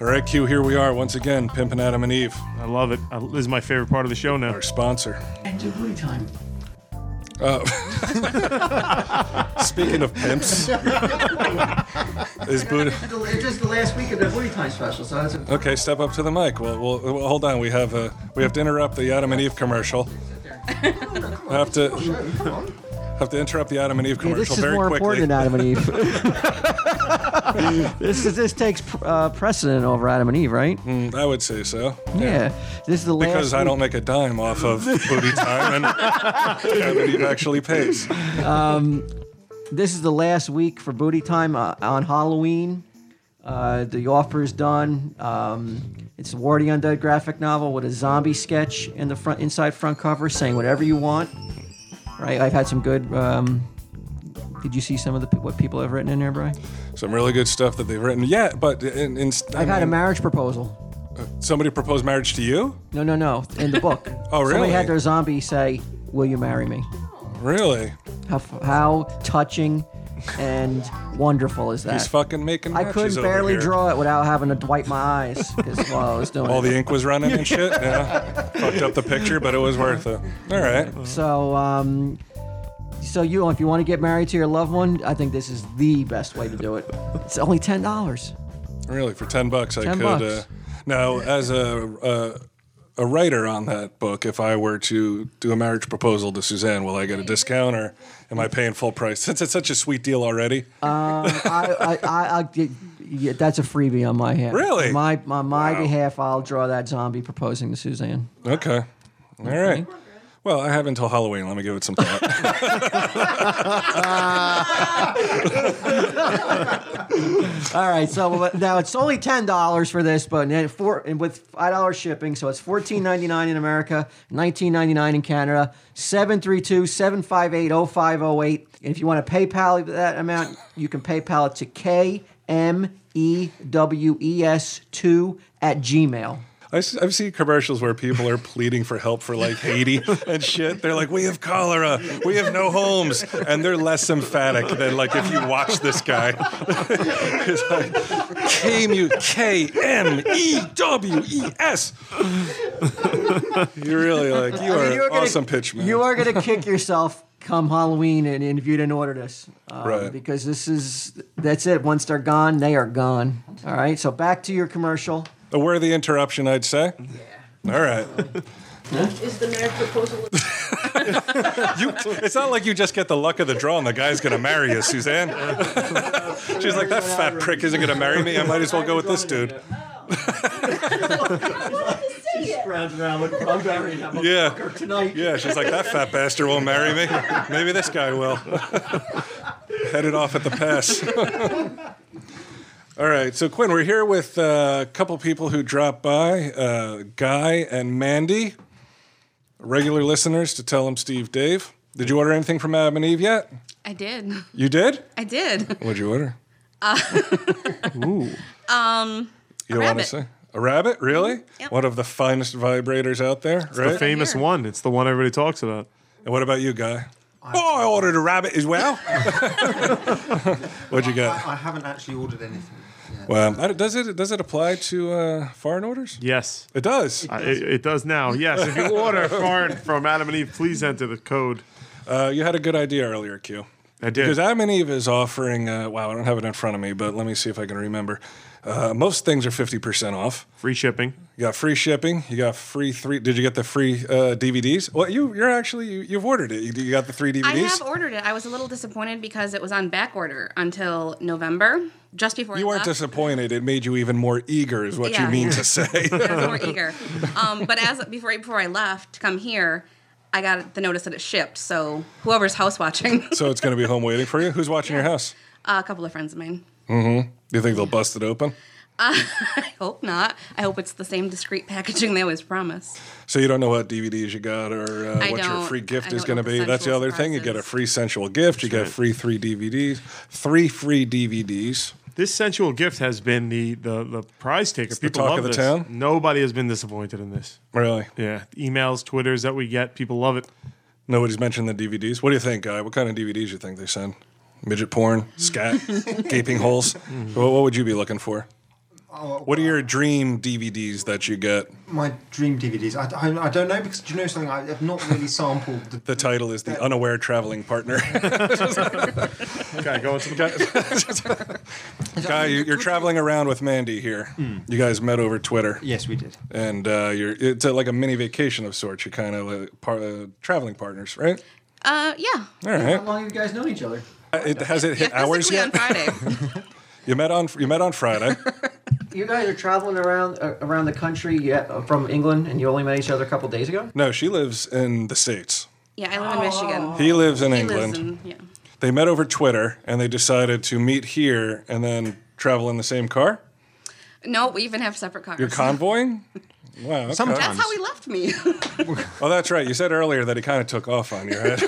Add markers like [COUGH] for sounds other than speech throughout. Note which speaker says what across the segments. Speaker 1: All right, Q, here we are once again, pimping Adam and Eve,
Speaker 2: I love it. I, this is my favorite part of the show now.
Speaker 1: our sponsor.
Speaker 3: End of brew time.
Speaker 1: Uh, speaking of pimps, is Buddha.
Speaker 3: Just the last week of the brew time special, so that's a,
Speaker 1: Okay, step up to the mic. Well, we'll, well hold on. We have uh, we have to interrupt the Adam and Eve commercial. I have to
Speaker 3: come on.
Speaker 1: have to interrupt the Adam and Eve
Speaker 4: Hey,
Speaker 1: commercial
Speaker 4: this is
Speaker 1: very
Speaker 4: more
Speaker 1: quickly.
Speaker 4: important than Adam and Eve. [LAUGHS] this is, this takes pr- uh, precedent over Adam and Eve, right?
Speaker 1: Mm, I would say so.
Speaker 4: Yeah. This is the last.
Speaker 1: Because I
Speaker 4: week-
Speaker 1: don't make a dime off of booty time, and Adam and Eve actually pays.
Speaker 4: This is the last week for booty time uh, on Halloween. Uh, the offer is done. Um, it's a War of the Undead graphic novel with a zombie sketch in the front, inside front cover, saying whatever you want. Right? I've had some good. Um, did you see some of the what people have written in there, Brian?
Speaker 1: Some really good stuff that they've written. Yeah, but in, in,
Speaker 4: I've had a marriage proposal.
Speaker 1: somebody proposed marriage to you.
Speaker 4: No, no, no. In the book.
Speaker 1: [LAUGHS] Oh, really?
Speaker 4: Somebody had their zombie say, "Will you marry me?"
Speaker 1: Really?
Speaker 4: How how touching and wonderful is that?
Speaker 1: He's fucking making.
Speaker 4: I
Speaker 1: matches
Speaker 4: couldn't
Speaker 1: over
Speaker 4: barely
Speaker 1: here.
Speaker 4: draw it without having to wipe my eyes 'cause while I was doing
Speaker 1: All
Speaker 4: it.
Speaker 1: the ink was running
Speaker 4: [LAUGHS]
Speaker 1: and shit. Yeah, fucked up the picture, but it was worth it. All right.
Speaker 4: So, um, so you, if you want to get married to your loved one, I think this is the best way to do it. It's only ten dollars.
Speaker 1: Really, for ten bucks, I
Speaker 4: 10
Speaker 1: could.
Speaker 4: bucks.
Speaker 1: Uh, now, as a, a a writer on that book, if I were to do a marriage proposal to Suzanne, will I get a discount, or am I paying full price? [LAUGHS] Since it's such a sweet deal already,
Speaker 4: Uh, Um, I, I, I, I get- yeah, that's a freebie on my hand.
Speaker 1: Really?
Speaker 4: My, on my behalf, I'll draw that zombie proposing to Suzanne.
Speaker 1: okay, all right. Well, I have until Halloween. Let me give it some thought.
Speaker 4: All right, so but now it's only ten dollars for this, but then four and with five dollars shipping, so it's fourteen ninety nine in America, nineteen ninety nine in Canada, 732-758-0508. And if you want to PayPal that amount, you can PayPal it to K M E W E S two at Gmail.
Speaker 1: I, have seen commercials where people are pleading for help for like Haiti and shit. They're like, "We have cholera, we have no homes," and they're less emphatic than like if you watch this guy. [LAUGHS] it's like K M U K M E W E S. You're really like you are an awesome pitch man.
Speaker 4: You are gonna kick yourself come Halloween and, and if you didn't order this. Um,
Speaker 1: Right.
Speaker 4: Because this is that's it. Once they're gone, they are gone. All right. So back to your commercial.
Speaker 1: a worthy interruption, I'd say. Yeah. All right.
Speaker 5: Is the marriage proposal?
Speaker 1: You, it's not like you just get the luck of the draw and the guy's going to marry you, Suzanne. She's like, that fat prick isn't going to marry me. I might as well go with this
Speaker 6: [LAUGHS]
Speaker 1: dude. Yeah.
Speaker 4: Tonight.
Speaker 1: Yeah, she's like, that fat bastard won't marry me. Maybe this guy will. [LAUGHS] Headed off at the pass. [LAUGHS] All right, so Quinn, we're here with uh, a couple people who dropped by uh, Guy and Mandy, regular listeners to Tell Them Steve Dave. Did you order anything from Adam and Eve yet?
Speaker 5: I did.
Speaker 1: You did?
Speaker 5: I did.
Speaker 1: What'd you order?
Speaker 5: [LAUGHS]
Speaker 1: Ooh. Um, you
Speaker 5: Uh, a
Speaker 1: wanna
Speaker 5: rabbit. Mm-hmm.
Speaker 1: say? A rabbit? Really?
Speaker 5: Yep.
Speaker 1: One of the finest vibrators out there,
Speaker 2: The
Speaker 1: right?
Speaker 2: famous
Speaker 5: here.
Speaker 2: one. It's the one everybody talks about.
Speaker 1: And what about you, guy? oh, I ordered a rabbit
Speaker 3: [LAUGHS]
Speaker 1: as well. What'd you get?
Speaker 3: I haven't actually ordered anything. yet.
Speaker 1: Well, I don't- does it does it apply to uh, foreign orders?
Speaker 2: Yes.
Speaker 1: It does.
Speaker 2: I- It, it does now. Yes. If you order foreign from Adam and Eve, please enter the code.
Speaker 1: Uh, you had a good idea earlier, Q.
Speaker 2: I did.
Speaker 1: Because Adam and Eve is offering. Uh, wow, I don't have it in front of me, but let me see if I can remember. Uh, most things are fifty percent off.
Speaker 2: Free shipping.
Speaker 1: You got free shipping. You got free three. Did you get the free uh, DVDs? Well, you you're actually you, you've ordered it. You, you got the three DVDs.
Speaker 5: I have ordered it. I was a little disappointed because it was on back order until November, just before
Speaker 1: you
Speaker 5: I
Speaker 1: weren't
Speaker 5: left.
Speaker 1: disappointed. It made you even more eager, is what you
Speaker 5: Yeah.
Speaker 1: mean to say. [LAUGHS]
Speaker 5: I was more eager. Um, but as before before I left to come here, I got the notice that it shipped. So whoever's house [LAUGHS] watching,
Speaker 1: so it's going to be home waiting for you. Who's watching your house?
Speaker 5: uh, a couple of friends of mine. [LAUGHS]
Speaker 1: Do you think they'll bust it open?
Speaker 5: I hope not. I hope it's the same discreet packaging they always promise.
Speaker 1: So you don't know what DVDs you got or uh,
Speaker 5: I
Speaker 1: what your
Speaker 5: don't-
Speaker 1: free gift
Speaker 5: I
Speaker 1: is going
Speaker 5: don't know
Speaker 1: to be.
Speaker 5: the
Speaker 1: That's the
Speaker 5: sensual
Speaker 1: other thing. You get a
Speaker 5: surprises.
Speaker 1: free sensual gift. you get free three DVDs, three free DVDs.
Speaker 2: This sensual gift has been the the, the prize taker.
Speaker 1: the
Speaker 2: People
Speaker 1: talk
Speaker 2: love
Speaker 1: of the
Speaker 2: this.
Speaker 1: town.
Speaker 2: Nobody has been disappointed in this.
Speaker 1: Really?
Speaker 2: Yeah, emails, twitters that we get, people love it.
Speaker 1: Nobody's mentioned the DVDs. What do you think, Guy? What kind of DVDs you think they send? Midget porn, scat, gaping holes. What, what would you be looking for? What are your dream DVDs that you get?
Speaker 7: My dream DVDs. I, I, I don't know because do you know something? I have not really [LAUGHS] sampled the,
Speaker 1: The title is The Unaware Traveling Partner. [LAUGHS]
Speaker 2: Okay, go into the
Speaker 1: Guy, you- you're traveling around with Mandy here. You guys met over Twitter.
Speaker 7: Yes, we did.
Speaker 1: And uh, you're it's a, like a mini vacation of sorts. You're kind of like par- uh, traveling partners, right?
Speaker 5: Uh, yeah.
Speaker 1: All
Speaker 6: How
Speaker 1: right.
Speaker 6: long have you guys known each other?
Speaker 1: It, has it
Speaker 5: Yeah,
Speaker 1: hit hours
Speaker 5: physically on
Speaker 1: yet?
Speaker 5: Friday.
Speaker 1: You met on you met on Friday.
Speaker 6: You guys are traveling around uh, around the country yet, uh, from England, and you only met each other a couple days ago.
Speaker 1: No, she lives in the states.
Speaker 5: Yeah, I live in Michigan.
Speaker 1: He lives in
Speaker 5: Oh, He
Speaker 1: England.
Speaker 5: lives in, yeah.
Speaker 1: they met over Twitter and they decided to meet here and then travel in the same car.
Speaker 5: No, we even have separate cars.
Speaker 1: You're convoying.
Speaker 5: [LAUGHS]
Speaker 1: Wow. Okay.
Speaker 7: Sometimes.
Speaker 5: That's how he left me. [LAUGHS]
Speaker 1: Oh, that's right. You said earlier that he kind of took off on you.
Speaker 5: [LAUGHS]
Speaker 1: Right?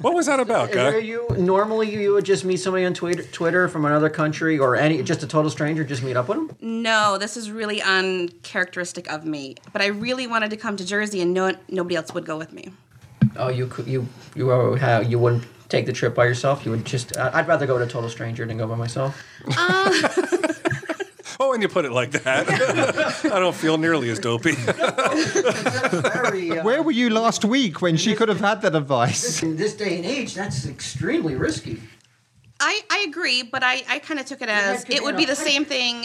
Speaker 1: what was that about,
Speaker 6: Are
Speaker 1: guy?
Speaker 6: you normally you would just meet somebody on Twitter, Twitter from another country or any just a total stranger, just meet up with them?
Speaker 5: no, this is really uncharacteristic of me. But I really wanted to come to Jersey, and no nobody else would go with me.
Speaker 6: Oh, you could you you are how you wouldn't take the trip by yourself. You would just uh, I'd rather go to a total stranger than go by myself.
Speaker 1: [LAUGHS] Oh, and you put it like that. [LAUGHS] I don't feel nearly as dopey.
Speaker 6: Very, uh,
Speaker 7: Where were you last week when she could have had that advice?
Speaker 6: in this day and age, that's extremely risky.
Speaker 5: I, I agree, but I, I kind of took it
Speaker 6: that
Speaker 5: as
Speaker 6: could
Speaker 5: it
Speaker 6: be
Speaker 5: would
Speaker 6: an
Speaker 5: be the
Speaker 6: effect.
Speaker 5: same thing.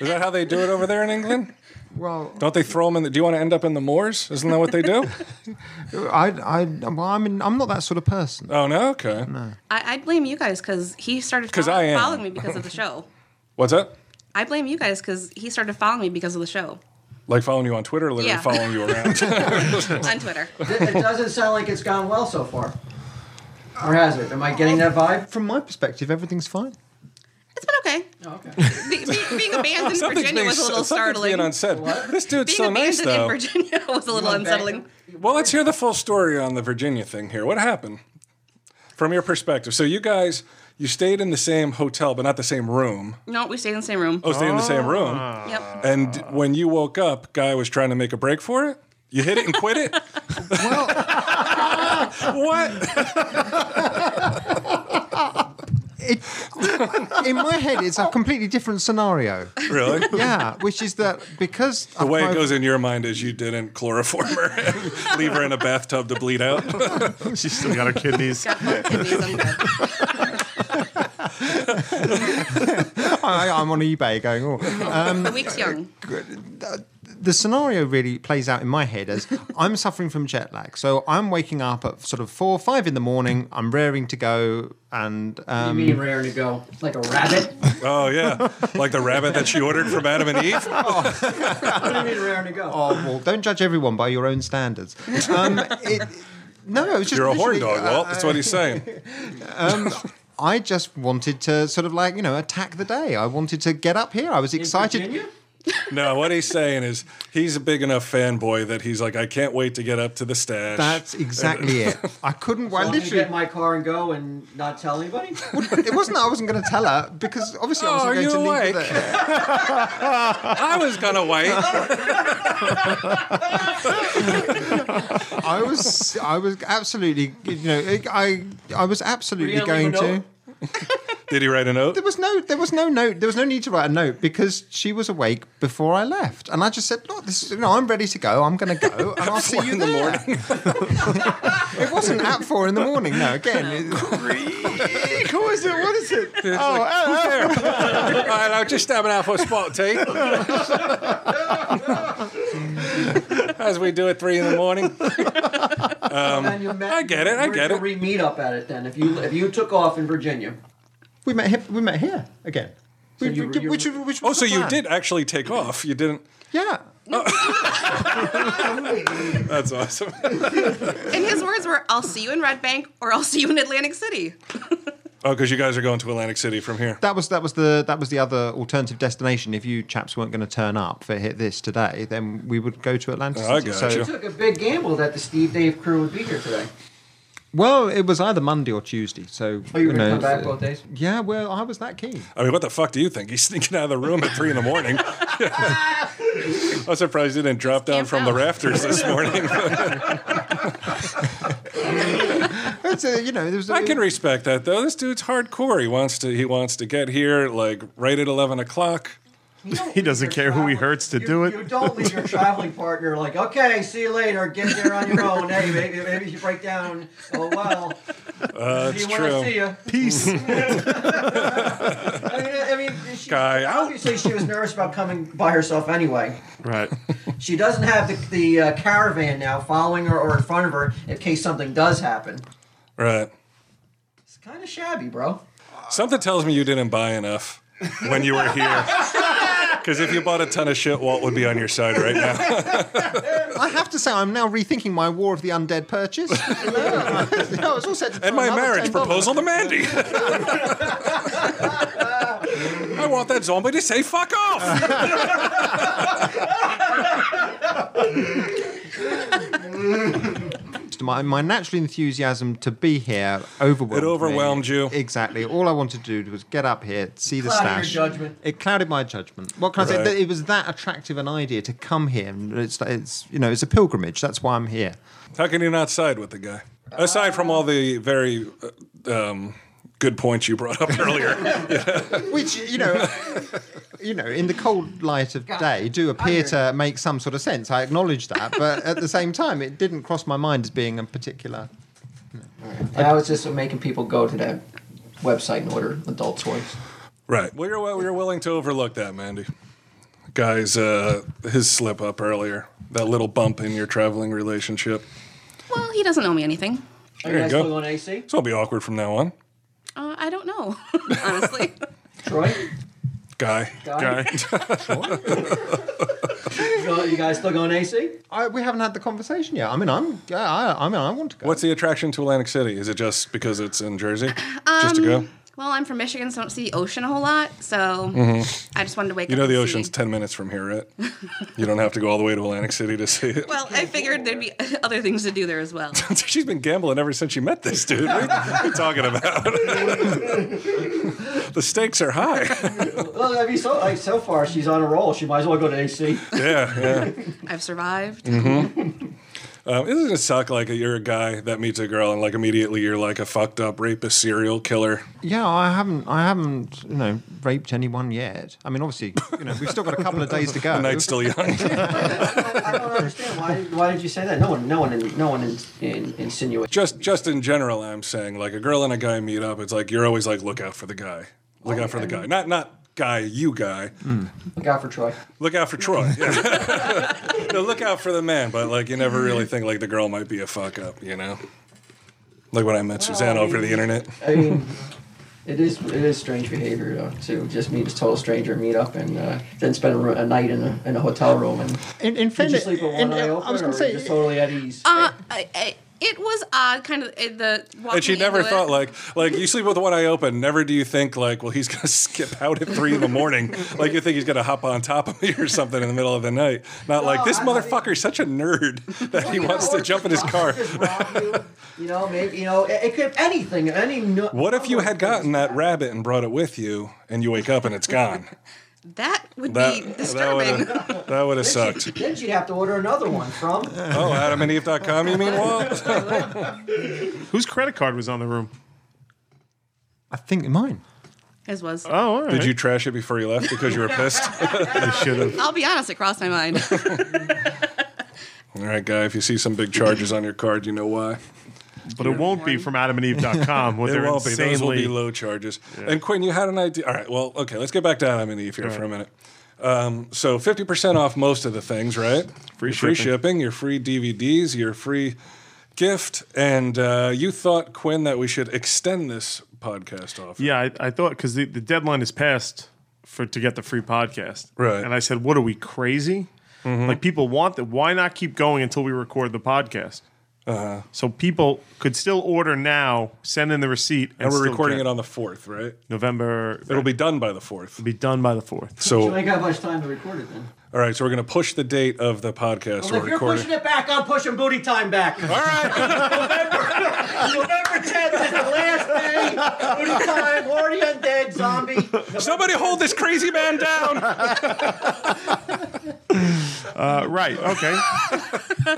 Speaker 1: Is that how they do it over there in England?
Speaker 7: [LAUGHS] Well,
Speaker 1: Don't they throw them in the? Do you want to end up in the moors? Isn't that what they
Speaker 5: [LAUGHS]
Speaker 1: do?
Speaker 7: I, I, well, I mean, I'm not that sort of person.
Speaker 1: Oh no. Okay.
Speaker 5: I, I blame you guys because he started
Speaker 1: 'Cause
Speaker 5: follow-
Speaker 1: I am.
Speaker 5: following me because of the show.
Speaker 1: What's that?
Speaker 5: I blame you guys because he started following me because of the show
Speaker 1: Like following you on Twitter, or literally
Speaker 5: Yeah.
Speaker 1: following you
Speaker 5: [LAUGHS]
Speaker 1: around.
Speaker 5: on Twitter.
Speaker 6: it doesn't sound like it's gone well so far. Or has it? Am I getting that vibe?
Speaker 7: From my perspective, everything's fine.
Speaker 5: It's been okay.
Speaker 6: Okay.
Speaker 5: Be, be, being
Speaker 1: [LAUGHS]
Speaker 5: abandoned in Virginia was a little
Speaker 1: something's
Speaker 5: startling.
Speaker 1: being unsaid. This dude's
Speaker 5: being
Speaker 1: so
Speaker 5: abandoned
Speaker 1: nice though.
Speaker 5: in Virginia was a little unsettling.
Speaker 1: Well, let's hear the full story on the Virginia thing here. What happened from your perspective? So you guys, you stayed in the same hotel, but not the same room.
Speaker 5: No, we stayed in the same room.
Speaker 1: Oh, stayed in the same room.
Speaker 5: Yep.
Speaker 1: And when you woke up, guy was trying to make a break for it. You hit it and quit it. [LAUGHS] what?
Speaker 7: It, in my head, it's a completely different [LAUGHS] scenario.
Speaker 1: Really?
Speaker 7: Yeah, which is that because
Speaker 1: The way it goes in your mind is you didn't chloroform her and [LAUGHS] leave her in a bathtub to bleed out.
Speaker 2: [LAUGHS] She's still got her kidneys.
Speaker 5: [LAUGHS] Got both kidneys, I'm good.
Speaker 7: I, I'm on eBay going, oh,
Speaker 5: The week's young.
Speaker 7: the scenario really plays out in my head as I'm suffering from jet lag. So I'm waking up at sort of four, five in the morning. I'm raring to go. And
Speaker 6: You
Speaker 7: um,
Speaker 6: mean rare to go like
Speaker 1: [LAUGHS]
Speaker 6: a rabbit?
Speaker 1: Oh yeah, like the rabbit that she ordered from Adam and Eve.
Speaker 6: I mean rare to go.
Speaker 7: oh, well, don't judge everyone by your own standards. Um, it, no, it was just
Speaker 1: You're a horn
Speaker 7: literally,
Speaker 1: dog,
Speaker 7: uh,
Speaker 1: Walt. That's what he's saying.
Speaker 7: I just wanted to sort of like, you know, attack the day. I wanted to get up here. I was excited.
Speaker 1: No, what he's saying is he's a big enough fanboy that he's like, I can't wait to get up to the stash. [LAUGHS]
Speaker 7: That's exactly it. I
Speaker 6: [LAUGHS]
Speaker 7: couldn't. I
Speaker 6: I literally
Speaker 7: literally.
Speaker 6: get my car and go and not tell anybody.
Speaker 7: it wasn't that I wasn't going to tell her because obviously I
Speaker 1: Oh,
Speaker 7: wasn't
Speaker 1: are
Speaker 7: going
Speaker 1: you
Speaker 7: to leave
Speaker 1: awake?
Speaker 7: with it.
Speaker 1: I was gonna wait.
Speaker 7: I was, I was absolutely, you know, I, I was absolutely
Speaker 6: Were you gonna
Speaker 7: going
Speaker 6: leave a
Speaker 7: to.
Speaker 6: note?
Speaker 1: Did he write a note?
Speaker 7: There was no, there was no note. There was no need to write a note because she was awake before I left, and I just said, "Look, this, is- you know, I'm ready to go. I'm going to go,
Speaker 1: [LAUGHS]
Speaker 7: and I'll see you in the morning." [LAUGHS] it wasn't at four in the morning. No,
Speaker 1: [LAUGHS]
Speaker 7: again, it- what is it? What is it? Oh, oh,
Speaker 1: [LAUGHS]
Speaker 7: oh.
Speaker 1: I know, just stabbing out for a spot tea. As we do at three in the morning.
Speaker 6: And you met,
Speaker 1: Um, I get it, I
Speaker 6: we're
Speaker 1: get
Speaker 6: gonna
Speaker 1: it.
Speaker 6: Re meet up at it then if you if you took off in Virginia.
Speaker 7: we met here. We met here again. We-
Speaker 6: you-
Speaker 7: we-
Speaker 6: you-
Speaker 7: which, which
Speaker 1: Oh,
Speaker 7: was
Speaker 1: so
Speaker 7: the
Speaker 1: you
Speaker 7: plan.
Speaker 1: did actually take off. You didn't.
Speaker 7: Yeah.
Speaker 1: That's awesome.
Speaker 5: And his words were, "I'll see you in Red Bank, or I'll see you in Atlantic City."
Speaker 1: Oh, because you guys are going to Atlantic City from here.
Speaker 7: That was that was the that was the other alternative destination. If you chaps weren't going to turn up for hit this today, then we would go to Atlantis.
Speaker 1: I
Speaker 7: City.
Speaker 1: got
Speaker 7: so
Speaker 1: you.
Speaker 6: You took a big gamble that the Steve Dave crew would be here today.
Speaker 7: Well, it was either Monday or Tuesday, so
Speaker 6: Oh, you
Speaker 7: you
Speaker 6: were gonna
Speaker 7: know,
Speaker 6: come back both days?
Speaker 7: Yeah, well, I was that keen.
Speaker 1: I mean, what the fuck do you think? He's sneaking out of the room at three in the morning. [LAUGHS] I'm surprised he didn't drop down
Speaker 5: Camp
Speaker 1: from the
Speaker 5: out.
Speaker 1: rafters this morning.
Speaker 7: It's a, uh, you know, there was a,
Speaker 1: I can respect that though. This dude's hardcore. He wants to. He wants to get here like right at eleven o'clock.
Speaker 2: He doesn't care who he hurts to do it.
Speaker 6: You don't leave your traveling partner like, okay, see you later. Get there on your own. Hey, maybe, maybe you break down. Oh well. Uh,
Speaker 1: that's
Speaker 6: see you when I
Speaker 1: true.
Speaker 6: see you.
Speaker 2: Peace.
Speaker 6: I mean, I mean, she,
Speaker 1: Guy out.
Speaker 6: obviously she was nervous about coming by herself anyway.
Speaker 2: right.
Speaker 6: She doesn't have the, the uh, caravan now following her or in front of her in case something does happen.
Speaker 1: Right.
Speaker 6: It's kind of shabby, bro.
Speaker 1: Something tells me you didn't buy enough when you were here. [LAUGHS] Because if you bought a ton of shit, Walt would be on your side right now.
Speaker 7: I have to say, I'm now rethinking my War of the Undead
Speaker 6: [LAUGHS]
Speaker 7: purchase. [LAUGHS] no, it's all set to
Speaker 1: And my
Speaker 7: another
Speaker 1: marriage
Speaker 7: $10.
Speaker 1: proposal to Mandy. [LAUGHS] I want that zombie to say fuck off.
Speaker 7: My, my natural enthusiasm to be here overwhelmed.
Speaker 1: It overwhelmed
Speaker 7: me.
Speaker 1: you.
Speaker 7: Exactly. All I wanted to do was get up here, see the
Speaker 6: Clouded your
Speaker 7: stash.
Speaker 6: judgment.
Speaker 7: It clouded my judgment. What can I
Speaker 1: Right.
Speaker 7: say? That It was that attractive an idea to come here. and It's, it's you know, it's a pilgrimage. That's why I'm here.
Speaker 1: How can you not side with the guy? Aside from all the very uh, um, good points you brought up earlier.
Speaker 7: Which
Speaker 1: [LAUGHS]
Speaker 7: you know, you know, in the cold light of day, do appear to make some sort of sense. I acknowledge that, but at the same time, it didn't cross my mind as being a particular.
Speaker 6: I was just making people go to that website and order adult toys.
Speaker 1: Right. Well, you're, you're willing to overlook that, Mandy. Guy's uh, his slip up earlier, that little bump in your traveling relationship.
Speaker 5: Well, he doesn't owe me anything.
Speaker 6: Are
Speaker 1: There you
Speaker 6: you guys
Speaker 1: go.
Speaker 6: still on AC?
Speaker 1: So it'll be awkward from now on.
Speaker 5: Uh, I don't know, [LAUGHS] honestly.
Speaker 6: Troy?
Speaker 1: Guy.
Speaker 6: Guy? You you guys still going AC?
Speaker 7: I, we haven't had the conversation yet. I mean, I'm. yeah, I, I mean, I want to
Speaker 1: [LAUGHS]
Speaker 7: go.
Speaker 1: What's the attraction to Atlantic City? Is it just because it's in Jersey? just to go?
Speaker 5: Well, I'm from Michigan, so I don't see the ocean a whole lot. So I just wanted to wake
Speaker 1: Mm-hmm. You
Speaker 5: up.
Speaker 1: know the
Speaker 5: and
Speaker 1: ocean's
Speaker 5: see.
Speaker 1: 10 minutes from here, right? you don't have to go all the way to Atlantic City to see it. [LAUGHS]
Speaker 5: well, I figured there'd be [LAUGHS] other things to do there as well.
Speaker 1: She's been gambling ever since she met this dude. What are you talking about? [LAUGHS] the stakes are high. [LAUGHS]
Speaker 6: Well, I mean, so, like, so far she's on a roll. She might as well go to AC.
Speaker 1: yeah, yeah.
Speaker 5: I've survived.
Speaker 1: Um, doesn't it suck like you're a guy that meets a girl and like immediately you're like a fucked up rapist serial killer?
Speaker 7: Yeah, I haven't. I haven't. You know, raped anyone yet. I mean, obviously, you know, we've still got a couple of days
Speaker 1: [LAUGHS]
Speaker 7: to go.
Speaker 1: The night's still young.
Speaker 6: I don't understand why. Why did you say that? No one, no one, no one in, in, insinuated.
Speaker 1: just just in general, I'm saying like a girl and a guy meet up. It's like you're always like look out for the guy, look out for the guy, not not guy you guy,
Speaker 6: Look out for Troy.
Speaker 1: look out for Troy. [LAUGHS] no, look out for the man, but like you never really think like the girl might be a fuck up, you know. Like when I met Suzanne
Speaker 6: I
Speaker 1: over the
Speaker 6: mean-
Speaker 1: internet.
Speaker 6: I mean, [LAUGHS] it is it is strange behavior though, to just meet a total stranger, meet up, and uh, then spend a, ro- a night in a, in a hotel room and
Speaker 7: In, in
Speaker 6: did you
Speaker 7: fairness,
Speaker 6: sleep with one
Speaker 7: in-
Speaker 6: eye open,
Speaker 7: uh, I was going
Speaker 6: or
Speaker 7: to
Speaker 6: were
Speaker 7: say.
Speaker 6: you just totally at ease.
Speaker 5: Uh, I, I, it was odd, kind of uh, the. walking
Speaker 1: Mm-hmm. And she never
Speaker 5: into it.
Speaker 1: thought like like you sleep with one eye open. Never do you think like, well, he's gonna [LAUGHS] skip out at three in the morning. Like you think he's gonna hop on top of me or something in the middle of the night. Not like this
Speaker 6: I- I mean-
Speaker 1: motherfucker's such a nerd [LAUGHS] that he
Speaker 6: You know,
Speaker 1: wants to
Speaker 6: or
Speaker 1: jump in his
Speaker 6: just [LAUGHS]
Speaker 1: car.
Speaker 6: rob you, you know, maybe you know it, it could anything. Any no,
Speaker 1: What if you had gotten that rabbit and brought it with you, and you wake up and it's gone?
Speaker 5: that would
Speaker 1: That
Speaker 5: be
Speaker 1: that would
Speaker 5: disturbing.
Speaker 1: have [LAUGHS] that would have sucked.
Speaker 6: Then she'd have to order another one from.
Speaker 1: Oh, AdamandEve.com, you mean Walt?
Speaker 2: Whose credit card was on the room?
Speaker 7: I think mine.
Speaker 5: His was.
Speaker 2: Oh, all right.
Speaker 1: Did you trash it before you left because you were pissed?
Speaker 2: I should have.
Speaker 5: I'll be honest, it crossed
Speaker 1: [LAUGHS]
Speaker 5: my mind.
Speaker 1: All right, guy. If you see some big charges on your card, you know why.
Speaker 2: But it won't be from adamandeve.com.
Speaker 1: [LAUGHS]
Speaker 2: With
Speaker 1: There
Speaker 2: their
Speaker 1: won't be. Those will
Speaker 2: insanely-
Speaker 1: be low charges. And Quinn, you had an idea. All right. Well, okay. Let's get back to Adam and Eve here for a minute. Um, so fifty percent off most of the things, right?
Speaker 2: Free
Speaker 1: your free
Speaker 2: shipping.
Speaker 1: shipping, your free DVDs, your free gift, and uh, you thought Quinn that we should extend this podcast offer.
Speaker 2: Yeah, I, I thought because the, the deadline is passed for to get the free podcast,
Speaker 1: Right. Mm-hmm.
Speaker 2: And I said, "What are we crazy? Like people want that? Why not keep going until we record the podcast?"
Speaker 1: Uh-huh.
Speaker 2: So people could still order now, send in the receipt, and,
Speaker 1: And we're
Speaker 2: still
Speaker 1: recording
Speaker 2: get
Speaker 1: it on the 4th, right?
Speaker 2: November.
Speaker 1: It'll be done by the 4th.
Speaker 2: be done by the fourth.
Speaker 6: So I
Speaker 1: So,
Speaker 6: ain't got much time to record it then.
Speaker 1: all right, so we're going to push the date of the podcast.
Speaker 6: Well,
Speaker 1: we're
Speaker 6: if you're
Speaker 1: recording.
Speaker 6: pushing it back, I'm pushing booty
Speaker 1: [LAUGHS]
Speaker 6: time back. All right. November, November 10th is the last day. Booty time, already undead, zombie. November-
Speaker 1: Somebody hold this crazy man
Speaker 6: [LAUGHS]
Speaker 1: down.
Speaker 2: Uh, right. [LAUGHS] Okay.
Speaker 1: [LAUGHS]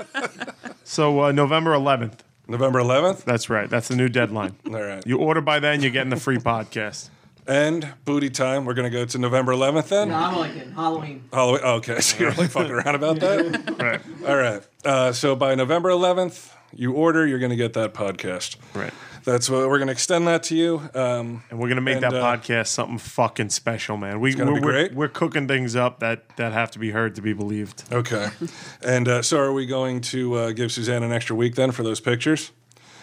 Speaker 2: so uh, November eleventh.
Speaker 1: November 11th.
Speaker 2: That's right. That's the new deadline.
Speaker 1: All right.
Speaker 2: You order by then, you're getting the free [LAUGHS] podcast.
Speaker 1: And booty time. We're going to go to November 11th then.
Speaker 6: No, I'm only kidding. Halloween.
Speaker 1: Halloween. Oh, okay, [LAUGHS] so you're really fucking around about that.
Speaker 2: [LAUGHS] Right.
Speaker 1: All right. Uh, so by November 11th, you order, you're going to get that podcast.
Speaker 2: Right.
Speaker 1: That's what we're going to extend that to you. Um,
Speaker 2: And we're gonna make
Speaker 1: And,
Speaker 2: that
Speaker 1: uh,
Speaker 2: podcast something fucking special, man. We,
Speaker 1: gonna
Speaker 2: we're,
Speaker 1: be
Speaker 2: we're-
Speaker 1: great.
Speaker 2: we're cooking things up that that have to be heard to be believed.
Speaker 1: okay. And uh, so are we going to uh, give Suzanne an extra week then for those pictures?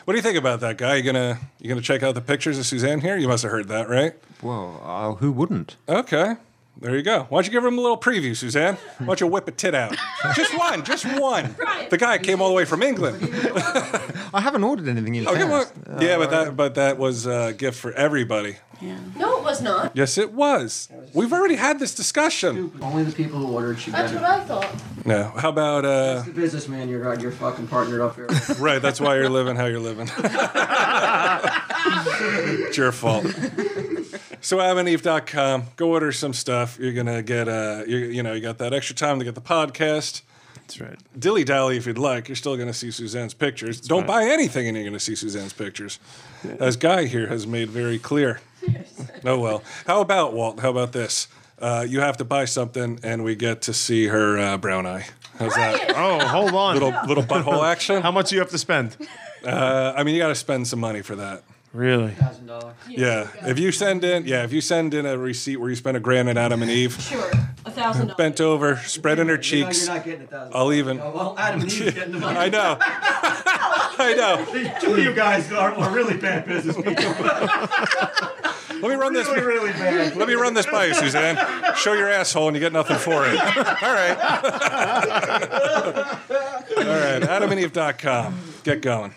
Speaker 1: What do you think about that guy? You gonna you gonna check out the pictures of Suzanne here? You must have heard that, right?
Speaker 7: Well, uh, who wouldn't?
Speaker 1: Okay. There you go. Why don't you give him a little preview, Suzanne? Why don't you whip a tit out? just one, just one.
Speaker 5: Right.
Speaker 1: The guy came all the way from England.
Speaker 7: I haven't ordered anything in
Speaker 1: Oh,
Speaker 7: past.
Speaker 1: come on. yeah, but that but that was a gift for everybody.
Speaker 8: No, it was not.
Speaker 1: Yes, it was. We've already had this discussion.
Speaker 6: Only the people who ordered should
Speaker 8: That's
Speaker 6: get
Speaker 8: what
Speaker 6: it.
Speaker 8: I thought.
Speaker 1: No. How about uh
Speaker 6: The businessman you're on, you're fucking partnered up here.
Speaker 1: right, that's why you're living how you're living. it's your fault. So adamandeve.com, go order some stuff. You're gonna get uh you you know, you got that extra time to get the podcast. [LAUGHS]
Speaker 2: That's right.
Speaker 1: Dilly dally if you'd like, you're still gonna see Suzanne's pictures. Don't buy anything and you're gonna see Suzanne's pictures. As Guy here has made very clear. Oh well. How about Walt? How about this? Uh, you have to buy something, and we get to see her uh, brown eye. How's that?
Speaker 2: Oh, hold on.
Speaker 8: [LAUGHS]
Speaker 1: Little little butthole action.
Speaker 2: How much do you have to spend?
Speaker 1: Uh, I mean, you got to spend some money for that.
Speaker 2: Really?
Speaker 6: Thousand dollars.
Speaker 1: Yeah. If you send in, yeah, if you send in a receipt where you spent a grand and Adam and Eve
Speaker 8: Sure, a thousand dollars.
Speaker 1: bent over, spreading her cheeks.
Speaker 6: You're not getting a thousand.
Speaker 1: I'll even.
Speaker 6: Oh, well, Adam and Eve's getting the
Speaker 1: [LAUGHS]
Speaker 6: money.
Speaker 1: I
Speaker 6: [LAUGHS]
Speaker 1: know. I know. [LAUGHS]
Speaker 6: The Two of you guys are, are really bad business people.
Speaker 1: Let me run this.
Speaker 6: really bad.
Speaker 1: Let me run this by you, Suzanne. Show your asshole and you get nothing for it. [LAUGHS] All right. All right. AdamandEve.com. Get going.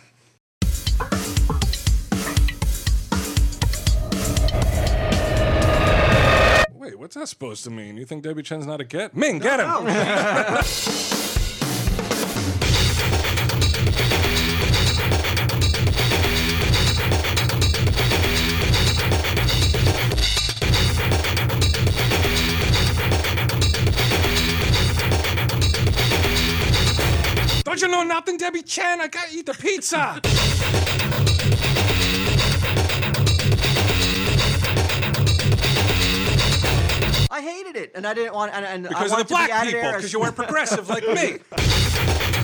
Speaker 1: Wait, what's that supposed to mean? You think Debbie Chen's not a get? Ming, get him.
Speaker 6: [LAUGHS]
Speaker 1: Don't you know nothing, Debbie Chen? I gotta eat the pizza.
Speaker 6: I hated it, and I didn't want. And, and
Speaker 1: Because
Speaker 6: I
Speaker 1: of the
Speaker 6: wanted to be
Speaker 1: black
Speaker 6: out there
Speaker 1: people,
Speaker 6: as-
Speaker 1: because you weren't progressive like me.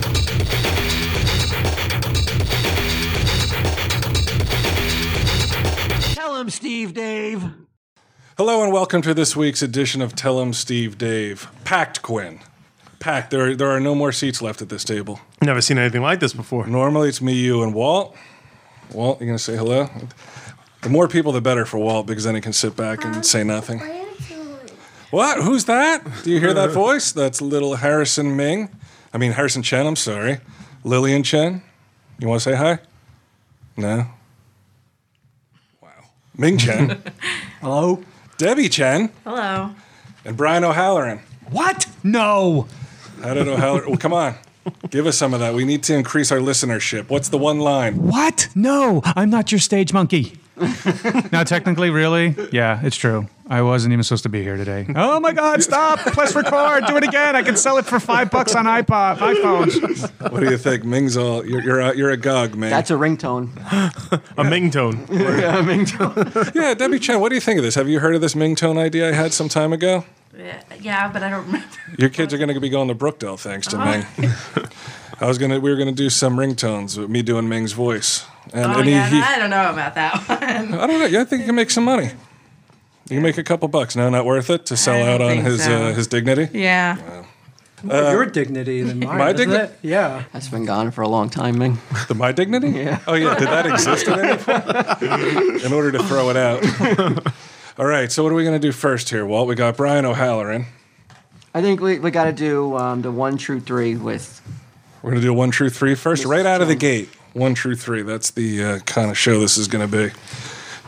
Speaker 6: Tell him, Steve, Dave.
Speaker 1: Hello and welcome to this week's edition of Tell 'em Steve Dave. Packed Quinn. Packed. There, there are no more seats left at this table.
Speaker 2: Never seen anything like this before.
Speaker 1: Normally it's me, you, and Walt. Walt, you gonna say hello? The more people, the better for Walt because then he can sit back and say nothing. What? Who's that? Do you hear that voice? That's little Harrison Ming. I mean Harrison Chen. I'm sorry, Lillian Chen. You want to say hi? No. Wow. Ming Chen,
Speaker 6: Hello.
Speaker 1: Debbie Chen,
Speaker 8: Hello.
Speaker 1: and Brian O'Halloran.
Speaker 6: What? No.
Speaker 1: I don't know how. Well, come on, give us some of that. We need to increase our listenership. What's the one line?
Speaker 9: What? No, I'm not your
Speaker 1: [LAUGHS]
Speaker 9: stage monkey. now, technically, really, yeah, it's true. I wasn't even supposed to be here today. Oh my God! Stop! Press record. Do it again. I can sell it for five bucks on iPod, iPhones.
Speaker 1: What do you think, Ming's all? You're you're a, you're a gog, Ming.
Speaker 6: That's a ringtone.
Speaker 2: A Ming tone.
Speaker 6: yeah, ringtone.
Speaker 1: Yeah, Debbie Chen, what do you think of this? Have you heard of this Ming Tone idea I had some time ago?
Speaker 8: Yeah, but I don't remember.
Speaker 1: Your kids are going to be going to Brookdale thanks to
Speaker 8: Uh-huh. [LAUGHS]
Speaker 1: Ming. I was gonna, we were gonna do some ringtones with me doing Ming's voice, and,
Speaker 8: Oh,
Speaker 1: and he-
Speaker 8: yeah,
Speaker 1: he-
Speaker 8: I don't know about that one.
Speaker 1: I don't know. Yeah, I think you can make some money. You can make a couple bucks. No, not worth it to sell
Speaker 8: don't
Speaker 1: out on
Speaker 8: think
Speaker 1: his
Speaker 8: so.
Speaker 1: uh, his dignity.
Speaker 8: Yeah.
Speaker 10: your dignity than mine.
Speaker 1: my
Speaker 10: isn't
Speaker 1: digni-
Speaker 10: it? Yeah.
Speaker 6: That's been gone for a long time, Ming.
Speaker 1: The my dignity?
Speaker 6: Yeah.
Speaker 1: Oh yeah. Did that exist at any point? In order to throw it out. All right. So what are we gonna do first here, Walt? We got Brian O'Halloran.
Speaker 6: I think we, we got to do um, the one true three with
Speaker 1: We're gonna do one, true, three first, right out of the gate. One, true, three. That's the uh, kind of show this is gonna be.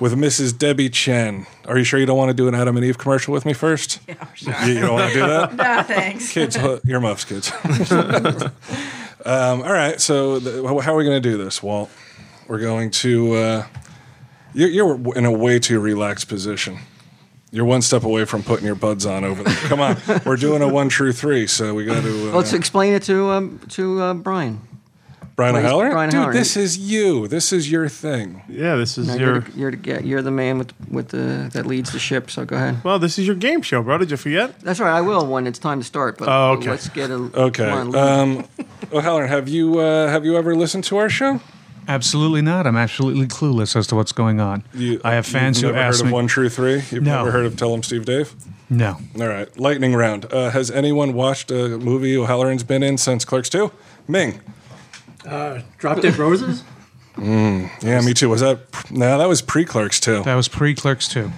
Speaker 1: With Mrs. Debbie Chen. Are you sure you don't want to do an Adam and Eve commercial with me
Speaker 8: [LAUGHS]
Speaker 1: first? Yeah, sure. You, you don't want to do that?
Speaker 8: No, thanks.
Speaker 1: kids, hu- earmuffs, kids. [LAUGHS] um, all right, so the, how- how are we going to do this, Walt? We're going to. Uh, you're, you're in a way too relaxed position. You're one step away from putting your buds on over there. Come on, we're doing a one true three, so we got to. Uh,
Speaker 6: Let's explain it to um, to uh, Brian.
Speaker 1: Brian
Speaker 6: please,
Speaker 1: O'Halloran,
Speaker 6: Brian
Speaker 1: dude,
Speaker 6: O'Halloran.
Speaker 1: this is you. This is your thing.
Speaker 2: Yeah, this is
Speaker 6: Now, you're
Speaker 2: your.
Speaker 6: the, you're, the, ga- you're the man with with the that leads the ship. So go ahead.
Speaker 2: Well, this is your game show, bro. Did you forget?
Speaker 6: That's right. I will when it's time to start. But
Speaker 2: Oh, okay.
Speaker 6: let's get a
Speaker 1: Okay,
Speaker 6: come on,
Speaker 1: um, O'Halloran, have you uh, have you ever listened to our show?
Speaker 9: Absolutely not. I'm absolutely clueless as to what's going on.
Speaker 1: You,
Speaker 9: I have fans
Speaker 1: you've
Speaker 9: who
Speaker 1: never
Speaker 9: ask
Speaker 1: heard
Speaker 9: me.
Speaker 1: of one true three. You've
Speaker 9: No.
Speaker 1: never heard of Tell 'em Steve Dave.
Speaker 9: No.
Speaker 1: All right, lightning round. Uh, has anyone watched a movie O'Halloran's been in since Clerks 2? Ming.
Speaker 10: Drop Dead Roses?
Speaker 1: Yeah, me too. Was that? No, that was pre Clerks 2.
Speaker 9: That was pre Clerks 2.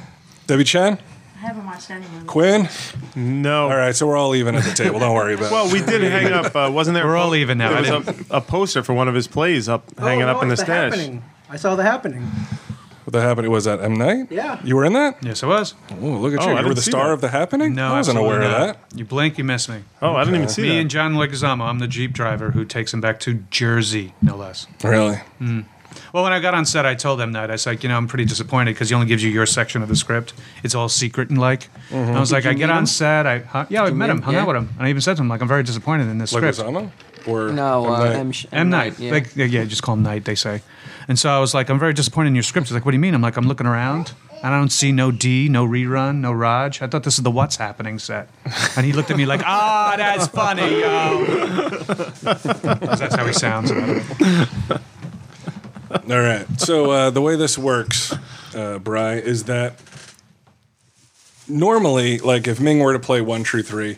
Speaker 1: Debbie Chan?
Speaker 8: I haven't watched any movies.
Speaker 1: Quinn?
Speaker 2: No.
Speaker 1: All right, so we're all even at the table. Don't
Speaker 9: [LAUGHS]
Speaker 1: worry about it.
Speaker 2: Well, we did hang up. Uh, wasn't there?
Speaker 9: We're all even now. I
Speaker 2: There was a, a poster for one of his plays up, [LAUGHS] hanging
Speaker 10: Oh,
Speaker 2: up in the
Speaker 10: it's
Speaker 2: stash.
Speaker 10: Happening. I saw the happening.
Speaker 1: what the happening was that M. Night?
Speaker 10: Yeah.
Speaker 1: You were in that?
Speaker 9: Yes, it was.
Speaker 1: Oh, look at
Speaker 2: Oh,
Speaker 1: you.
Speaker 2: I
Speaker 1: You were
Speaker 2: didn't
Speaker 1: the
Speaker 2: see
Speaker 1: star
Speaker 2: that.
Speaker 1: of the happening?
Speaker 9: No,
Speaker 1: I wasn't
Speaker 9: absolutely
Speaker 1: aware
Speaker 9: not.
Speaker 1: of that.
Speaker 9: You blink, you miss me.
Speaker 2: Oh, I didn't even see
Speaker 9: Me
Speaker 2: that.
Speaker 9: and John Leguizamo. I'm the Jeep driver who takes him back to Jersey, no less.
Speaker 1: Really?
Speaker 9: Well, when I got on set, I told them that. I said, you know, I'm pretty disappointed because he only gives you your section of the script. It's all secret and like. And I was like,
Speaker 6: Mm-hmm. you
Speaker 9: I get
Speaker 6: meet
Speaker 9: on
Speaker 6: him?
Speaker 9: set. I huh, yeah, I met
Speaker 6: meet
Speaker 9: him,
Speaker 6: him?
Speaker 9: hung
Speaker 6: Yeah.
Speaker 9: out with him, and I even said to him like, I'm very disappointed in this script.
Speaker 1: Leguizamo? Or
Speaker 6: no, uh,
Speaker 1: Night?
Speaker 6: M. Sh-
Speaker 9: M Night,
Speaker 6: Yeah.
Speaker 9: like yeah, yeah, just call him Night. They say, and so I was like, I'm very disappointed in your script. He's like, what do you mean? I'm like, I'm looking around and I don't see no D, no rerun, no Raj. I thought this is the What's Happening set, and he looked at me like, ah, that's
Speaker 6: [LAUGHS]
Speaker 9: funny, yo. 'Cause that's how he sounds. about it.
Speaker 1: All right. So uh, the way this works, uh, Bry, is that normally, like if Ming were to play one true three,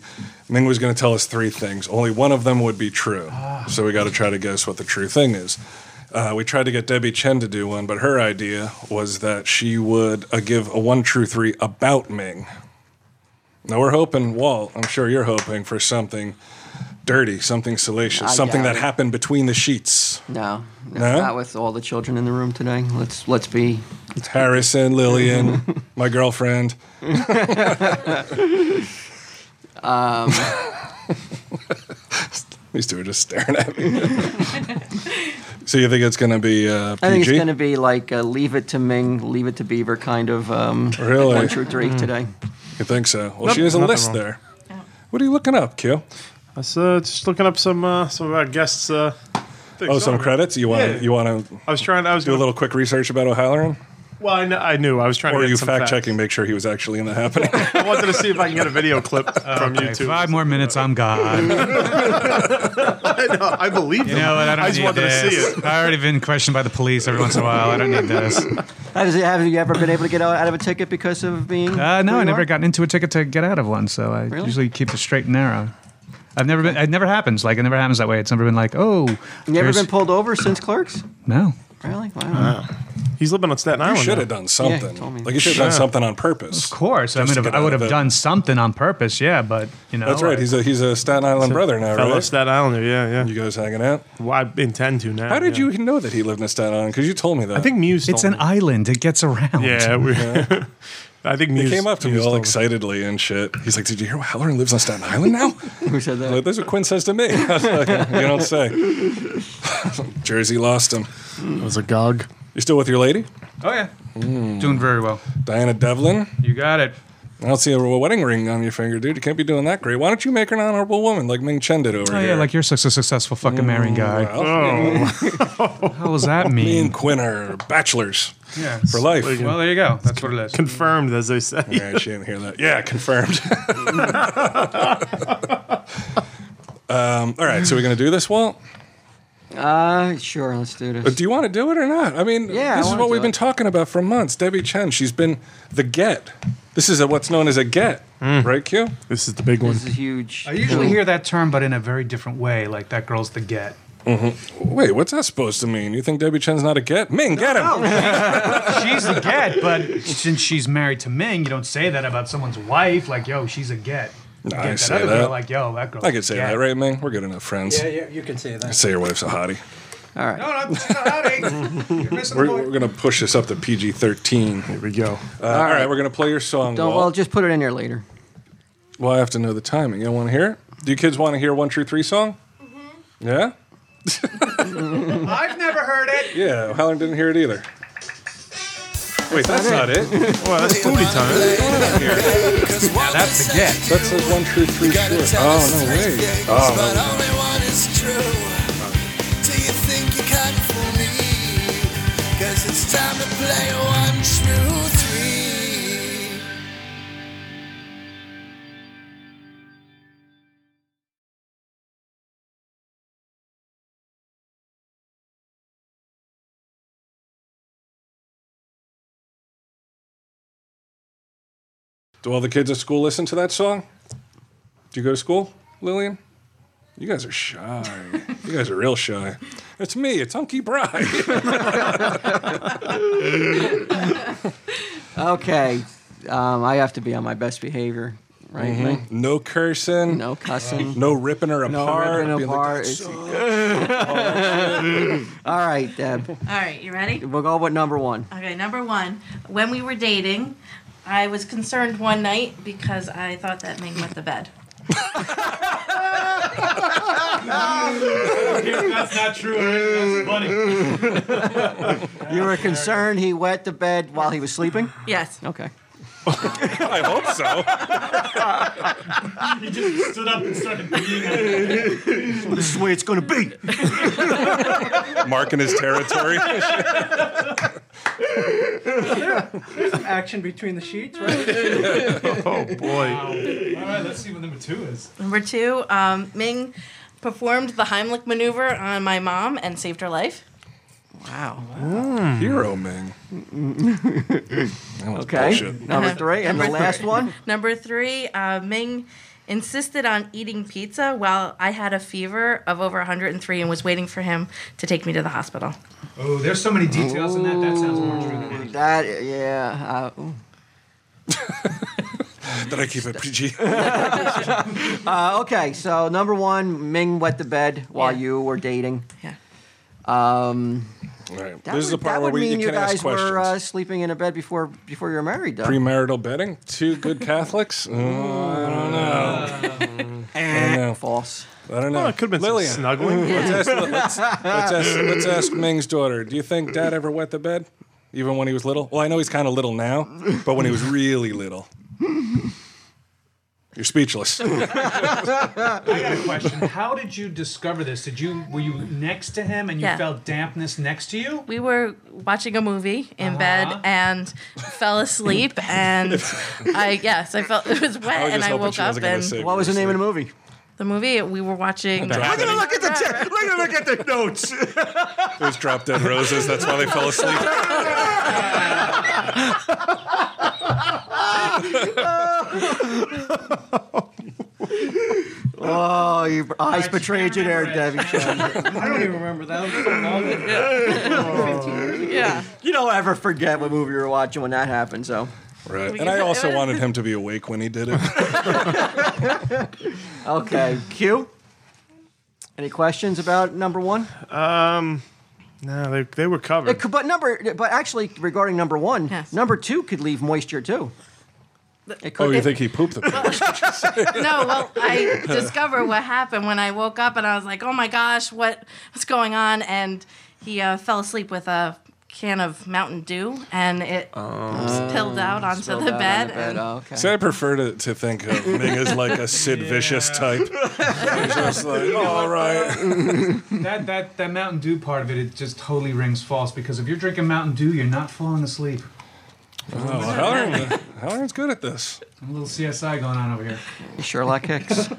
Speaker 1: Ming was going to tell us three things. Only one of them would be true.
Speaker 6: Ah.
Speaker 1: So we got to try to guess what the true thing is. Uh, we tried to get Debbie Chen to do one, but her idea was that she would uh, give a one true three about Ming. Now we're hoping, Walt. I'm sure you're hoping for something dirty, something salacious,
Speaker 6: I
Speaker 1: something
Speaker 6: doubt
Speaker 1: that
Speaker 6: it.
Speaker 1: happened between the sheets.
Speaker 6: No, no,
Speaker 1: No?
Speaker 6: not with all the children in the room today. Let's let's be.
Speaker 1: Harrison, Lillian,
Speaker 2: [LAUGHS]
Speaker 1: my girlfriend.
Speaker 6: Um,
Speaker 1: [LAUGHS] These two are just staring at me. [LAUGHS] so you think it's going to be uh, PG?
Speaker 6: I think it's going to be like a leave it to Ming, leave it to Beaver kind of um,
Speaker 1: Really?
Speaker 6: one true
Speaker 1: Mm-hmm.
Speaker 6: three today.
Speaker 1: you think so? Well,
Speaker 2: Nope,
Speaker 1: she has a
Speaker 2: nothing
Speaker 1: list
Speaker 2: wrong.
Speaker 1: there. What are you looking up, Q?
Speaker 2: I was uh, just looking up some uh, some of our guests. Uh, things.
Speaker 1: Oh, some credits. You want to
Speaker 2: Yeah.
Speaker 1: you want to
Speaker 2: I was trying. I was
Speaker 1: do a little quick research about O'Halloran,
Speaker 2: Well, I, kn- I knew. I was trying
Speaker 1: or
Speaker 2: to
Speaker 1: are
Speaker 2: get
Speaker 1: you
Speaker 2: some
Speaker 1: fact
Speaker 2: facts.
Speaker 1: checking, make sure he was actually in the happening?
Speaker 2: [LAUGHS] I wanted to see if I can get a
Speaker 1: [LAUGHS]
Speaker 2: video clip from
Speaker 9: Okay,
Speaker 2: YouTube.
Speaker 9: Five more minutes, I'm gone. You
Speaker 2: [LAUGHS] I, know, I believe you.
Speaker 9: know what? I don't
Speaker 2: I just
Speaker 9: need
Speaker 2: wanted
Speaker 9: this.
Speaker 2: to see it.
Speaker 9: I already been questioned by the police every once in a while. I don't
Speaker 1: [LAUGHS]
Speaker 9: need this.
Speaker 6: Have you, have you ever been able to get out out of a ticket because of being?
Speaker 9: Uh,
Speaker 6: who
Speaker 9: no, I
Speaker 6: you
Speaker 9: never
Speaker 6: are?
Speaker 9: gotten into a ticket to get out of one, so I
Speaker 6: Really?
Speaker 9: usually keep it straight and narrow. I've never been. It never happens. Like it never happens that way. It's never been like, oh,
Speaker 6: You ever
Speaker 9: here's-
Speaker 6: been pulled over since Clerks?
Speaker 9: no.
Speaker 6: Really? Wow.
Speaker 2: Uh-huh. He's living on Staten
Speaker 1: you
Speaker 2: Island.
Speaker 1: should
Speaker 2: now.
Speaker 1: have done
Speaker 6: he
Speaker 1: something.
Speaker 6: told me.
Speaker 1: like you should have done something on purpose.
Speaker 9: Of course, I
Speaker 1: Just
Speaker 9: mean,
Speaker 1: to
Speaker 9: if-
Speaker 1: get
Speaker 9: I
Speaker 1: out
Speaker 9: would
Speaker 1: of
Speaker 9: have
Speaker 1: it.
Speaker 9: done something on purpose. Yeah, but you know,
Speaker 1: That's right.
Speaker 9: like-
Speaker 1: He's a he's a Staten Island brother now,
Speaker 2: Fellow
Speaker 1: right?
Speaker 2: Staten Islander, yeah, yeah.
Speaker 1: You guys hanging out?
Speaker 2: Well, I intend to now.
Speaker 1: How did
Speaker 2: yeah.
Speaker 1: you know that he lived in Staten Island? Because you told me that.
Speaker 2: I think Muse.
Speaker 9: it's
Speaker 2: told
Speaker 9: an
Speaker 2: me.
Speaker 9: island. It gets around.
Speaker 2: Yeah, we, [LAUGHS] I think
Speaker 1: he
Speaker 2: Muse
Speaker 1: came up to me
Speaker 2: Muse
Speaker 1: all
Speaker 2: told
Speaker 1: excitedly and shit. He's like, "Did you hear Halloran lives on Staten Island now?"
Speaker 6: Who said that?
Speaker 1: like, that's what Quinn says to me. [LAUGHS] I was like, you don't say. [LAUGHS] Jersey lost him.
Speaker 2: It was a gog.
Speaker 1: You still with your lady,
Speaker 9: Oh yeah,
Speaker 6: Hmm.
Speaker 9: doing very well.
Speaker 1: Diana Devlin?
Speaker 9: You got it.
Speaker 1: I don't see a wedding ring on your finger, dude. You can't be doing that great. Why don't you make her an honorable woman like Ming Chen did over
Speaker 9: Oh
Speaker 1: here? Hmm,
Speaker 9: yeah, like you're such a successful fucking marrying guy.
Speaker 1: Well,
Speaker 9: How does that
Speaker 1: me and
Speaker 9: mean?
Speaker 1: Quinn are bachelors
Speaker 9: Yeah.
Speaker 1: for life.
Speaker 2: Like-
Speaker 9: Well, there you go. That's what it is.
Speaker 2: Confirmed, as they say.
Speaker 1: All right, she didn't hear that. Yeah, confirmed. [LAUGHS] um, all right, so we're gonna do this, Walt.
Speaker 6: Uh, sure. Let's do
Speaker 1: But
Speaker 6: this.
Speaker 1: do you want to do it or not? I mean,
Speaker 6: Yeah, I
Speaker 1: this is
Speaker 6: wanna
Speaker 1: what
Speaker 6: do
Speaker 1: we've been
Speaker 6: it.
Speaker 1: talking about for months. Debbie Chen, she's been the get. This is a, what's known as a get, right, Q?
Speaker 2: This is the big one.
Speaker 6: This is huge.
Speaker 9: I usually hear that term, but in a very different way. Like that girl's the get.
Speaker 1: Wait, what's that supposed to mean? You think Debbie Chen's not a get? Ming, get him.
Speaker 9: she's a get, but since she's married to Ming, you don't say that about someone's wife. Like, yo, she's a get.
Speaker 1: Nah, I
Speaker 9: Get
Speaker 1: say
Speaker 9: that other girl,
Speaker 1: that.
Speaker 9: like, yo, that girl.
Speaker 1: I could say
Speaker 9: yeah.
Speaker 1: that, right, Ming? We're good enough friends.
Speaker 10: Yeah, yeah, you can say that.
Speaker 1: Say your wife's a hottie.
Speaker 6: All right.
Speaker 9: No, no, it's not howdy. You're missing
Speaker 1: We're,
Speaker 9: the
Speaker 1: we're
Speaker 9: point.
Speaker 1: going to push this up to PG 13.
Speaker 2: Here we go.
Speaker 1: Uh, all right, we're going to play your song.
Speaker 6: Don't,
Speaker 1: Walt.
Speaker 6: well, just put it in there later.
Speaker 1: Well, I have to know the timing. You want to hear it? Do you kids want to hear One True Three song? Yeah?
Speaker 9: I've never
Speaker 1: [LAUGHS]
Speaker 9: heard it.
Speaker 1: Yeah, O'Halloran didn't hear it either. Wait, that's not it.
Speaker 2: Well, Oh, that's booty time.
Speaker 9: Now that's the get.
Speaker 1: That says One True Three Short. Oh, no way. Oh, no.
Speaker 11: only one is true. Do you think you can fool me? [LAUGHS] 'Cause it's time to play one, two, three.
Speaker 1: Do all the kids at school listen to that song? Do you go to school, Lillian? You guys are shy. you guys are real shy. It's me. It's Unky Bry. [LAUGHS]
Speaker 6: Okay. Um, I have to be on my best behavior, right? Mike?
Speaker 1: no cursing.
Speaker 6: No cussing.
Speaker 1: No ripping her
Speaker 6: No
Speaker 1: apart.
Speaker 6: ripping
Speaker 1: being like,
Speaker 6: apart. It's- All right, Deb.
Speaker 8: All right, you ready?
Speaker 6: We'll go with number one.
Speaker 8: Okay, number one. When we were dating, I was concerned one night because I thought that Ming went to bed.
Speaker 9: That's not true. That's funny.
Speaker 6: You were concerned he wet the bed while he was sleeping?
Speaker 8: Yes.
Speaker 6: Okay.
Speaker 1: I hope so.
Speaker 9: He just stood up and started beating.
Speaker 6: This is the way it's going to be.
Speaker 1: [LAUGHS] Marking his [LAUGHS] territory.
Speaker 10: Some action between the sheets, right?
Speaker 9: [LAUGHS]
Speaker 2: Oh boy.
Speaker 9: All right, let's see what number two is.
Speaker 8: Number two, um, Ming performed the Heimlich maneuver on my mom and saved her life.
Speaker 6: Wow.
Speaker 1: Hero Ming. That was
Speaker 6: Okay.
Speaker 1: bullshit.
Speaker 6: Number three. And the last one?
Speaker 8: Number three, uh, Ming insisted on eating pizza while I had a fever of over 103 and was waiting for him to take me to the hospital.
Speaker 9: Oh, there's so many details in that. That sounds more true than mine.
Speaker 6: That, yeah. Uh, ooh.
Speaker 1: Did I keep it PG?
Speaker 6: Uh, okay, so number one, Ming wet the bed while
Speaker 8: Yeah.
Speaker 6: you were dating.
Speaker 8: Yeah.
Speaker 6: Um,
Speaker 1: All right.
Speaker 6: that
Speaker 1: this is the
Speaker 6: would-
Speaker 1: part
Speaker 6: that
Speaker 1: where
Speaker 6: would
Speaker 1: we
Speaker 6: mean
Speaker 1: you can
Speaker 6: guys
Speaker 1: ask questions.
Speaker 6: were uh, sleeping in a bed before before you were married, though.
Speaker 1: Premarital betting. Two good
Speaker 6: [LAUGHS]
Speaker 1: Catholics. Mm, I don't know. I don't know.
Speaker 6: False.
Speaker 1: I don't know.
Speaker 2: Well, it could have been some
Speaker 1: Lillian. [LAUGHS]
Speaker 2: snuggling.
Speaker 1: Let's ask, let's, let's
Speaker 2: [LAUGHS]
Speaker 1: ask, let's ask Ming's daughter. Do you think Dad ever wet the bed, even when he was little? Well, I know he's kind of little now, but when he was really little, you're
Speaker 6: [LAUGHS]
Speaker 1: speechless.
Speaker 9: I got a question. How did you discover this? Did you were you next to him and you
Speaker 8: Yeah.
Speaker 9: felt dampness next to you?
Speaker 8: We were watching a movie in
Speaker 9: Uh-huh.
Speaker 8: bed and fell
Speaker 1: [LAUGHS]
Speaker 8: asleep, and I yes, I felt it was wet,
Speaker 1: I was
Speaker 8: and
Speaker 1: just
Speaker 8: I
Speaker 1: hoping
Speaker 8: woke
Speaker 1: she
Speaker 8: up
Speaker 1: wasn't gonna
Speaker 8: and
Speaker 1: say
Speaker 6: What was the name of the movie?
Speaker 8: the movie we were watching.
Speaker 1: Drop Dead-
Speaker 2: Look at the te- look at- look at the notes.
Speaker 1: It was Drop Dead Roses. That's why they fell asleep.
Speaker 6: [LAUGHS] Oh, your eyes
Speaker 9: she
Speaker 6: betrayed you
Speaker 9: can't
Speaker 6: there,
Speaker 9: remember
Speaker 6: Debbie. Chan.
Speaker 10: [LAUGHS] I don't even remember that. was so long ago.
Speaker 8: [LAUGHS] Yeah,
Speaker 6: you don't ever forget what movie you were watching when that happened, so.
Speaker 1: Right. And I
Speaker 6: [LAUGHS]
Speaker 1: also wanted him to be awake when he did it.
Speaker 6: Okay, Q? Any questions about number one?
Speaker 2: No, they, they were covered.
Speaker 6: It Uh, could- But number, but actually, regarding number one,
Speaker 8: Yes.
Speaker 6: number two could leave moisture too. It
Speaker 1: Oh,
Speaker 6: could.
Speaker 1: you think he pooped the bed?
Speaker 8: no. Well, I discovered what happened when I woke up, and I was like, "Oh my gosh, what what's going on?" And he uh, fell asleep with a can of Mountain Dew, and it spilled out onto
Speaker 6: Oh. Spilled
Speaker 8: the
Speaker 6: out on
Speaker 8: bed. and-
Speaker 6: Oh, okay.
Speaker 1: See, I prefer to, to think of Ming as like a Sid Vicious
Speaker 8: [LAUGHS]
Speaker 1: type. He's just like, all right.
Speaker 9: That that that Mountain Dew part of it, it just totally rings false because if you're drinking Mountain Dew, you're not falling asleep.
Speaker 1: Oh, Halloran, Halloran's good at this.
Speaker 9: A little CSI going on over here.
Speaker 6: Sherlock Hicks.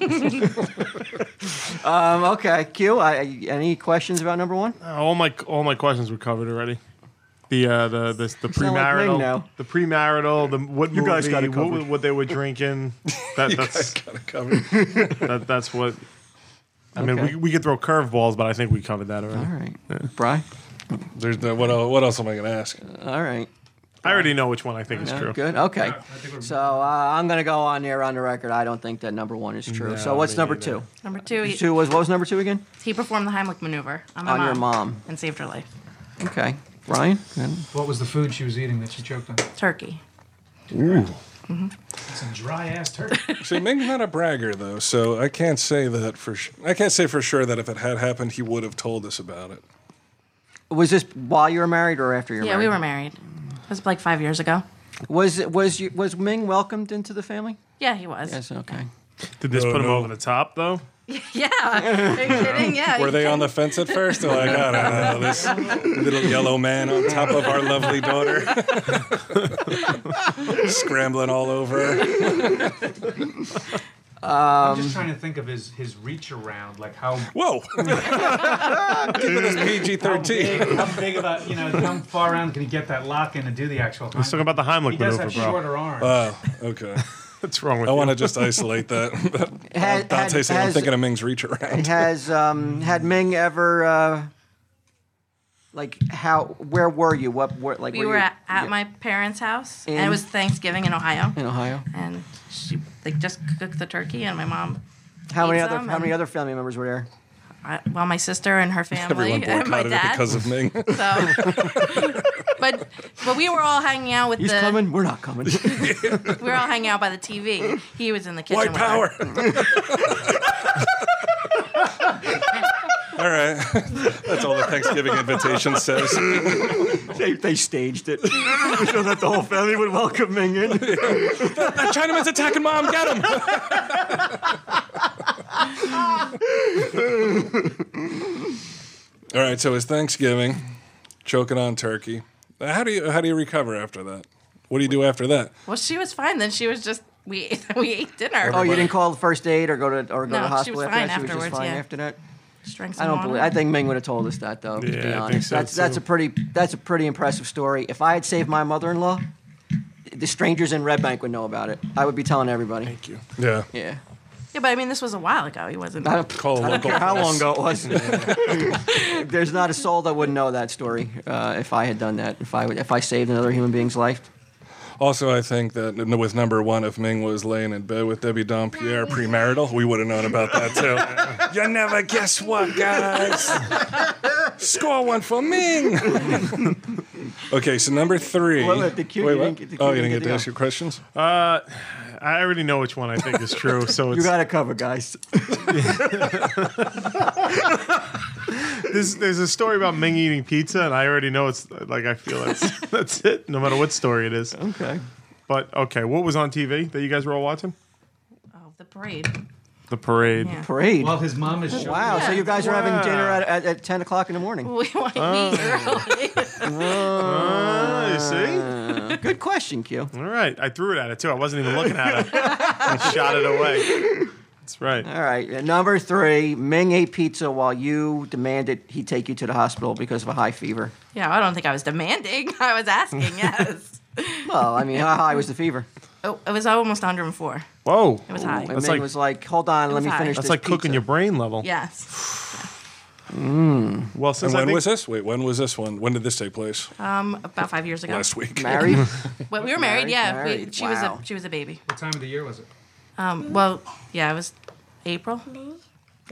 Speaker 6: [LAUGHS] um, okay, Q. I, I- any questions about number one?
Speaker 2: all my all my questions were covered already. The uh, the the, the
Speaker 6: sound like Ming
Speaker 2: premarital,
Speaker 6: now.
Speaker 2: the premarital, the what
Speaker 6: You guys
Speaker 2: movie,
Speaker 6: got it
Speaker 2: what,
Speaker 6: covered.
Speaker 2: what they were drinking. That, that's
Speaker 1: Kind of covered.
Speaker 2: that, that's what. I mean,
Speaker 6: Okay.
Speaker 2: we, we could throw curveballs, but I think we covered that already.
Speaker 6: All right, Bry.
Speaker 1: There's the, what, el- what else am I going to ask?
Speaker 6: All right.
Speaker 2: I already know which one I think is
Speaker 6: No?
Speaker 2: true.
Speaker 6: Good. Okay. so uh, I'm going to go on there on the record. I don't think that number one is true. so what's number two?
Speaker 8: Number two, he,
Speaker 6: Two was what was number two again?
Speaker 8: he performed the Heimlich maneuver on, my
Speaker 6: On your mom.
Speaker 8: and saved her life.
Speaker 6: Okay, Brian. Good.
Speaker 12: What was the food she was eating that she choked on?
Speaker 8: Turkey.
Speaker 1: Ooh.
Speaker 12: Some dry ass turkey.
Speaker 1: See, Ming's not a bragger though, so I can't say that for. Sh- I can't say for sure that if it had happened, he would have told us about it.
Speaker 6: Was this while you were married or after you were
Speaker 8: yeah,
Speaker 6: married?
Speaker 8: we were married. It was like five years ago.
Speaker 6: Was was you, was Ming welcomed into the family?
Speaker 8: Yeah, he was.
Speaker 6: Yes. Okay.
Speaker 2: Did this
Speaker 1: No,
Speaker 2: put him
Speaker 1: no.
Speaker 2: over the top though?
Speaker 8: [LAUGHS] Yeah. Are
Speaker 6: [LAUGHS]
Speaker 8: you kidding? Yeah.
Speaker 1: Were they on the fence at first? They're like, I don't know, this little yellow man on top of our lovely daughter, [LAUGHS] scrambling all over. her.
Speaker 12: I'm
Speaker 10: Um,
Speaker 12: just trying to think of his his reach around, like how
Speaker 1: Whoa! Keeping this PG
Speaker 12: how big,
Speaker 1: thirteen.
Speaker 12: how big of a you know how far around can he get that lock in to do the actual?
Speaker 2: Let's talk about the
Speaker 12: he
Speaker 2: Heimlich
Speaker 12: does
Speaker 2: maneuver,
Speaker 12: have
Speaker 2: bro. Uh,
Speaker 12: shorter arms.
Speaker 1: [LAUGHS] Oh, okay.
Speaker 2: What's wrong with
Speaker 1: I
Speaker 2: you?
Speaker 1: want to just isolate that. [LAUGHS]
Speaker 6: Had,
Speaker 1: Dante
Speaker 6: had,
Speaker 1: saying I'm
Speaker 6: has,
Speaker 1: thinking of Ming's reach around.
Speaker 6: has um had Ming ever uh, like how where were you? What were like
Speaker 8: We
Speaker 6: were
Speaker 8: were
Speaker 6: you,
Speaker 8: at, at
Speaker 6: yeah,
Speaker 8: my parents' house,
Speaker 6: In-
Speaker 8: and it was Thanksgiving in Ohio.
Speaker 6: in Ohio?
Speaker 8: And she like just cooked the turkey, and my mom,
Speaker 6: How many
Speaker 8: Ate
Speaker 6: other
Speaker 8: some
Speaker 6: how many
Speaker 8: and-
Speaker 6: other family members were there?
Speaker 8: I, well, my sister and her family,
Speaker 1: Everyone
Speaker 8: and my
Speaker 1: boycotted it
Speaker 8: dad.
Speaker 1: because of
Speaker 6: [LAUGHS]
Speaker 1: Ming.
Speaker 8: So,
Speaker 1: [LAUGHS]
Speaker 8: but but we were all hanging out with
Speaker 6: He's
Speaker 8: the
Speaker 6: coming. We're not [LAUGHS] coming.
Speaker 8: we were all hanging out by the TV. He was in the
Speaker 1: White
Speaker 8: kitchen. with her.
Speaker 1: power. [LAUGHS] all right. [LAUGHS] That's all the Thanksgiving invitation says.
Speaker 6: they, they staged
Speaker 8: [LAUGHS]
Speaker 6: it [LAUGHS] so that the whole family would welcome Ming in.
Speaker 1: That Chinaman's attacking mom. Get him. All right. So it's Thanksgiving, choking on turkey. How do you how do you recover after that? What do you do after that?
Speaker 8: Well, she was fine. Then she was just we ate, [LAUGHS] we ate dinner.
Speaker 6: [LAUGHS] Oh, you didn't call the first aid or go to or go
Speaker 8: No,
Speaker 6: to
Speaker 8: she was
Speaker 6: hospital after
Speaker 8: fine
Speaker 6: that. She was just
Speaker 8: afterwards,
Speaker 6: fine
Speaker 8: yeah.
Speaker 6: after that.
Speaker 8: Just drank some
Speaker 6: I don't
Speaker 8: water.
Speaker 6: believe. I think Ming would have told us that,
Speaker 2: Yeah,
Speaker 6: though. to
Speaker 2: I
Speaker 6: be
Speaker 2: think
Speaker 6: honest.
Speaker 2: so,
Speaker 6: that's that's a
Speaker 2: too.
Speaker 6: pretty that's a pretty impressive story. If I had saved my mother-in-law, the strangers in Red Bank would know about it. I would be telling everybody. Thank you.
Speaker 1: Yeah.
Speaker 6: Yeah.
Speaker 8: yeah, but I mean, this was a while ago. He wasn't.
Speaker 6: I don't,
Speaker 1: Call a
Speaker 6: I don't
Speaker 1: local.
Speaker 6: care how
Speaker 1: police.
Speaker 6: long ago it was. There's not a soul that wouldn't know that story uh, if I had done that. If I would, if I saved another human being's life.
Speaker 1: Also, I think that n- with number one, if Ming was laying in bed with Debbie Dompierre premarital, we would have known about that too. you never guess what, guys. Score one for Ming. [LAUGHS] okay, so number three.
Speaker 6: Well, uh, the cue- you didn't get- the cue
Speaker 1: oh, you didn't
Speaker 6: didn't get
Speaker 1: get
Speaker 6: to
Speaker 1: to
Speaker 6: go.
Speaker 1: ask your questions?
Speaker 2: Uh, I already know which one I think is true. So
Speaker 6: You
Speaker 2: it's,
Speaker 6: got it covered, guys.
Speaker 2: this, there's a story about Ming eating pizza, and I already know it's like I feel that's [LAUGHS] that's it. No matter what story it is.
Speaker 6: Okay.
Speaker 2: But okay, what was on TV that you guys were all watching?
Speaker 8: Oh, the parade.
Speaker 2: The parade.
Speaker 8: Yeah.
Speaker 6: Parade.
Speaker 12: While his mom
Speaker 10: Oh,
Speaker 12: is choking.
Speaker 6: wow. So
Speaker 8: Yeah.
Speaker 6: you guys were having dinner
Speaker 2: Wow.
Speaker 6: at, at, at 10 o'clock in the morning.
Speaker 8: [LAUGHS] We went
Speaker 6: Oh.
Speaker 8: early. [LAUGHS]
Speaker 2: Ah, you see?
Speaker 6: Good question, Q.
Speaker 2: All right, I threw it at it too. I wasn't even looking at it. I [LAUGHS] shot it away. That's right.
Speaker 6: All right. and Number three, Ming ate pizza while you demanded he take you to the hospital because of a high fever.
Speaker 8: Yeah, I don't think I was demanding. [LAUGHS] I was asking. Yes.
Speaker 6: Well, I mean, how high was the fever?
Speaker 8: oh, it was almost 104.
Speaker 2: Whoa.
Speaker 8: It was high.
Speaker 6: And
Speaker 2: That's
Speaker 6: Ming
Speaker 2: like-
Speaker 6: was like, hold on, let
Speaker 8: was
Speaker 6: me
Speaker 8: high.
Speaker 6: finish
Speaker 2: That's
Speaker 6: this
Speaker 2: like cooking your
Speaker 6: pizza."
Speaker 2: brain level.
Speaker 8: Yes.
Speaker 2: Well, since
Speaker 1: And
Speaker 2: I
Speaker 1: when
Speaker 2: think-
Speaker 1: was this? Wait, when was this one? When did this take place?
Speaker 8: Um, about five years ago.
Speaker 1: Last [LAUGHS] week.
Speaker 6: Married?
Speaker 8: Well, we were married.
Speaker 6: Married,
Speaker 8: yeah, We,
Speaker 6: married.
Speaker 8: she was
Speaker 6: Wow.
Speaker 8: a she was a baby.
Speaker 12: What time of the year was it?
Speaker 8: Um, well, yeah, it was April.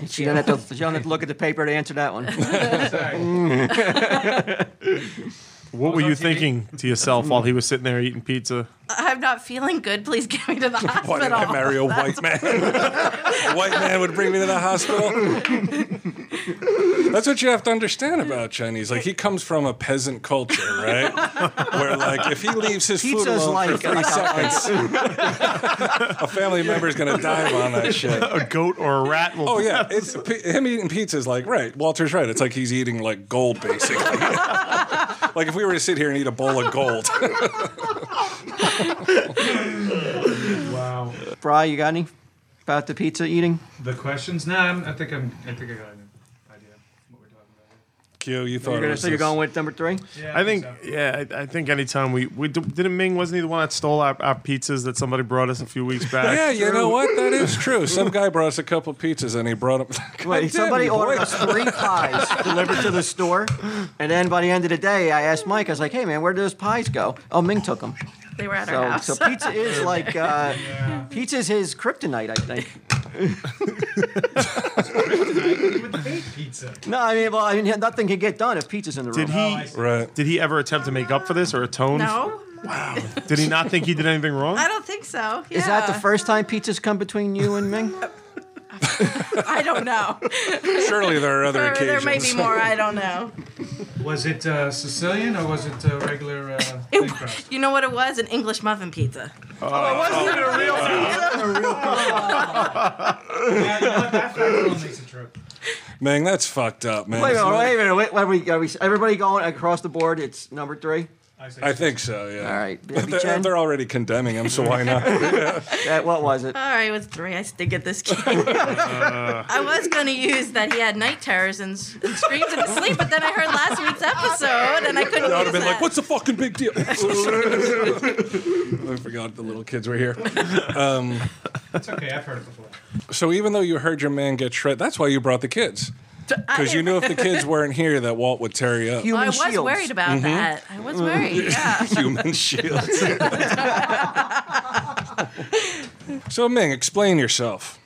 Speaker 6: she, don't have to, she don't have to look at the paper to answer that one.
Speaker 12: Sorry.
Speaker 2: What were
Speaker 12: was on
Speaker 2: you
Speaker 12: TV?
Speaker 2: thinking to yourself while he was sitting there eating pizza?
Speaker 8: I'm not feeling good. Please get me to the
Speaker 1: [LAUGHS]
Speaker 8: hospital.
Speaker 1: Why did I marry a white man? a white man would bring me to the hospital. That's what you have to understand about Chinese. Like he comes from a peasant culture, right? Where like if he leaves his food
Speaker 6: Pizza's
Speaker 1: alone
Speaker 6: like,
Speaker 1: for three
Speaker 6: like a-
Speaker 1: seconds, a family member is gonna dive on that shit.
Speaker 6: Oh,
Speaker 2: A goat or a rat will
Speaker 1: Oh yeah, it's p- him eating pizza is like right. Walter's right. It's like he's eating like gold, basically. [LAUGHS] like if we were to sit here and eat a bowl of gold. [LAUGHS]
Speaker 12: wow.
Speaker 6: Bri, you got any about the pizza eating?
Speaker 12: The questions? Nah, I'm, I think I'm. I think I got an idea what we're talking about.
Speaker 1: Q, you thought
Speaker 6: You're
Speaker 1: it
Speaker 6: gonna-
Speaker 1: was
Speaker 6: so you're
Speaker 1: this-
Speaker 6: going with number three?
Speaker 2: I think, yeah, I, I think anytime we, we d- didn't Ming, wasn't he the one that stole our, our pizzas that somebody brought us a few weeks back?
Speaker 1: Yeah, you know what? That is true. Some guy brought us a couple pizzas and he brought them. [LAUGHS]
Speaker 6: Wait, somebody ordered us three pies delivered to the store, and then by the end of the day, I asked Mike. I was like, "Hey, man, where did those pies go?" Oh, Ming took them.
Speaker 8: They were at
Speaker 6: So,
Speaker 8: our
Speaker 1: [LAUGHS]
Speaker 8: house.
Speaker 6: so pizza is like uh, pizza is his kryptonite, I think.
Speaker 12: Pizza. Oh,
Speaker 6: No, I mean, well, I mean, nothing can get done if pizza's in the room.
Speaker 2: Did he
Speaker 1: right.
Speaker 2: did he ever attempt to make up for this or atone?
Speaker 8: [LAUGHS] No,
Speaker 2: Did he not think he did anything wrong?
Speaker 8: I don't think so.
Speaker 6: Is that the
Speaker 8: Yeah.
Speaker 6: first time pizza's come between you and Ming?
Speaker 8: I don't know.
Speaker 1: Surely there are [LAUGHS] other
Speaker 6: [LAUGHS]
Speaker 8: there, there
Speaker 1: occasions.
Speaker 8: may be more. I
Speaker 1: [LAUGHS]
Speaker 8: don't know.
Speaker 12: Was it uh, Sicilian or was it uh, regular uh, thin crust?
Speaker 8: You know what it was? An English muffin pizza.
Speaker 12: Yeah, you know what? That fact alone makes it true.
Speaker 1: Ming, that's fucked up, man.
Speaker 6: Wait a
Speaker 1: Isn't
Speaker 6: minute,
Speaker 1: it?
Speaker 6: wait a minute. Wait, are, we, are we, everybody going across the board? It's number three.
Speaker 1: I think so. Yeah.
Speaker 6: All right,
Speaker 1: But
Speaker 6: Baby
Speaker 1: they're,
Speaker 6: Jen?
Speaker 1: they're already condemning him, so why
Speaker 6: [LAUGHS]
Speaker 1: not?
Speaker 6: That, what was it?
Speaker 8: All right, it was three. I
Speaker 1: [LAUGHS]
Speaker 8: stink at this game. [LAUGHS] I was going to use that he had night terrors and, s- and screams in his sleep, but then I heard last week's episode and I couldn't
Speaker 1: I would
Speaker 8: use
Speaker 1: have been
Speaker 8: that.
Speaker 1: like, "What's the fucking big
Speaker 6: [LAUGHS]
Speaker 1: deal?" [LAUGHS] I forgot the little kids were here. Um,
Speaker 12: It's okay. I've heard it before.
Speaker 1: so even though you heard your man get shredded, that's why you brought the kids because you knew if the kids weren't here, that Walt would tear you up.
Speaker 8: Well, I
Speaker 6: Human
Speaker 8: was
Speaker 6: shields.
Speaker 8: worried about
Speaker 1: Mm-hmm.
Speaker 8: that. I was
Speaker 1: [LAUGHS]
Speaker 8: worried. Yeah.
Speaker 1: Human shields. [LAUGHS] so Ming, explain yourself.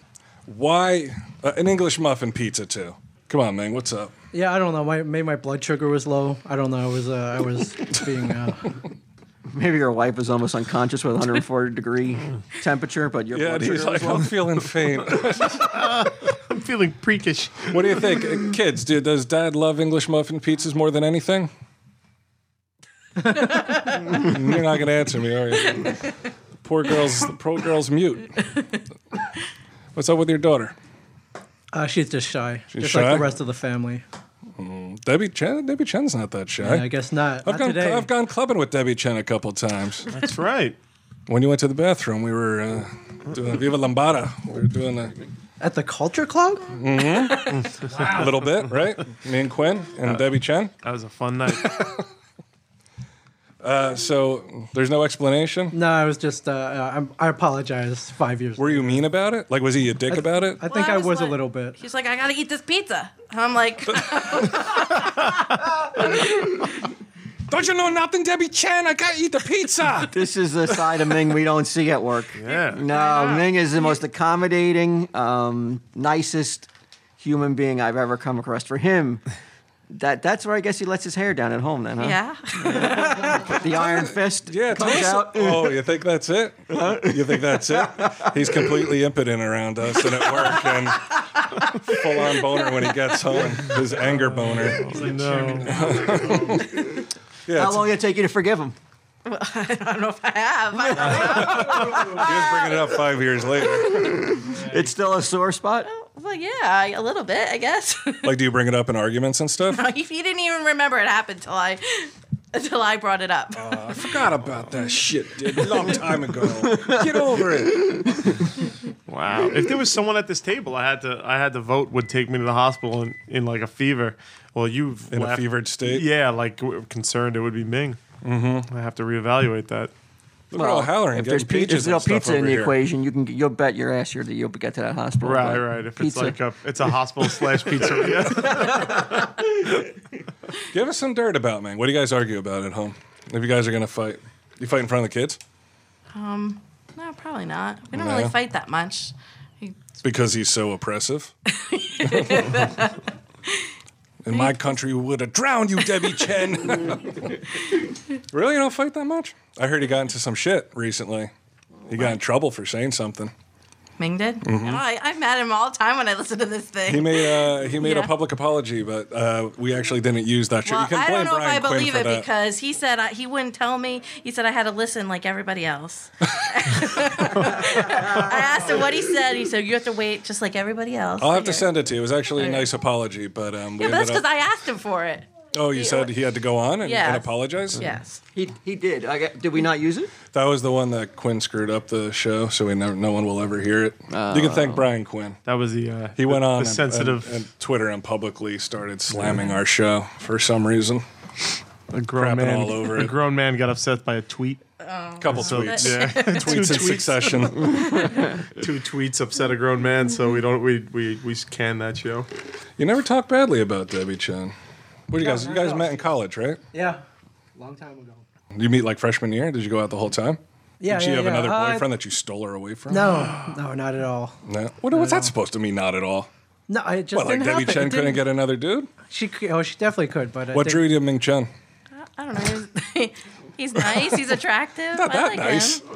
Speaker 1: Why uh, an English muffin pizza too? Come on, Ming. What's up?
Speaker 10: Yeah, I don't know. My maybe my blood sugar was low. I don't know. I was uh, I was being uh,
Speaker 6: Maybe your wife was almost unconscious with 104 degree temperature, but your
Speaker 1: Yeah,
Speaker 6: blood
Speaker 1: and
Speaker 6: sugar
Speaker 1: he's like,
Speaker 6: was low.
Speaker 1: I'm feeling faint.
Speaker 2: I'm feeling preakish.
Speaker 1: [LAUGHS] What do you think, Uh, kids? Do, does Dad love English muffin pizzas more than anything? You're not going to answer me, are you? Poor girl's poor girl's mute. What's up with your daughter,
Speaker 10: uh, she's just shy, just
Speaker 1: shy?
Speaker 10: like the rest of the family.
Speaker 1: Debbie Chen? Debbie Chen's not that shy.
Speaker 10: Yeah, I guess not. not
Speaker 1: I've gone
Speaker 10: today.
Speaker 1: I've gone clubbing with Debbie Chen a couple times.
Speaker 2: That's right.
Speaker 1: when you went to the bathroom, we were uh, doing Viva Lambada. We were doing a,
Speaker 10: At the culture club?
Speaker 1: a little bit, right? Me and Quinn
Speaker 6: Uh,
Speaker 1: and Debbie Chen.
Speaker 2: That was a fun [LAUGHS] night.
Speaker 1: Uh, so there's no explanation.
Speaker 10: No, I was just. Uh, I'm, I apologize. Five years.
Speaker 1: Were you mean about it? Like, was he a dick about it?
Speaker 10: I think
Speaker 8: Well, I
Speaker 10: I
Speaker 8: was
Speaker 10: was,
Speaker 8: like-
Speaker 10: a little bit.
Speaker 8: She's like, I gotta eat this pizza. And I'm like, [LAUGHS]
Speaker 1: Don't you know nothing, Debbie Chen? I gotta eat the
Speaker 6: [LAUGHS]
Speaker 1: pizza.
Speaker 6: This is the side of Ming we don't see
Speaker 1: [LAUGHS]
Speaker 6: at work.
Speaker 2: Yeah.
Speaker 6: No, Ming is the most accommodating, um, nicest human being I've ever come across. For him, that that's where I guess he lets his hair down at home. Then, huh?
Speaker 8: yeah.
Speaker 6: The iron fist
Speaker 1: [LAUGHS] yeah, tell
Speaker 6: comes
Speaker 1: us-
Speaker 6: out. [LAUGHS]
Speaker 1: Oh, you think that's it? You think that's it? He's completely impotent around us and at work, and full on boner when he gets home. His anger boner.
Speaker 2: no.
Speaker 1: Yeah,
Speaker 6: How
Speaker 1: it's-
Speaker 6: long did it take you to forgive him?
Speaker 8: I don't know if I [LAUGHS] have. I don't know.
Speaker 1: he was bringing it up five years later.
Speaker 6: It's still a sore spot.
Speaker 8: Well, yeah, I- a little bit, I [LAUGHS] guess.
Speaker 1: Like, do you bring it up in arguments and stuff?
Speaker 8: he, he didn't even remember it happened till I, until I brought it up.
Speaker 1: I forgot about that shit, dude. Long time
Speaker 6: [LAUGHS]
Speaker 1: ago. Get over it.
Speaker 2: Wow. If there was someone at this table, I had to I had to vote would take me to the hospital in, in like a fever. Well, you've
Speaker 1: In a
Speaker 2: laughed-
Speaker 1: fevered state?
Speaker 2: Yeah, like w- concerned it would be Ming. Mm-hmm. I have to reevaluate that.
Speaker 1: Look at O'Halloran
Speaker 6: if there's,
Speaker 1: getting
Speaker 6: pe- if
Speaker 1: peaches
Speaker 6: there's no
Speaker 1: and stuff
Speaker 6: pizza in
Speaker 1: over
Speaker 6: the
Speaker 1: here.
Speaker 6: equation, you can you'll bet your ass here that you'll get to that hospital.
Speaker 2: Right,
Speaker 6: but
Speaker 2: right. If
Speaker 6: pizza.
Speaker 2: it's like a it's a hospital [LAUGHS] slash pizzeria.
Speaker 1: Give us some dirt about Ming. What do you guys argue about at home? If you guys are gonna fight, you fight in front of the kids
Speaker 8: No, probably not. We don't
Speaker 1: No.
Speaker 8: really fight that much.
Speaker 1: because he's so [LAUGHS] oppressive. in my country, we would have drowned you, Debbie Chen. [LAUGHS] really, you don't fight that much? I heard he got into some shit recently. He got in trouble for saying something.
Speaker 8: Ming did. Oh, I, I'm mad at him all the time when I listen to this thing.
Speaker 1: Mm-hmm. He made uh, he made a
Speaker 8: Yeah.
Speaker 1: public apology, but uh, we actually didn't use that. shit.
Speaker 8: well,
Speaker 1: you can
Speaker 8: I
Speaker 1: blame
Speaker 8: don't know
Speaker 1: Brian
Speaker 8: if I
Speaker 1: Quinn
Speaker 8: believe
Speaker 1: for
Speaker 8: it
Speaker 1: that.
Speaker 8: because he said I, he wouldn't tell me. He said I had to listen like
Speaker 1: [LAUGHS]
Speaker 8: everybody else. [LAUGHS] I asked him what he said. He said you have to wait just like everybody else.
Speaker 1: I'll have to
Speaker 8: hear it."
Speaker 1: send it to you. It was actually a nice apology, but um, we
Speaker 8: Yeah, but that's
Speaker 1: ended up,
Speaker 8: because I asked him for it.
Speaker 1: Oh, you said he had to go on and,
Speaker 6: Yes.
Speaker 1: and apologize?
Speaker 6: Yes. He he did. I got, did we not use it?
Speaker 1: That was the one that Quinn screwed up the show, so we never, no one will ever hear it. you can
Speaker 8: Oh.
Speaker 1: thank Brian Quinn.
Speaker 2: That was the uh,
Speaker 1: He went
Speaker 2: the-
Speaker 1: on
Speaker 2: the
Speaker 1: and-
Speaker 2: sensitive-
Speaker 1: and, and Twitter and publicly started slamming our show for some reason.
Speaker 2: A grown
Speaker 1: Crapping
Speaker 2: man,
Speaker 1: all over
Speaker 2: a
Speaker 1: it.
Speaker 2: grown man got upset by a tweet.
Speaker 8: Oh.
Speaker 1: Couple tweets. [LAUGHS]
Speaker 2: [LAUGHS]
Speaker 1: Tweets
Speaker 2: Two
Speaker 1: in succession.
Speaker 2: [LAUGHS] Two tweets upset a grown man, so we don't we we we can that show.
Speaker 1: You never talk badly about Debbie Chen. What do you guys? You guys met in college, right?
Speaker 10: Yeah. Long time ago.
Speaker 1: Did you meet like freshman year? Did you go out the whole time?
Speaker 10: Yeah,
Speaker 1: Did she
Speaker 10: yeah,
Speaker 1: have
Speaker 10: yeah.
Speaker 1: another
Speaker 10: Uh,
Speaker 1: boyfriend that you stole her away from?
Speaker 10: No, no, not at all.
Speaker 1: No. What, what's that supposed to mean? Not at all.
Speaker 10: No, I just
Speaker 1: What, like
Speaker 10: didn't
Speaker 1: Debbie
Speaker 10: happen. It
Speaker 1: Chen couldn't
Speaker 10: didn't-
Speaker 1: get another dude?
Speaker 10: She c- oh, she definitely could, but I
Speaker 1: What
Speaker 10: didn't-
Speaker 1: drew you to Ming Chen?
Speaker 8: I don't know. [LAUGHS] He's, he's nice. He's attractive. I like [LAUGHS]
Speaker 1: nice.
Speaker 8: him.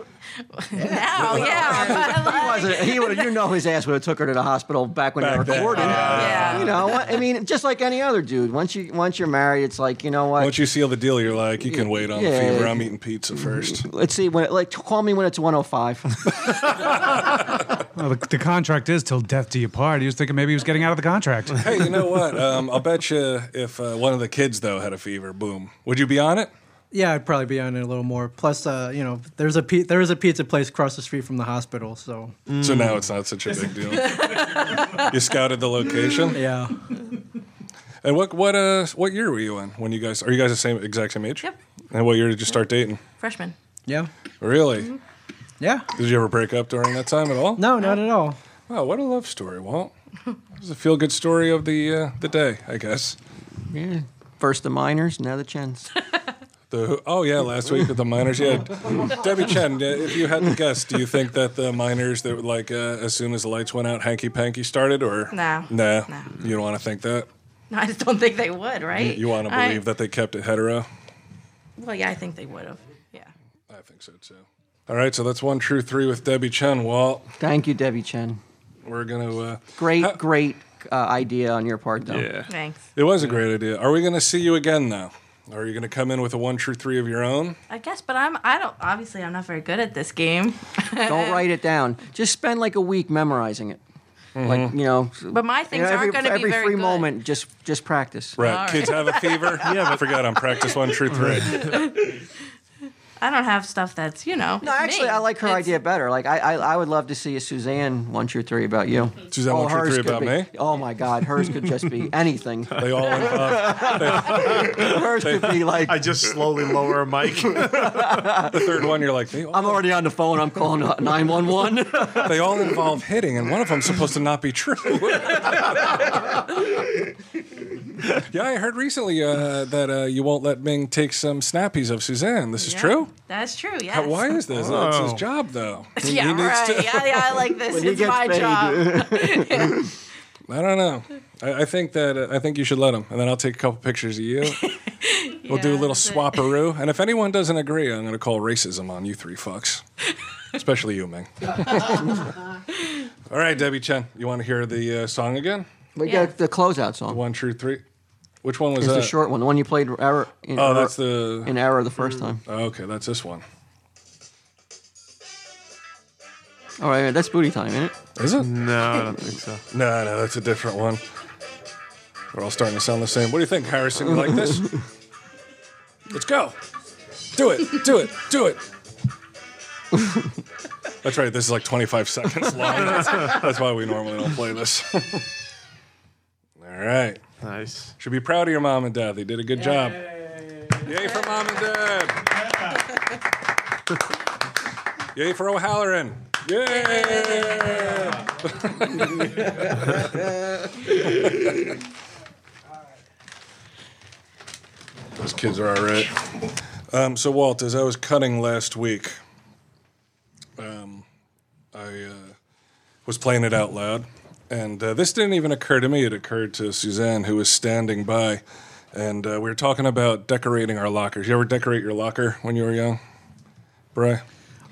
Speaker 1: [LAUGHS]
Speaker 8: now, yeah. but, like,
Speaker 6: He wasn't. He would. You know, his ass would have took her to the hospital back when
Speaker 1: Back
Speaker 6: they
Speaker 1: then.
Speaker 6: recorded.
Speaker 1: Yeah.
Speaker 6: You know, I mean, just like any other dude. Once you once you're married, it's like you know what.
Speaker 1: Once you seal the deal, you're like, you can wait on the
Speaker 6: Yeah.
Speaker 1: fever. I'm eating
Speaker 10: [LAUGHS]
Speaker 1: pizza first.
Speaker 6: Let's see when. Like, call me when it's
Speaker 1: [LAUGHS]
Speaker 6: 105.
Speaker 9: Well, the, the contract is till death do you part. He was thinking maybe he was getting out of the contract.
Speaker 1: hey, you know what? Um, I'll bet you if uh, one of the kids though had a fever, boom, would you be on it?
Speaker 10: Yeah, I'd probably be on it a little more. Plus, uh, you know, there's a pe- there is a pizza place across the street from the hospital, so
Speaker 1: So now it's not such a
Speaker 10: [LAUGHS]
Speaker 1: big deal. you scouted the location.
Speaker 10: Yeah.
Speaker 1: And what what uh what year were you in when you guys are you guys the same exact same age? Yep. And what year did you start dating?
Speaker 8: Freshman.
Speaker 10: Yeah.
Speaker 1: Really?
Speaker 8: Mm-hmm.
Speaker 10: Yeah.
Speaker 1: Did you ever break up during that time at all?
Speaker 10: No, not at all.
Speaker 1: Wow, what a love story, Walt. This is a feel good story of the uh, the day, I guess.
Speaker 6: Yeah. First the minors, now the Chens.
Speaker 1: The oh yeah, last week with the miners.
Speaker 8: [LAUGHS]
Speaker 1: Yeah, Debbie Chen. uh, If you had to guess, do you think that the miners that like uh, as soon as the lights went out, hanky panky started, or
Speaker 8: No.
Speaker 1: nah, you don't want to think that.
Speaker 8: No, [LAUGHS] I just don't think they would, right?
Speaker 1: You want to
Speaker 8: I-
Speaker 1: believe that they kept it hetero.
Speaker 8: Well, yeah, I think they would have.
Speaker 1: I think so too. All right, so that's one true three with Debbie Chen. Walt,
Speaker 6: Thank you, Debbie Chen.
Speaker 1: we're gonna. Uh,
Speaker 6: Great, great uh, idea on your part, though.
Speaker 1: Yeah. it was a great idea. Are we gonna see you again though? Are you gonna come in with a one true three of your own?
Speaker 8: I guess, but I'm. I don't. Obviously, I'm not very good at this game.
Speaker 6: Don't write it down. Just spend like a week memorizing it.
Speaker 1: Mm-hmm.
Speaker 6: Like you know.
Speaker 8: But my things aren't
Speaker 6: every-
Speaker 8: gonna be
Speaker 6: every
Speaker 8: very
Speaker 6: free
Speaker 8: good.
Speaker 6: moment. Just just practice.
Speaker 1: Right, kids have a fever. [LAUGHS] yeah, but forgot I'm practice one true three.
Speaker 8: I don't have stuff that's you know.
Speaker 6: No, actually, I like her idea better. Like, I, I, I would love to see a Suzanne one true three about you.
Speaker 1: Suzanne one,
Speaker 6: one
Speaker 1: two,
Speaker 6: two three
Speaker 1: three about me?
Speaker 6: Oh my God, hers could just be
Speaker 9: [LAUGHS]
Speaker 6: anything.
Speaker 1: They all
Speaker 6: hers could be like.
Speaker 2: I just slowly lower a mic. [LAUGHS]
Speaker 1: the third one, you're like, I'm
Speaker 6: already on the phone. I'm
Speaker 9: [LAUGHS]
Speaker 6: calling nine one one.
Speaker 1: They all involve hitting, and one of them's supposed to not be true. [LAUGHS] yeah, I heard recently uh, that uh, you won't let Ming take some snappies of Suzanne. This is true.
Speaker 8: That's true. Yes.
Speaker 1: How- why is this? It's his
Speaker 2: Oh.
Speaker 1: job, [LAUGHS] though.
Speaker 8: yeah,
Speaker 1: He needs
Speaker 8: right.
Speaker 1: to-
Speaker 8: Yeah, yeah, I like
Speaker 1: [LAUGHS]
Speaker 8: this.
Speaker 1: When he
Speaker 8: it's
Speaker 1: gets
Speaker 8: my
Speaker 1: paid.
Speaker 8: job.
Speaker 1: I don't know. I, I think that uh, I think you should let him, and then I'll take a couple pictures of you. we'll do a little swapperoo, and if anyone doesn't agree, I'm going to call racism on you three fucks, especially you, Ming. All right, Debbie Chen, you want to hear the uh, song again?
Speaker 6: We got the closeout song.
Speaker 1: One true three. Which one was
Speaker 6: It's the
Speaker 1: that?
Speaker 6: short one, the one you played error. In
Speaker 1: Oh,
Speaker 6: error,
Speaker 1: that's the-
Speaker 6: in error the first time.
Speaker 1: Oh, okay, that's this one.
Speaker 6: All right, that's booty time, isn't it?
Speaker 1: Is it?
Speaker 2: No, I don't think so.
Speaker 1: No, no, that's a different one. We're all starting to sound the same. What do you think, Harrison? You like this? Let's go. Do it. Do it. Do it. That's right. This is like 25 seconds long. That's, that's why we normally don't play this. [LAUGHS] all right.
Speaker 2: Nice.
Speaker 1: Should be proud of your mom and dad. They did a good job. Yay for mom and dad. Yay for O'Halloran. Yeah. Those kids are all right. Um, so, Walt, as I was cutting last week, um, I uh, was playing it out loud. And uh, this didn't even occur to me. It occurred to Suzanne, who was standing by. And uh, we were talking about decorating our lockers. You ever decorate your locker when you were young, Bray?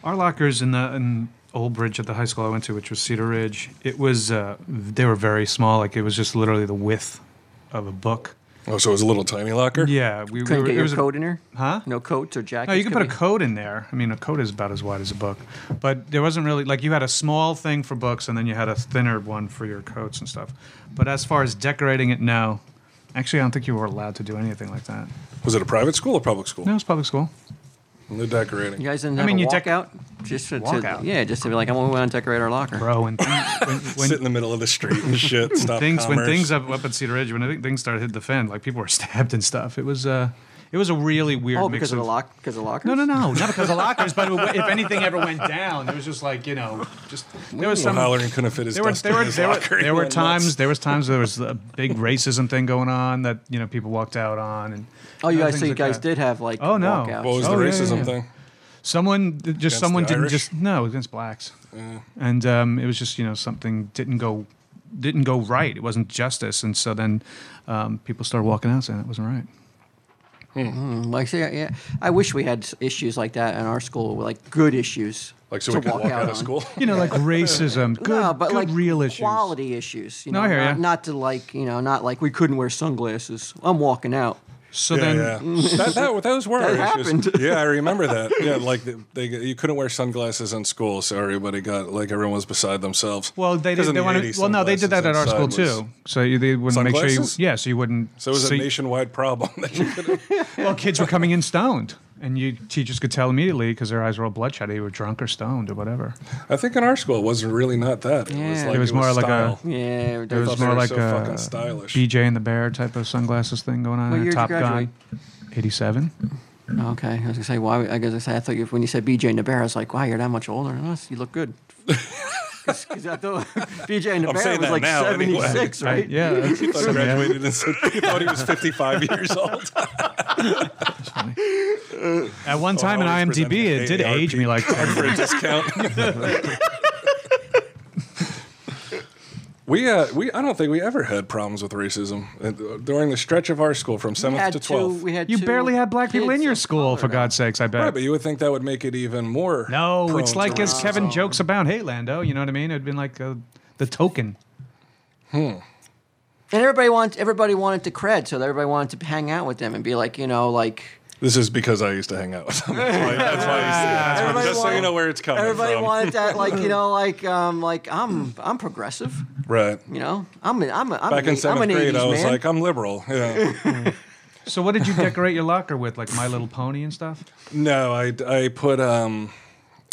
Speaker 9: Our lockers in the in Old Bridge at the high school I went to, which was Cedar Ridge, it was uh, they were very small. Like it was just literally the width of a book.
Speaker 1: Oh, so it was a little tiny locker.
Speaker 9: Yeah, we,
Speaker 6: Couldn't
Speaker 9: we were,
Speaker 6: get
Speaker 9: it
Speaker 6: your
Speaker 9: was a-
Speaker 6: coat in there.
Speaker 9: Huh?
Speaker 6: No coats or jackets.
Speaker 9: No, you can
Speaker 6: could
Speaker 9: put a code in there. I mean, a code is about as wide as a book, but there wasn't really like you had a small thing for books, and then you had a thinner one for your coats and stuff. But as far as decorating it, no, Actually, I don't think you were allowed to do anything like that.
Speaker 1: Was it a private school or public school?
Speaker 9: No, it's public school.
Speaker 1: No decorating.
Speaker 6: You guys didn't
Speaker 9: I
Speaker 6: have
Speaker 9: mean,
Speaker 6: a
Speaker 9: you
Speaker 6: walk
Speaker 9: dec-
Speaker 6: out? Just to, to-
Speaker 9: Walkout.
Speaker 6: yeah, just to be like, I want to go out and decorate our locker.
Speaker 9: Bro, and [LAUGHS]
Speaker 1: Sit in the middle of the street and shit. Stop
Speaker 9: things when
Speaker 1: commerce.
Speaker 9: things up, up at Cedar Ridge when I think things started to defend, like people were [LAUGHS] stabbed and stuff. It was uh, it was a really weird.
Speaker 6: Oh,
Speaker 9: mix
Speaker 6: because of the lock, because of lockers.
Speaker 9: No, no, no, not because of lockers. But if anything ever went down, it was just like you know, just there was
Speaker 1: Well,
Speaker 9: some.
Speaker 1: Halloran couldn't fit his
Speaker 9: there were,
Speaker 1: duster
Speaker 9: there
Speaker 1: in
Speaker 9: were,
Speaker 1: his
Speaker 9: there were-
Speaker 1: locker. He
Speaker 9: there were
Speaker 1: went
Speaker 9: times.
Speaker 1: nuts.
Speaker 9: There was times there was a big racism thing going on that you know people walked out on and.
Speaker 6: Oh, you
Speaker 9: other
Speaker 6: guys, so
Speaker 9: things
Speaker 6: you
Speaker 9: like
Speaker 6: guys
Speaker 9: that.
Speaker 6: did have like.
Speaker 9: Oh no!
Speaker 6: Walkouts.
Speaker 9: Oh, yeah, yeah, yeah. Someone just
Speaker 1: Against
Speaker 9: someone
Speaker 1: the
Speaker 9: didn't
Speaker 1: Irish?
Speaker 9: just no it was against blacks,
Speaker 1: Yeah.
Speaker 9: and um, it was just you know something didn't go didn't go right. It wasn't justice, and so then um, people started walking out saying that wasn't right.
Speaker 6: Mm, like, see, yeah, I wish we had s- issues like that in our school, like good issues.
Speaker 1: Like, so we could walk out of
Speaker 6: on.
Speaker 9: [LAUGHS]
Speaker 1: school? [LAUGHS]
Speaker 9: You know, like racism,
Speaker 6: [LAUGHS]
Speaker 9: good,
Speaker 6: no, but
Speaker 9: good
Speaker 6: like
Speaker 9: real issues.
Speaker 6: quality issues. You
Speaker 9: No,
Speaker 6: know,
Speaker 9: I hear
Speaker 6: not,
Speaker 9: ya.
Speaker 6: not to like, you know, not like we couldn't wear sunglasses. I'm walking out.
Speaker 9: So
Speaker 1: yeah, yeah. that,
Speaker 9: [LAUGHS]
Speaker 1: that, those were
Speaker 6: That
Speaker 1: our issues.
Speaker 6: happened. [LAUGHS]
Speaker 1: Yeah, I remember that. Yeah, like they, they, you couldn't wear sunglasses in school, so everybody got like everyone was beside themselves.
Speaker 9: Well, they
Speaker 1: 'Cause
Speaker 9: didn't.
Speaker 1: in
Speaker 9: They
Speaker 1: the
Speaker 9: wanted,
Speaker 1: 80s,
Speaker 9: well, no, they did that at our school
Speaker 1: sunglasses
Speaker 9: too. So you, they wouldn't make sure you.
Speaker 1: Sunglasses?
Speaker 9: Yeah, so you wouldn't.
Speaker 1: So it was
Speaker 9: so
Speaker 1: a
Speaker 9: you-
Speaker 1: nationwide problem. [LAUGHS] that you couldn't-
Speaker 9: well, kids were coming in stoned, and you teachers could tell immediately because their eyes were all bloodshot. They were drunk or stoned or whatever.
Speaker 1: I think in our school it wasn't really not that. It was
Speaker 6: Yeah.
Speaker 1: like
Speaker 9: it was more like [LAUGHS]
Speaker 1: style.
Speaker 9: a
Speaker 6: Yeah,
Speaker 9: It was
Speaker 1: Thought they
Speaker 9: more
Speaker 1: were
Speaker 9: like
Speaker 1: so
Speaker 9: a
Speaker 1: fucking stylish.
Speaker 9: BJ and the Bear type of sunglasses thing going on.
Speaker 6: What
Speaker 9: in
Speaker 6: year did you
Speaker 9: Top
Speaker 6: graduate?
Speaker 9: Gun, eighty-seven.
Speaker 6: Okay, I was gonna say why. I guess I, say, I thought you, when you said BJ Navarro, I was like, wow, you're that much older than us. You
Speaker 1: [LAUGHS]
Speaker 6: look good. Because I thought [LAUGHS] BJ
Speaker 1: I'm
Speaker 6: Navarro
Speaker 1: saying
Speaker 6: was
Speaker 1: that
Speaker 6: like
Speaker 1: now, anyway.
Speaker 6: 76, right? [LAUGHS]
Speaker 9: Right, yeah. that's-
Speaker 1: He thought he
Speaker 9: Yeah.
Speaker 1: graduated and said [LAUGHS] he thought he was 55 years old. [LAUGHS]
Speaker 9: At one time in
Speaker 1: Oh, Always
Speaker 9: IMDb, it
Speaker 1: presenting
Speaker 9: did age me like
Speaker 1: for a discount. we uh, we I don't think we ever had problems with racism Uh, during the stretch of our school from
Speaker 6: We
Speaker 1: seventh
Speaker 6: had
Speaker 1: to
Speaker 6: two.
Speaker 1: twelfth.
Speaker 6: We had
Speaker 9: you
Speaker 6: two
Speaker 9: barely had black people
Speaker 6: kids
Speaker 9: in your
Speaker 6: of
Speaker 9: school,
Speaker 6: color
Speaker 9: for
Speaker 6: now.
Speaker 9: God's sakes. I bet.
Speaker 1: Right, but you would think that would make it even more.
Speaker 9: No,
Speaker 1: prone
Speaker 9: it's
Speaker 1: to
Speaker 9: like as
Speaker 1: racism.
Speaker 9: Kevin jokes about, hey, Lando, you know what I mean? It'd been like uh, the token.
Speaker 6: And everybody wanted everybody wanted to cred, so everybody wanted to hang out with them and be like, you know, like
Speaker 1: This is because I used to hang out with them. That's why, that's why he's-
Speaker 6: Everybody
Speaker 1: just so
Speaker 6: wanted-
Speaker 1: you know where it's coming
Speaker 6: everybody
Speaker 1: from.
Speaker 6: wanted that, like
Speaker 1: [LAUGHS]
Speaker 6: you know, like um, like I'm I'm progressive,
Speaker 1: right.
Speaker 6: you know, I'm a, I'm a,
Speaker 1: Back
Speaker 6: I'm,
Speaker 1: in
Speaker 6: an, eight- I'm
Speaker 1: seventh
Speaker 6: an
Speaker 1: grade,
Speaker 6: 80s
Speaker 1: I was
Speaker 6: man.
Speaker 1: like, I'm liberal.
Speaker 6: [LAUGHS]
Speaker 1: Yeah.
Speaker 9: So, what
Speaker 1: [LAUGHS]
Speaker 9: did you decorate your locker with? Like My Little Pony and stuff?
Speaker 1: No, I, I put um,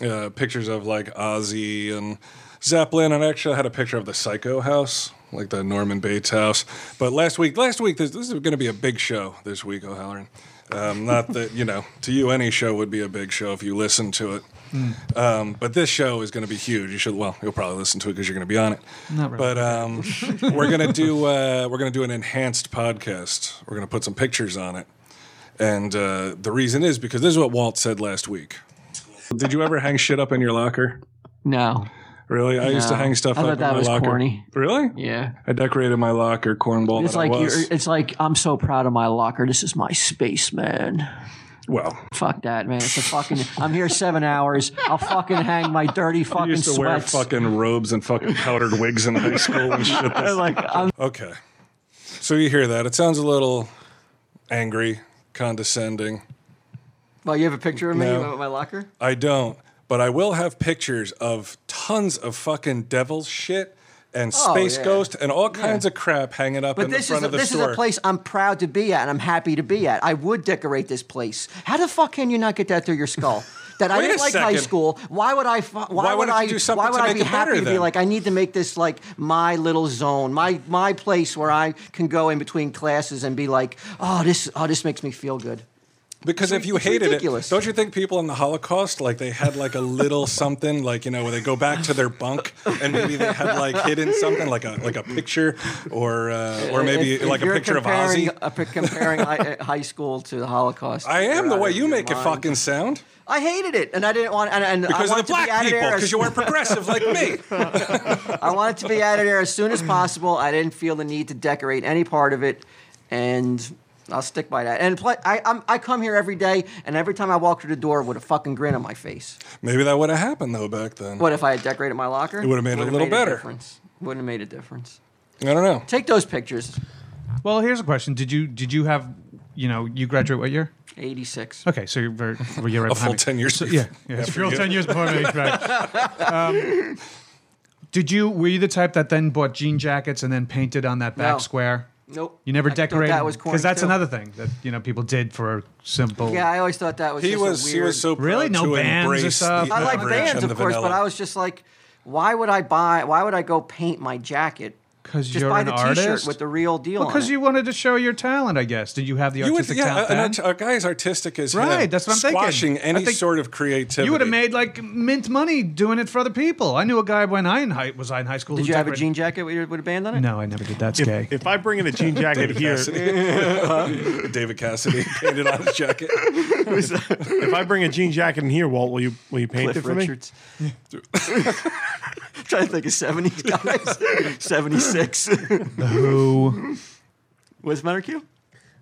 Speaker 1: uh, pictures of like Ozzy and Zeppelin, and I actually had a picture of the Psycho House, like the Norman Bates house. But last week, last week, this, this is going to be a big show this week, O'Halloran. Um,
Speaker 9: [LAUGHS]
Speaker 1: not that you know, to you, any show would be a big show if you listen to it.
Speaker 9: Hmm.
Speaker 1: Um, but this show is going to be huge. You should, well, you'll probably listen to it because you're going to be on it.
Speaker 9: Not really.
Speaker 1: But
Speaker 9: [LAUGHS]
Speaker 1: um, we're gonna do uh, we're gonna do an enhanced podcast. We're gonna put some pictures on it, and uh, the reason is because this is what Walt said last week. Did you ever hang shit up in your locker?
Speaker 6: no,
Speaker 1: Really, I used to
Speaker 6: No.
Speaker 1: hang stuff
Speaker 6: I
Speaker 1: up
Speaker 6: thought
Speaker 1: in
Speaker 6: that
Speaker 1: my
Speaker 6: was
Speaker 1: locker.
Speaker 6: corny.
Speaker 1: Really?
Speaker 6: yeah.
Speaker 1: I decorated my locker cornball.
Speaker 6: It's
Speaker 1: that
Speaker 6: like
Speaker 1: I
Speaker 6: you're,
Speaker 1: was.
Speaker 6: it's like I'm so proud of my locker. This is my space, man.
Speaker 1: well,
Speaker 6: Fuck that, man. It's a fucking. I'm here seven hours. I'll fucking hang my
Speaker 1: [LAUGHS]
Speaker 6: dirty
Speaker 1: I
Speaker 6: fucking
Speaker 1: used to wear
Speaker 6: sweats.
Speaker 1: fucking robes and fucking powdered wigs in high school
Speaker 6: [LAUGHS]
Speaker 1: and shit.
Speaker 6: like I'm
Speaker 1: Okay. So you hear that? It sounds a little angry, condescending.
Speaker 6: Well, you have a picture of me
Speaker 1: No.
Speaker 6: at my locker?
Speaker 1: I don't, but I will have pictures of tons of fucking devil's shit and
Speaker 6: Oh,
Speaker 1: space
Speaker 6: yeah.
Speaker 1: ghost and all kinds of crap hanging up
Speaker 6: But
Speaker 1: in
Speaker 6: this
Speaker 1: the front
Speaker 6: is a,
Speaker 1: of the
Speaker 6: this
Speaker 1: store.
Speaker 6: is a place I'm proud to be at and I'm happy to be at. I would decorate this place. How the fuck can you not get that through
Speaker 1: [LAUGHS]
Speaker 6: your skull? That I
Speaker 1: Wait a
Speaker 6: didn't like high
Speaker 1: second.
Speaker 6: school. Why would I? fu- Why,
Speaker 1: Why
Speaker 6: would
Speaker 1: wouldn't you
Speaker 6: I?
Speaker 1: do something
Speaker 6: why would
Speaker 1: to
Speaker 6: I
Speaker 1: make
Speaker 6: be
Speaker 1: it
Speaker 6: happy
Speaker 1: better
Speaker 6: to be
Speaker 1: then?
Speaker 6: like? I need to make this like my little zone, my my place where I can go in between classes and be like, oh this oh this makes me feel good.
Speaker 1: because if you
Speaker 6: it's
Speaker 1: hated
Speaker 6: ridiculous.
Speaker 1: it, don't you think people in the Holocaust like they had like a little something like you know where they go back to their bunk and maybe they had like hidden something like a like a picture or uh, or maybe
Speaker 6: If- if
Speaker 1: like a
Speaker 6: you're
Speaker 1: picture of
Speaker 6: comparing-
Speaker 1: Ozzy.
Speaker 6: uh, p- comparing high, [LAUGHS] high school to the Holocaust.
Speaker 1: I am
Speaker 6: you're
Speaker 1: the
Speaker 6: out
Speaker 1: way
Speaker 6: of
Speaker 1: you
Speaker 6: your
Speaker 1: make it
Speaker 6: mind.
Speaker 1: fucking sound
Speaker 6: I hated it, and I didn't want. And, and
Speaker 1: because
Speaker 6: I
Speaker 1: of
Speaker 6: wanted
Speaker 1: the
Speaker 6: to be out
Speaker 1: black
Speaker 6: of there
Speaker 1: people
Speaker 6: as-
Speaker 1: because you weren't progressive like
Speaker 6: [LAUGHS]
Speaker 1: me.
Speaker 6: I wanted
Speaker 9: [LAUGHS]
Speaker 6: to be out of there as soon as possible. I didn't feel the need to decorate any part of it, and I'll stick by that. And pl- I, I'm, I come here every day, and every time I walk through the door with a fucking grin on my face.
Speaker 1: Maybe that would have happened though back then.
Speaker 6: What if I had decorated my locker?
Speaker 1: It would've made it a
Speaker 6: Would've
Speaker 1: little better.
Speaker 6: difference. Wouldn't have made a difference.
Speaker 1: I don't know.
Speaker 6: Take those pictures.
Speaker 9: Well, here's a question. Did you did you have, you know, you graduate what year?
Speaker 6: 86.
Speaker 9: Okay, so you're, very, well, you're right
Speaker 1: A
Speaker 9: behind
Speaker 1: full
Speaker 9: me.
Speaker 1: ten years.
Speaker 9: So- yeah, yeah.
Speaker 1: after
Speaker 9: You're all
Speaker 1: you.
Speaker 9: 10 years before me. Right. [LAUGHS] Um, did you, were you the type that then bought jean jackets and then painted on that back
Speaker 6: No.
Speaker 9: square?
Speaker 6: Nope.
Speaker 9: You
Speaker 6: I
Speaker 9: never
Speaker 6: thought
Speaker 9: decorated
Speaker 6: that was corny,
Speaker 9: because that's
Speaker 6: too.
Speaker 9: another thing that you know people did for simple.
Speaker 6: Yeah, I always thought that was.
Speaker 9: He
Speaker 6: just a
Speaker 9: was- he
Speaker 6: weird-
Speaker 9: was so proud Really? No to bands or embrace stuff? the
Speaker 6: I like
Speaker 9: average
Speaker 6: bands,
Speaker 9: and
Speaker 6: of
Speaker 9: the
Speaker 6: course, but
Speaker 9: vanilla.
Speaker 6: I was just like, why would I buy? Why would I go paint my jacket?
Speaker 9: 'Cause
Speaker 6: just
Speaker 9: you're
Speaker 6: buy
Speaker 9: an
Speaker 6: the T-shirt
Speaker 9: artist?
Speaker 6: with the real deal. on
Speaker 9: because
Speaker 6: it.
Speaker 9: you wanted to show your talent, I guess. Did you have the
Speaker 1: you would,
Speaker 9: artistic
Speaker 1: yeah,
Speaker 9: talent?
Speaker 1: an
Speaker 9: then?
Speaker 1: art- a guy's artistic as
Speaker 9: Right,
Speaker 1: him,
Speaker 9: that's what I'm thinking.
Speaker 1: squashing
Speaker 9: I
Speaker 1: any
Speaker 9: think
Speaker 1: sort of creativity.
Speaker 9: You would have made like mint money doing it for other people. I knew a guy when I in high, was I in high school.
Speaker 6: Did
Speaker 9: who
Speaker 6: you have a
Speaker 9: decorated-
Speaker 6: jean jacket with, your, with a band on it?
Speaker 9: No, I never did. That's gay.
Speaker 2: If I bring in a
Speaker 1: [LAUGHS]
Speaker 2: jean jacket
Speaker 1: David
Speaker 2: here,
Speaker 6: [LAUGHS]
Speaker 1: Cassidy. David Cassidy painted on his jacket.
Speaker 2: if I bring a jean jacket in here, Walt, will you will you paint
Speaker 6: Cliff
Speaker 2: it for
Speaker 6: Richards. [LAUGHS] trying to think of 70s guys. [LAUGHS] 76.
Speaker 2: me? Who?
Speaker 6: What's the matter, Q?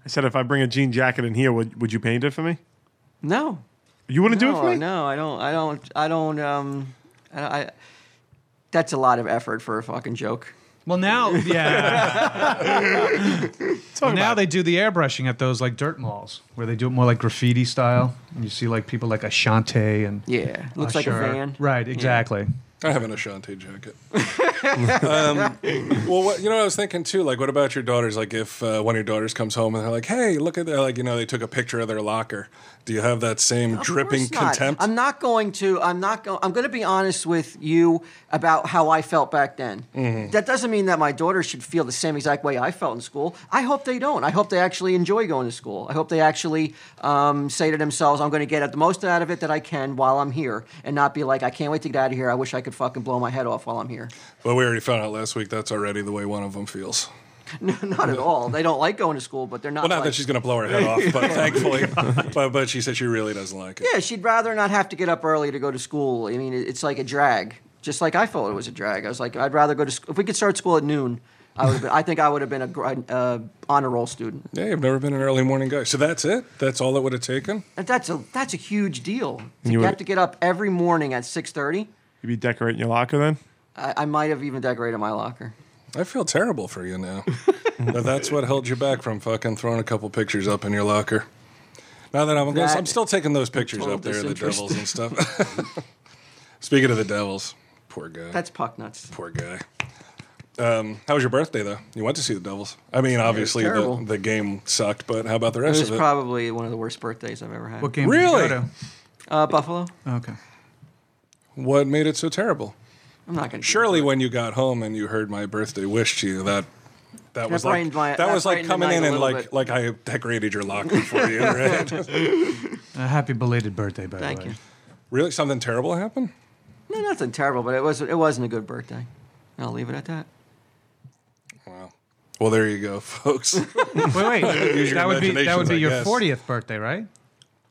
Speaker 2: I said if I bring a jean jacket in here, would would you paint it for me?
Speaker 6: No.
Speaker 2: You wouldn't do it
Speaker 6: No,
Speaker 2: for me?
Speaker 6: No, I don't. I don't. I don't. Um, I, I. That's a lot of effort for a fucking joke.
Speaker 1: [LAUGHS]
Speaker 9: Well, now, yeah. well, now they do the airbrushing at those like dirt malls where they do it more like graffiti style. And you see like people like Ashante and
Speaker 6: yeah,
Speaker 9: Oh,
Speaker 6: looks like a van.
Speaker 9: Right,
Speaker 1: Yeah.
Speaker 9: exactly.
Speaker 1: I have an Ashante
Speaker 6: [LAUGHS]
Speaker 1: jacket. um, well, what, you know, what I was thinking too. Like, what about your daughters? Like, if uh, one of your daughters comes home and they're like, "Hey, look at that!" Like, you know, they took a picture of their locker. Do you have that same dripping
Speaker 6: course not.
Speaker 1: contempt?
Speaker 6: I'm not going to. I'm not going. I'm going to be honest with you about how I felt back then.
Speaker 1: Mm-hmm.
Speaker 6: That doesn't mean that my daughter should feel the same exact way I felt in school. I hope they don't. I hope they actually enjoy going to school. I hope they actually um, say to themselves, "I'm going to get the most out of it that I can while I'm here," and not be like, "I can't wait to get out of here. I wish I could fucking blow my head off while I'm here." [LAUGHS]
Speaker 1: Well, we already found out last week that's already the way one of them feels.
Speaker 6: No, not at all. They don't like going to school, but they're not.
Speaker 1: well, not
Speaker 6: like-
Speaker 1: that she's going to blow her head off,
Speaker 6: [LAUGHS]
Speaker 1: but thankfully, but, but she said she really doesn't like it.
Speaker 6: Oh Yeah, she'd rather not have to get up early to go to school. I mean, it- it's like a drag. Just like I felt it was a drag. I was like, I'd rather go to school. If we could start school at noon, I would. I think I would have been a gr- uh, honor roll student.
Speaker 1: Yeah, you've never been an early morning guy, so that's it. That's all it would have taken.
Speaker 6: And that's a that's a huge deal. To
Speaker 2: You
Speaker 6: you
Speaker 2: would-
Speaker 6: have to get up every morning at six thirty.
Speaker 2: You'd be decorating your locker then.
Speaker 6: I, I might have even decorated my locker.
Speaker 1: I feel terrible for you now. but that's what held you back from fucking throwing a couple pictures up in your locker. Now that I'm, gonna-
Speaker 6: That-
Speaker 1: I'm still taking those pictures
Speaker 6: Total
Speaker 1: up there, of the
Speaker 6: disinterest.
Speaker 1: devils and stuff. [LAUGHS] Speaking of the devils, poor guy.
Speaker 6: That's puck nuts.
Speaker 1: poor guy. Um, how was your birthday though? You went to see the devils. I mean, obviously
Speaker 6: terrible.
Speaker 1: the, the game sucked, but how about the
Speaker 6: It
Speaker 1: rest
Speaker 6: was
Speaker 1: of it?
Speaker 6: probably one of the worst birthdays I've ever had.
Speaker 1: What game did you go Really? to?
Speaker 6: Uh, Buffalo.
Speaker 9: Okay.
Speaker 1: What made it so terrible?
Speaker 6: I'm not gonna.
Speaker 1: Surely, when you got home and you heard my birthday wish to you, that that
Speaker 6: That
Speaker 1: was like
Speaker 6: brightened my-
Speaker 1: that,
Speaker 6: that
Speaker 1: was like
Speaker 6: brightened the
Speaker 1: coming
Speaker 6: night
Speaker 1: in
Speaker 6: a
Speaker 1: and
Speaker 6: little
Speaker 1: like like I decorated your locker for you,
Speaker 6: [LAUGHS]
Speaker 1: right?
Speaker 9: A happy belated birthday, by
Speaker 6: Thank
Speaker 9: the way.
Speaker 6: you.
Speaker 1: Really, something terrible happened?
Speaker 6: No, nothing terrible, but it was it wasn't a good birthday. I'll leave it at that.
Speaker 1: Wow. Well, there you go, [LAUGHS]
Speaker 6: [LAUGHS]
Speaker 1: folks.
Speaker 9: Wait,
Speaker 1: [LAUGHS]
Speaker 9: wait.
Speaker 1: Use your
Speaker 9: that would be that
Speaker 1: imaginations,
Speaker 9: would be
Speaker 1: I
Speaker 9: your
Speaker 1: guess.
Speaker 9: 40th birthday, right?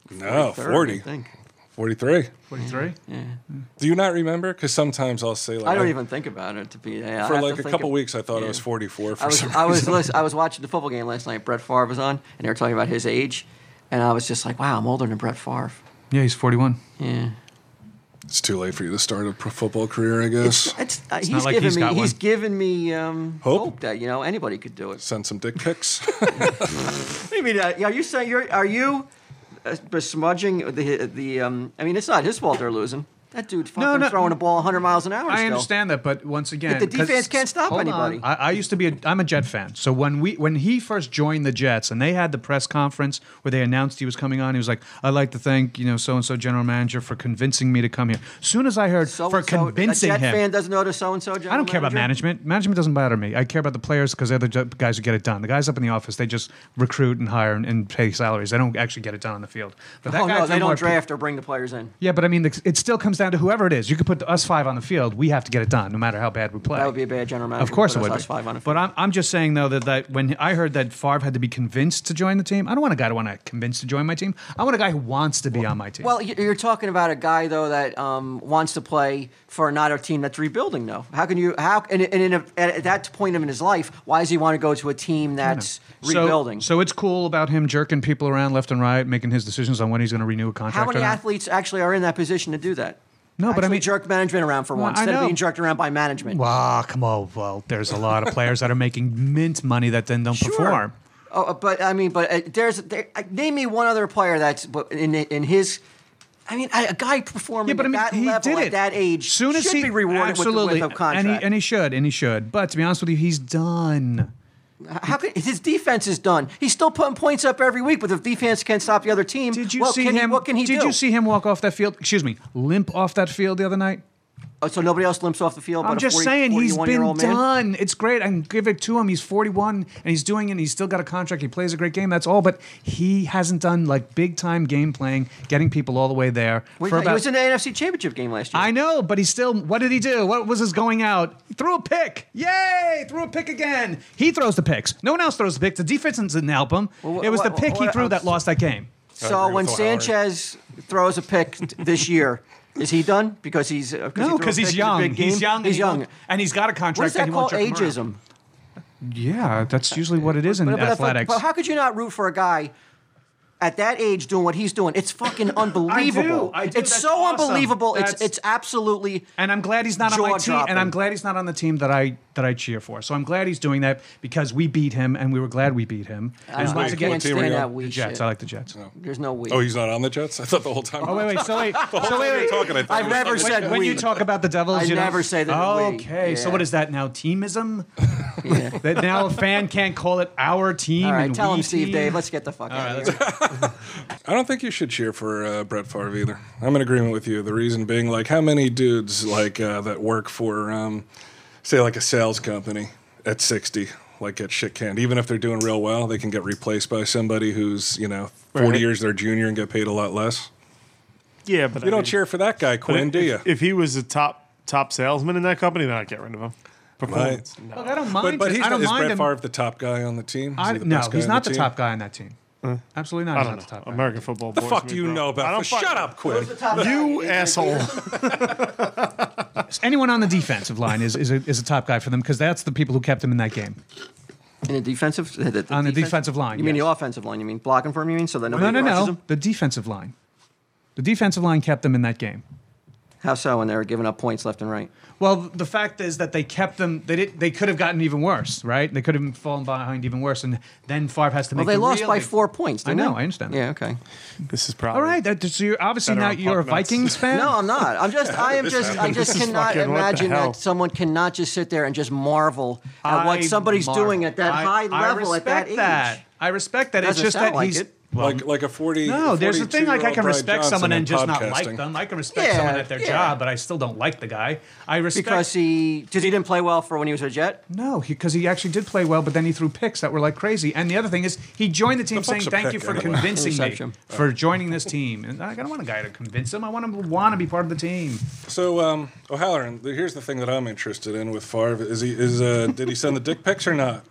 Speaker 1: No,
Speaker 6: 43rd, I
Speaker 1: 40.
Speaker 6: think.
Speaker 1: 43.
Speaker 9: 43?
Speaker 6: Yeah.
Speaker 1: Do you not remember? Because sometimes I'll say like
Speaker 6: I don't even think about it to be. Yeah, I
Speaker 1: for
Speaker 6: have
Speaker 1: like
Speaker 6: to
Speaker 1: a
Speaker 6: think
Speaker 1: couple
Speaker 6: of-
Speaker 1: weeks. I thought
Speaker 6: yeah.
Speaker 1: it was 44 for
Speaker 6: I was
Speaker 1: some
Speaker 6: I was
Speaker 1: reason.
Speaker 6: lis- I was watching the football game last night. Brett Favre was on, and they were talking about his age, and I was just like, "Wow, I'm older than Brett Favre."
Speaker 9: Yeah, he's 41.
Speaker 6: Yeah.
Speaker 1: It's too late for you to start a pro- football career, I guess.
Speaker 6: [LAUGHS] It's, uh,
Speaker 1: It's
Speaker 6: he's
Speaker 1: not like
Speaker 6: given
Speaker 1: he's
Speaker 6: me
Speaker 1: got
Speaker 6: he's
Speaker 1: one.
Speaker 6: given me um,
Speaker 1: Hope?
Speaker 6: hope? that you know anybody could do it.
Speaker 1: Send some dick pics.
Speaker 6: I mean, uh, are you saying you're are you uh, besmudging the the? Um, I mean, it's not his fault they're losing. That dude's fucking
Speaker 9: no.
Speaker 6: throwing a ball 100 miles an hour.
Speaker 9: I
Speaker 6: still.
Speaker 9: understand that, but once again,
Speaker 6: the defense
Speaker 9: 'cause-
Speaker 6: can't stop
Speaker 9: hold on.
Speaker 6: anybody.
Speaker 9: I, I used to be a I'm a Jet fan. So when we when he first joined the Jets and they had the press conference where they announced he was coming on, he was like, "I'd like to thank you know so and so general manager for convincing me to come here." soon as I heard for
Speaker 6: So,
Speaker 9: convincing
Speaker 6: a Jet
Speaker 9: him,
Speaker 6: fan doesn't know the so and so.
Speaker 9: I don't care about management. Management doesn't matter to me. I care about the players because they're the ju- guys who get it done. The guys up in the office, they just recruit and hire and, and pay salaries. They don't actually get it done on the field. But that
Speaker 6: oh
Speaker 9: guy
Speaker 6: no,
Speaker 9: threw
Speaker 6: they
Speaker 9: more
Speaker 6: don't
Speaker 9: pe-
Speaker 6: draft or bring the players in.
Speaker 9: Yeah, but I mean, it still comes down to whoever it is. You could put us five on the field. We have to get it done, no matter how bad we play.
Speaker 6: That would be a bad general manager.
Speaker 9: Of course
Speaker 6: to
Speaker 9: it
Speaker 6: put
Speaker 9: would.
Speaker 6: us
Speaker 9: be.
Speaker 6: last five on a
Speaker 9: but I'm, I'm just saying though that, that when I heard that Favre had to be convinced to join the team, I don't want a guy to want to convince to join my team. I want a guy who wants to be on my team.
Speaker 6: Well, y- you're talking about a guy though that um, wants to play for not a team that's rebuilding. Though, how can you? How and, and in a, at that point in his life, why does he want to go to a team that's
Speaker 9: So-
Speaker 6: rebuilding?
Speaker 9: So, it's cool about him jerking people around left and right, making his decisions on when he's going to renew a contract.
Speaker 6: how many
Speaker 9: or not.
Speaker 6: athletes actually are in that position to do that?
Speaker 9: No, but I
Speaker 6: Actually
Speaker 9: mean-
Speaker 6: jerk management around for
Speaker 9: Well,
Speaker 6: once
Speaker 9: I
Speaker 6: instead of
Speaker 9: know.
Speaker 6: being jerked around by management.
Speaker 9: Wow, come on. Well, there's a lot of players that are making mint money that then don't perform.
Speaker 6: Oh, uh, but I mean, but uh, there's there, uh, name me one other player that's but in in his. I mean, a a guy performing
Speaker 9: Yeah, but I mean,
Speaker 6: at that
Speaker 9: he
Speaker 6: level
Speaker 9: did
Speaker 6: at
Speaker 9: it.
Speaker 6: that age
Speaker 9: Soon as
Speaker 6: should
Speaker 9: he
Speaker 6: be rewarded with,
Speaker 9: absolutely,
Speaker 6: with a contract.
Speaker 9: and he and he should, and he should. But to be honest with you, he's done.
Speaker 6: How could his defense is done? He's still putting points up every week, but if defense can't stop the other team,
Speaker 9: Did you
Speaker 6: what
Speaker 9: see
Speaker 6: can he-
Speaker 9: him?
Speaker 6: what can he
Speaker 9: did
Speaker 6: do?
Speaker 9: you see him walk off that field? Excuse me, limp off that field the other night.
Speaker 6: Oh, so nobody else limps off the field.
Speaker 9: I'm
Speaker 6: but
Speaker 9: just
Speaker 6: a 40,
Speaker 9: saying he's
Speaker 6: 41 year
Speaker 9: been
Speaker 6: old man?
Speaker 9: done. It's great. I can give it to him. He's 41 and he's doing it. And he's still got a contract. He plays a great game. That's all. But he hasn't done like big time game playing, getting people all the way there.
Speaker 6: What do
Speaker 9: for
Speaker 6: you- he
Speaker 9: about-
Speaker 6: was in the NFC Championship game last year.
Speaker 9: I know, but he still. What did he do? What was his going out? Threw a pick. Yay! Threw a pick again. He throws the picks. No one else throws the picks. The defense didn't help him.
Speaker 6: wh-
Speaker 9: it was
Speaker 6: wh-
Speaker 9: the pick
Speaker 6: wh-
Speaker 9: he
Speaker 6: what
Speaker 9: threw
Speaker 6: else-
Speaker 9: that lost that game.
Speaker 6: So when Sanchez throws a pick t- this year, is he done? Because he's uh, he
Speaker 9: No,
Speaker 6: threw a
Speaker 9: because
Speaker 6: pick
Speaker 9: he's
Speaker 6: in the
Speaker 9: young.
Speaker 6: big game?
Speaker 9: He's young. and
Speaker 6: He's
Speaker 9: he
Speaker 6: young.
Speaker 9: won't- and he's got a contract.
Speaker 6: What is
Speaker 9: and
Speaker 6: that
Speaker 9: he won't
Speaker 6: called?
Speaker 9: jerk
Speaker 6: Ageism.
Speaker 9: him around. Yeah, that's usually what it is in
Speaker 6: But, but, if-
Speaker 9: athletics.
Speaker 6: but how could you not root for a guy at that age doing what he's doing? It's
Speaker 9: [LAUGHS]
Speaker 6: fucking unbelievable.
Speaker 9: I do.
Speaker 6: It's
Speaker 9: That's
Speaker 6: so
Speaker 9: awesome.
Speaker 6: unbelievable. It's
Speaker 9: That's-
Speaker 6: it's absolutely.
Speaker 9: and I'm glad he's not on my team.
Speaker 6: Jaw-dropping.
Speaker 9: And I'm glad he's not on the team that I that I cheer for. So I'm glad he's doing that because we beat him, and we were glad we beat him.
Speaker 6: I
Speaker 9: and
Speaker 6: don't know. I can't
Speaker 1: team are
Speaker 6: stand
Speaker 1: you on?
Speaker 6: that we
Speaker 9: the Jets.
Speaker 6: shit.
Speaker 9: I like the Jets.
Speaker 6: There's no
Speaker 1: [LAUGHS]
Speaker 6: we.
Speaker 1: Oh, he's not on the Jets? I thought the whole time.
Speaker 9: Oh wait, wait. So wait.
Speaker 1: [LAUGHS] The whole
Speaker 9: so
Speaker 1: time
Speaker 9: wait,
Speaker 1: you were
Speaker 9: wait.
Speaker 1: talking, I thought
Speaker 9: I've
Speaker 1: you were
Speaker 9: never
Speaker 1: talking
Speaker 9: said
Speaker 1: about-
Speaker 9: when you talk about the Devils.
Speaker 6: I
Speaker 9: you
Speaker 6: never
Speaker 9: know,
Speaker 6: say that we.
Speaker 9: Okay. So
Speaker 6: Yeah.
Speaker 9: what is that now? Teamism? [LAUGHS] that now a fan can't call it our team.
Speaker 6: All right,
Speaker 9: and
Speaker 6: tell
Speaker 9: we
Speaker 6: him, Steve,
Speaker 9: team?
Speaker 6: Dave. Let's get the fuck out of here.
Speaker 1: I don't think you should cheer for uh, Brett Favre either. I'm in agreement with you. The reason being, like, how many dudes like uh, that work for, um, say, like a sales company at 60, like get shit canned. Even if they're doing real well, they can get replaced by somebody who's you know 40
Speaker 2: Right.
Speaker 1: years their junior and get paid a lot less.
Speaker 2: Yeah, but
Speaker 1: You don't
Speaker 2: [LAUGHS]
Speaker 1: cheer for that guy, Quinn, do you?
Speaker 2: If, if he was a top top salesman in that company, then I'd get rid of him. Performance.
Speaker 9: Look, I don't
Speaker 1: But,
Speaker 9: mind.
Speaker 1: but
Speaker 9: it.
Speaker 1: he's not,
Speaker 9: I don't
Speaker 1: is
Speaker 9: mind
Speaker 1: Brett
Speaker 9: him.
Speaker 1: Favre the top guy on the team? Is
Speaker 9: I,
Speaker 1: he the
Speaker 9: no,
Speaker 1: best guy
Speaker 9: he's
Speaker 1: on
Speaker 9: not the,
Speaker 1: team?
Speaker 9: top guy on that team. Absolutely not.
Speaker 2: I
Speaker 9: He's
Speaker 2: don't
Speaker 9: not the top
Speaker 2: know.
Speaker 9: guy.
Speaker 2: American football.
Speaker 1: The
Speaker 2: bores
Speaker 1: fuck
Speaker 2: me,
Speaker 1: do you
Speaker 2: bro.
Speaker 1: know
Speaker 2: I
Speaker 1: about?
Speaker 2: don't fuck-
Speaker 1: Shut up, Quinn.
Speaker 2: You asshole.
Speaker 9: Anyone on the defensive line is, is, a, is a top guy for them because that's the people who kept him in that game.
Speaker 6: In the defensive, the, the
Speaker 9: On the defensive line,
Speaker 6: You mean
Speaker 9: yes.
Speaker 6: the offensive line? You mean blocking for him? You mean so that
Speaker 9: No,
Speaker 6: nobody
Speaker 9: no,
Speaker 6: crosses
Speaker 9: no.
Speaker 6: him?
Speaker 9: The defensive line. The defensive line kept them in that game.
Speaker 6: How so? When they were giving up points left and right.
Speaker 9: Well, the fact is that they kept them. They did. They could have gotten even worse, right? They could have fallen behind even worse, and then Favre has to
Speaker 6: Well,
Speaker 9: make.
Speaker 6: they
Speaker 9: the
Speaker 6: lost
Speaker 9: real
Speaker 6: by
Speaker 9: big-
Speaker 6: four points.
Speaker 9: I
Speaker 6: didn't
Speaker 9: know.
Speaker 6: they?
Speaker 9: I understand.
Speaker 6: Yeah. Okay.
Speaker 2: this is probably
Speaker 9: All right. That, so you're obviously
Speaker 2: Better on
Speaker 9: now you're a
Speaker 2: puck nuts.
Speaker 9: Vikings
Speaker 6: [LAUGHS]
Speaker 9: fan.
Speaker 6: No, I'm not. I'm just. I
Speaker 9: [LAUGHS]
Speaker 6: am
Speaker 1: This
Speaker 6: just. I
Speaker 1: happened.
Speaker 6: just
Speaker 2: This is
Speaker 6: cannot
Speaker 2: fucking- what the
Speaker 6: imagine
Speaker 2: hell?
Speaker 6: that someone cannot just sit there and just marvel at
Speaker 9: I
Speaker 6: what somebody's
Speaker 9: marvel.
Speaker 6: doing at that
Speaker 9: I-
Speaker 6: high
Speaker 9: I
Speaker 6: level at that
Speaker 9: respect
Speaker 6: age.
Speaker 9: I respect that. It's
Speaker 6: Doesn't
Speaker 9: just
Speaker 6: sound
Speaker 9: that
Speaker 6: like
Speaker 9: he's.
Speaker 6: it.
Speaker 1: like like a 40.
Speaker 9: No, there's a thing like I
Speaker 1: 42-year-old
Speaker 9: can
Speaker 1: Brian
Speaker 9: respect
Speaker 1: Johnson
Speaker 9: someone and
Speaker 1: in
Speaker 9: just not
Speaker 1: podcasting.
Speaker 9: like them. I can respect
Speaker 6: Yeah,
Speaker 9: someone at their
Speaker 6: yeah.
Speaker 9: job, but I still don't like the guy. I respect
Speaker 6: Because he, because he didn't play well for when he was a Jet.
Speaker 9: No, because he, actually did play well, but then he threw picks that were like crazy. And the other thing is, he joined the team
Speaker 1: The
Speaker 9: saying,
Speaker 1: fuck's a
Speaker 9: "Thank
Speaker 1: pick
Speaker 9: you for
Speaker 1: anyway?"
Speaker 9: convincing me
Speaker 6: Interception.
Speaker 9: for joining this team." And I don't want a guy to convince him. I want him to want to be part of the team.
Speaker 1: So um, O'Halloran, th- here's the thing that I'm interested in with Favre: is he is uh, [LAUGHS] did he send the dick pics or not?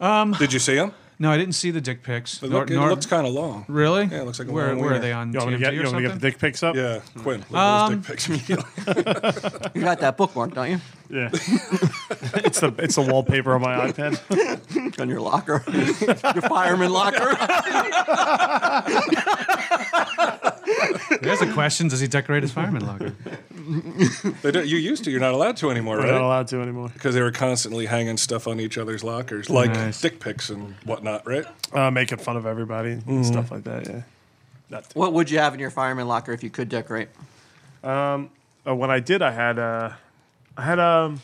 Speaker 1: Um, did you see him?
Speaker 9: No, I didn't see the dick pics.
Speaker 1: It,
Speaker 9: Nor-
Speaker 1: look, it
Speaker 9: nor-
Speaker 1: looks kind of long.
Speaker 9: really?
Speaker 1: Yeah, it looks like a
Speaker 9: where,
Speaker 1: long
Speaker 9: where
Speaker 1: wiener.
Speaker 9: are they on
Speaker 2: You want me
Speaker 9: TMZ
Speaker 2: to get, you
Speaker 9: or
Speaker 2: want me to get
Speaker 9: something?
Speaker 2: the dick pics up?
Speaker 1: Yeah, Quinn, look at those dick pics.
Speaker 6: You got that bookmark, don't you? [LAUGHS]
Speaker 2: Yeah. it's the it's the wallpaper
Speaker 1: [LAUGHS]
Speaker 2: on my iPad.
Speaker 6: On your locker, [LAUGHS] your fireman
Speaker 9: [LAUGHS]
Speaker 6: locker.
Speaker 9: There's a question: Does he decorate his
Speaker 1: [LAUGHS]
Speaker 9: fireman locker?
Speaker 1: [LAUGHS] they don't, you used to. You're not allowed to anymore,
Speaker 2: We're not
Speaker 1: right?
Speaker 2: allowed to anymore.
Speaker 1: Because they were constantly hanging stuff on each other's lockers, like
Speaker 9: Nice.
Speaker 1: dick pics and whatnot, right?
Speaker 6: Uh-huh.
Speaker 2: Uh, making fun of everybody and stuff like that. Yeah. Not
Speaker 6: What would you have in your fireman locker if you could decorate?
Speaker 2: uh, when I did, I had uh, I had um,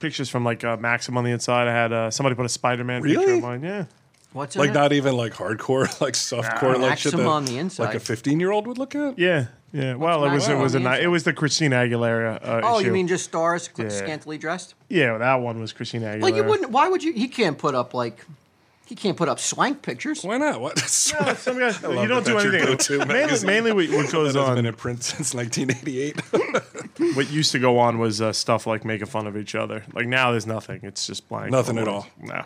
Speaker 2: pictures from like uh, Maxim on the inside. I had uh, somebody put a Spider Man picture
Speaker 1: Really?
Speaker 2: of mine. Yeah,
Speaker 6: What's in
Speaker 1: Like
Speaker 6: it?
Speaker 1: not even like hardcore, [LAUGHS] like softcore, like shit
Speaker 6: Maxim
Speaker 1: that
Speaker 6: on the inside.
Speaker 1: like a 15 year old would look at.
Speaker 2: yeah, yeah. Well, it was it
Speaker 6: Maxim
Speaker 2: was a
Speaker 6: on the
Speaker 2: ni- it was the Christina Aguilera. Uh,
Speaker 6: Oh,
Speaker 2: issue.
Speaker 6: you mean just stars cl-
Speaker 2: Yeah.
Speaker 6: scantily dressed?
Speaker 2: yeah? That one was Christina Aguilera.
Speaker 6: Well, you wouldn't. Why would you? He can't put up like, he can't put up swank pictures.
Speaker 1: Why not? What? [LAUGHS]
Speaker 2: [LAUGHS] No, some guys,
Speaker 1: love
Speaker 2: you
Speaker 1: that
Speaker 2: don't do
Speaker 1: that's your
Speaker 2: anything.
Speaker 1: go-to
Speaker 2: Mainly,
Speaker 1: magazine.
Speaker 2: mainly what,
Speaker 1: [LAUGHS]
Speaker 2: what goes
Speaker 1: that has been
Speaker 2: on,
Speaker 1: in print since 1988.
Speaker 2: what used to go on was uh, stuff like making fun of each other. Like now, there's nothing. It's just blank.
Speaker 1: Nothing at all.
Speaker 2: No.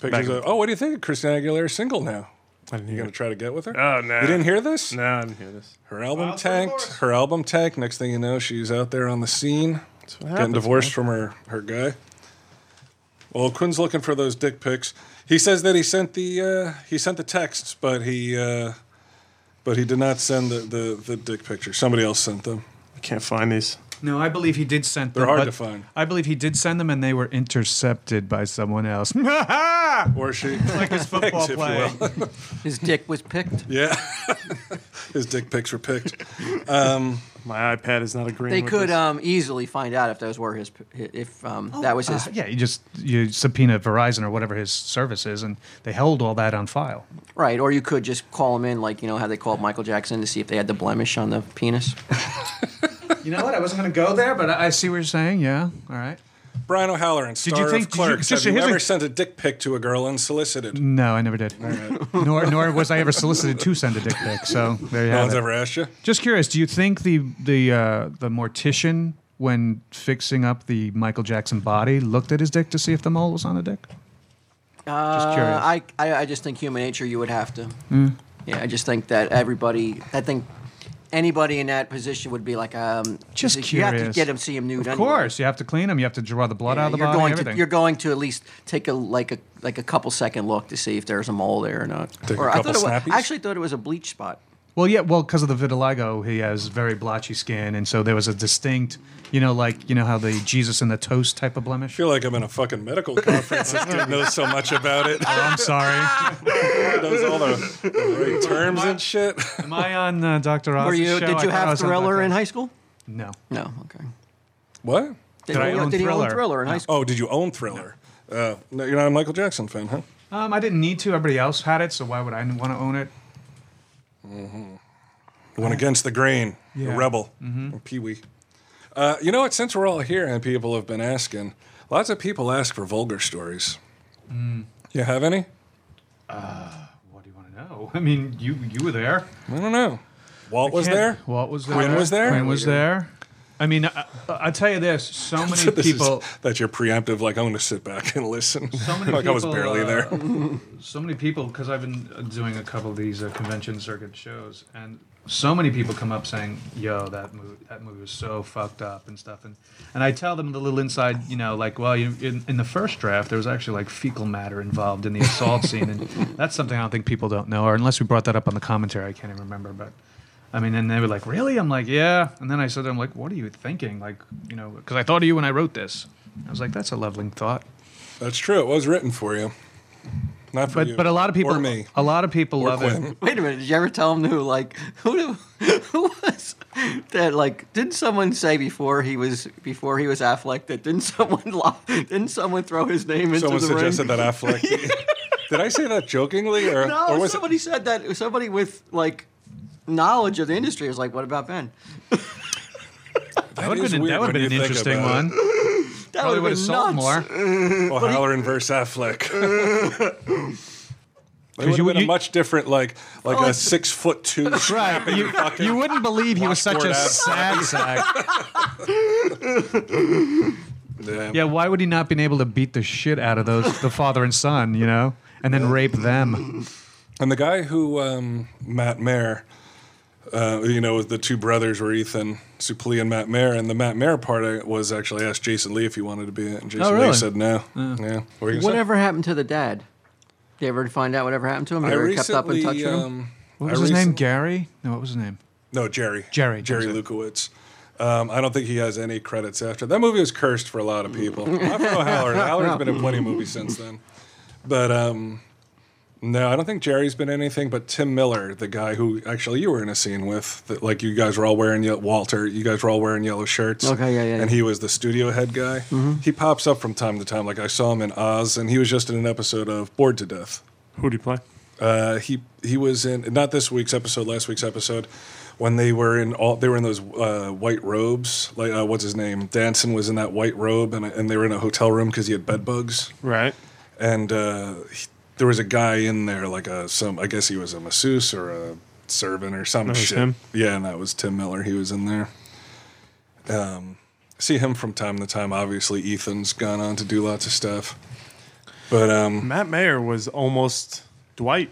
Speaker 1: Pictures of, oh, what do you think of Christina Aguilera's single now?
Speaker 2: I didn't
Speaker 1: You
Speaker 2: hear
Speaker 1: gonna try to get with her?
Speaker 2: Oh, no.
Speaker 1: You didn't hear this?
Speaker 2: No, I didn't hear this.
Speaker 1: Her album tanked. Her album tanked. Next thing you know, she's out there on the scene, getting
Speaker 2: happens,
Speaker 1: divorced from her her guy. Well, Quinn's looking for those dick pics. He says that he sent the uh, he sent the texts, but he uh, but he did not send the, the the dick picture. Somebody else sent them.
Speaker 2: I can't find these.
Speaker 9: No, I believe he did send them.
Speaker 1: They're hard
Speaker 9: but
Speaker 1: to find.
Speaker 9: I believe he did send them, and they were intercepted by someone else. [LAUGHS] like
Speaker 1: Or she [LAUGHS]
Speaker 9: his
Speaker 1: Thanks,
Speaker 9: football
Speaker 1: if you
Speaker 9: play.
Speaker 1: will.
Speaker 6: His dick was picked.
Speaker 1: Yeah. [LAUGHS] His dick pics were picked. Um,
Speaker 2: My iPad is not agreeing.
Speaker 6: They
Speaker 2: with
Speaker 6: could
Speaker 2: this.
Speaker 6: um, easily find out if those were his, if um, that was his.
Speaker 9: Uh, yeah, you just you subpoena Verizon or whatever his service is, and they held all that on file.
Speaker 6: Right, or you could just call him in, like you know how they called Michael Jackson to see if they had the blemish on the penis.
Speaker 9: You know what? I wasn't going to go there, but I, I see what you're saying. Yeah. All right.
Speaker 1: Brian O'Halloran,
Speaker 9: you
Speaker 1: star
Speaker 9: think-
Speaker 1: of
Speaker 9: did you-
Speaker 1: Clerks.
Speaker 9: just-
Speaker 1: Have you
Speaker 9: here's a-
Speaker 1: ever sent a dick pic to a girl unsolicited?
Speaker 9: No, I never did. nor nor was I ever solicited to send a dick pic. So there you
Speaker 1: no
Speaker 9: have
Speaker 1: one's
Speaker 9: it.
Speaker 1: ever asked you.
Speaker 9: Just curious, do you think the the uh, the mortician when fixing up the Michael Jackson body looked at his dick to see if the mole was on the dick?
Speaker 6: Just
Speaker 9: curious.
Speaker 6: Uh, I, I I just think human nature. You would have to.
Speaker 9: Mm.
Speaker 6: Yeah, I just think that everybody. I think anybody in that position would be like, um,
Speaker 9: Just
Speaker 6: You have to
Speaker 9: curious.
Speaker 6: get him, see him nude.
Speaker 9: Of
Speaker 6: anyway.
Speaker 9: course, you have to clean him. You have to draw the blood
Speaker 6: Yeah,
Speaker 9: out of the
Speaker 6: you're
Speaker 9: body.
Speaker 6: going
Speaker 9: everything.
Speaker 6: to you're going to at least take a like a like a couple second look to see if there's a mole there or not.
Speaker 9: Take a
Speaker 6: or I
Speaker 9: couple
Speaker 6: thought it was-
Speaker 9: snappies?
Speaker 6: I actually thought it was a bleach spot.
Speaker 9: Well, yeah, well, because of the vitiligo, he has very blotchy skin, and so there was a distinct, you know, like you know how the Jesus and the toast type of blemish. I
Speaker 1: feel like I'm in a fucking
Speaker 9: [LAUGHS]
Speaker 1: medical conference. This dude knows so much about it.
Speaker 9: Oh, I'm sorry.
Speaker 1: knows all the, the right terms and shit.
Speaker 9: [LAUGHS] Am I on uh, Doctor Oz?
Speaker 6: Were you?
Speaker 9: Show?
Speaker 6: Did
Speaker 9: I
Speaker 6: you
Speaker 9: thought I
Speaker 6: have
Speaker 9: was on
Speaker 6: Thriller
Speaker 9: Dr.
Speaker 6: in high school?
Speaker 9: No.
Speaker 6: No. Okay.
Speaker 1: What?
Speaker 6: Did Did I you- own did you own Thriller? Thriller in high
Speaker 1: Oh, did you own Thriller? Uh, no, you're not a Michael Jackson fan, huh?
Speaker 9: Um, I didn't need to. Everybody else had it, so why would I want to own it?
Speaker 1: Went against the grain,
Speaker 9: Yeah. Mm-hmm.
Speaker 1: a rebel, a peewee. Uh, you know what? Since we're all here and people have been asking, lots of people ask for vulgar stories.
Speaker 9: Mm.
Speaker 1: You have any?
Speaker 9: No, I mean you. You were there.
Speaker 1: I don't know. Walt
Speaker 9: I
Speaker 1: was
Speaker 9: can't-
Speaker 1: there.
Speaker 9: Walt was there.
Speaker 1: Quinn was there.
Speaker 9: Quinn was there. I mean, I, I tell you this:
Speaker 6: [LAUGHS]
Speaker 9: so many
Speaker 1: So [LAUGHS] this is-
Speaker 9: people.
Speaker 1: that's your preemptive. Like I'm going to sit back and listen.
Speaker 9: So
Speaker 1: [LAUGHS]
Speaker 9: many
Speaker 1: like
Speaker 9: people,
Speaker 1: I was barely
Speaker 9: uh,
Speaker 1: there.
Speaker 9: so many people, because I've been uh, doing a couple of these uh, convention circuit shows, and so many people come up saying, "Yo, that movie, that movie was so fucked up and stuff." And and I tell them the little inside, you know, like, well, you, in, in the first draft, there was actually like fecal matter involved in
Speaker 1: [LAUGHS]
Speaker 9: the assault scene, and that's something I don't think people don't know, or unless we brought that up on the commentary, I can't even remember, but. I mean, and they were like, "Really?" I'm like, "Yeah." And then I said, to them, "I'm like, what are you thinking? Like, you know, because I thought of you when I wrote this. I was like, that's a leveling thought."
Speaker 1: That's true. It was written for you, not for
Speaker 9: But
Speaker 1: you.
Speaker 9: but a lot of people,
Speaker 1: or me.
Speaker 9: a lot of people
Speaker 1: Or
Speaker 9: love
Speaker 1: Quinn.
Speaker 9: it.
Speaker 6: Wait a minute. Did you ever tell him who like who, [LAUGHS] who was that? Like, didn't someone say before he was before he was Affleck that didn't [LAUGHS] someone lo- didn't someone throw his name into
Speaker 1: Someone
Speaker 6: the ring?
Speaker 1: suggested
Speaker 9: [LAUGHS]
Speaker 1: that Affleck. Did I say that jokingly, or,
Speaker 6: No,
Speaker 1: or was it
Speaker 6: somebody said that. Somebody with like knowledge of the industry was like, "What about Ben?"
Speaker 9: That would have
Speaker 1: is
Speaker 9: been,
Speaker 1: weird
Speaker 9: that
Speaker 1: when
Speaker 9: would have been an
Speaker 1: you think
Speaker 9: interesting
Speaker 1: about
Speaker 9: one.
Speaker 1: it. [LAUGHS]
Speaker 6: That
Speaker 9: Probably
Speaker 6: would've
Speaker 9: would've
Speaker 6: been
Speaker 9: sold
Speaker 6: nuts.
Speaker 1: Well, Halloran versus
Speaker 9: [LAUGHS]
Speaker 1: Affleck. It would
Speaker 9: 'Cause
Speaker 1: have
Speaker 9: you-
Speaker 1: been a
Speaker 9: you-
Speaker 1: much different, like like
Speaker 9: Oh,
Speaker 1: a six foot two.
Speaker 9: [LAUGHS] Right,
Speaker 1: strapping
Speaker 9: you,
Speaker 1: fucking-
Speaker 9: you wouldn't believe he was such a
Speaker 1: washboard abs.
Speaker 9: sad sack. [LAUGHS]
Speaker 1: Yeah.
Speaker 9: Yeah, why would he not been able to beat the shit out of those the father and son, you know, and then rape them?
Speaker 1: And the guy who um, Matt Mayer, uh, you know, the two brothers were Ethan Suplee and Matt Mayer, and the Matt Mayer part I was actually asked Jason Lee if he wanted to be it, and
Speaker 9: Oh,
Speaker 1: Jason
Speaker 6: really?
Speaker 1: Lee said no. Yeah, What were you gonna say?
Speaker 6: Whatever happened to the dad? Did you ever find out whatever happened to him? You
Speaker 1: I
Speaker 6: ever kept up in touch
Speaker 1: recently,
Speaker 6: with him?
Speaker 1: um,
Speaker 9: What
Speaker 1: I
Speaker 9: was his name?
Speaker 1: recent-
Speaker 9: Gary? No, what was his name?
Speaker 1: No, Jerry.
Speaker 9: Jerry,
Speaker 1: Jerry
Speaker 9: that was
Speaker 1: Lukowitz. Um, I don't think he has any credits after that movie. Was cursed for a lot of people. Not for
Speaker 6: [LAUGHS]
Speaker 1: O'Halloran. O'Halloran's been in plenty of movies since then, but um, no, I don't think Jerry's been anything. But Tim Miller, the guy who actually you were in a scene with, that, like you guys were all wearing ye- Walter. You guys were all wearing yellow shirts.
Speaker 6: Okay, yeah, yeah, Mm-hmm.
Speaker 1: And
Speaker 6: yeah.
Speaker 1: he was the studio head guy. He pops up from time to time. Like I saw him in Oz, and he was just in an episode of Bored to Death.
Speaker 2: Who do you play?
Speaker 1: Uh, he he was in not this week's episode, last week's episode, when they were in all they were in those uh, white robes. Like uh, what's his name? Danson was in that white robe, and and they were in a hotel room because he had bed bugs.
Speaker 2: Right.
Speaker 1: And uh, he- there was a guy in there, like a some I guess he was a masseuse or a servant or some
Speaker 2: That was
Speaker 1: shit.
Speaker 2: him?
Speaker 1: Yeah, and that was Tim Miller. He was in there. Um, see him from time to time. Obviously, Ethan's gone on to do lots of stuff. But um,
Speaker 2: Matt Mayer was almost Dwight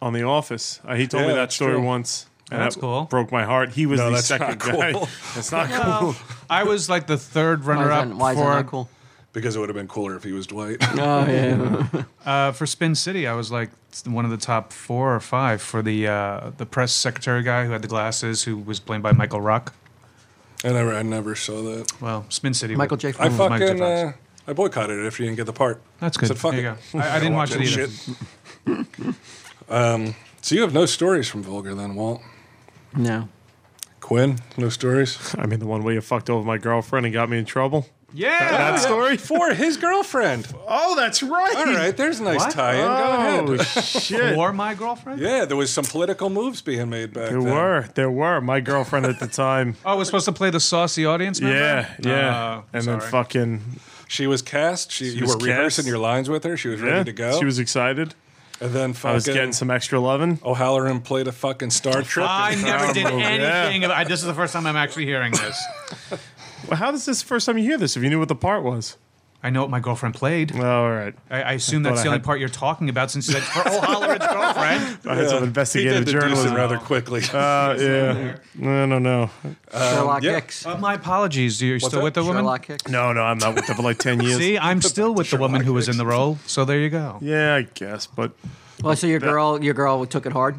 Speaker 2: on The Office. Uh, he told
Speaker 1: Yeah,
Speaker 2: me that
Speaker 1: that's
Speaker 2: story
Speaker 1: true.
Speaker 2: once. and
Speaker 9: That's
Speaker 2: that
Speaker 9: cool.
Speaker 2: Broke my heart. He was
Speaker 1: No,
Speaker 2: the
Speaker 1: that's not
Speaker 2: second guy.
Speaker 1: cool.
Speaker 2: [LAUGHS] That's not
Speaker 9: No.
Speaker 2: cool.
Speaker 9: I was like the third runner up
Speaker 1: um,
Speaker 9: for
Speaker 6: cool?
Speaker 1: Because it would have been cooler if he was Dwight. [LAUGHS]
Speaker 6: Oh yeah.
Speaker 9: uh, for Spin City. I was like one of the top four or five for the uh, the press secretary guy who had the glasses, who was played by Michael Rock.
Speaker 1: I never, I never saw that.
Speaker 2: Mm,
Speaker 9: Well, Spin City.
Speaker 6: Michael
Speaker 9: was-
Speaker 6: J.
Speaker 1: I
Speaker 6: Fox.
Speaker 9: Michael J.
Speaker 1: fucking,
Speaker 9: Fox.
Speaker 1: uh, I boycotted it if you didn't get the part.
Speaker 9: That's good.
Speaker 1: [LAUGHS] Said, fuck
Speaker 9: There you
Speaker 1: it.
Speaker 9: go. I- I didn't watch it
Speaker 1: that
Speaker 9: either.
Speaker 1: Shit. [LAUGHS] um, So you have no stories from Vulgar then, Walt?
Speaker 6: No.
Speaker 1: Quinn, no stories.
Speaker 2: [LAUGHS] I mean, the one where you fucked over my girlfriend and got me in trouble.
Speaker 9: Yeah,
Speaker 2: that, that story
Speaker 1: for his girlfriend.
Speaker 2: Oh, that's right.
Speaker 1: [LAUGHS] All right, there's a nice
Speaker 2: What?
Speaker 1: tie-in. Go
Speaker 2: Oh,
Speaker 1: ahead.
Speaker 2: shit.
Speaker 9: For my girlfriend?
Speaker 1: [LAUGHS] Yeah, there was some political moves being made back
Speaker 2: There
Speaker 1: then.
Speaker 2: were, there were. My girlfriend at the [LAUGHS] time.
Speaker 9: Oh, we're supposed to play the saucy audience member?
Speaker 2: Yeah, yeah.
Speaker 9: Oh,
Speaker 2: and then
Speaker 9: sorry.
Speaker 2: fucking.
Speaker 1: She was cast. She, you
Speaker 2: was
Speaker 1: were rehearsing
Speaker 2: cast.
Speaker 1: your lines with her. She was ready
Speaker 2: yeah,
Speaker 1: to go.
Speaker 2: She was excited.
Speaker 1: And then
Speaker 2: I was
Speaker 1: fucking-
Speaker 2: getting some extra loving.
Speaker 1: O'Halloran played a fucking Star Trek.
Speaker 9: I never did
Speaker 2: Yeah.
Speaker 9: anything. About, I, this is the first time I'm actually hearing this.
Speaker 2: Well, how is this the first time you hear this? If you knew what the part was,
Speaker 9: I know what my girlfriend played.
Speaker 2: Oh, all right.
Speaker 9: I, I assume
Speaker 2: I thought
Speaker 9: that's the
Speaker 2: I
Speaker 9: only
Speaker 2: had-
Speaker 9: part you're talking about since you said for O'Halloran's girlfriend.
Speaker 2: I had
Speaker 1: Yeah.
Speaker 2: some investigative
Speaker 1: He did deduce it
Speaker 2: journalism
Speaker 1: rather quickly.
Speaker 2: Uh, yeah. I don't know.
Speaker 6: Sherlock
Speaker 1: um, yeah.
Speaker 6: Hicks.
Speaker 9: Uh, my apologies. You're still
Speaker 1: that?
Speaker 9: with the woman?
Speaker 6: Sherlock Hicks.
Speaker 2: No, no, I'm not with them for
Speaker 1: [LAUGHS]
Speaker 2: like ten years.
Speaker 9: See, I'm still with the woman who was in the role, so there you go.
Speaker 2: Yeah, I guess, but
Speaker 6: Well, so your girl, your girl took it hard.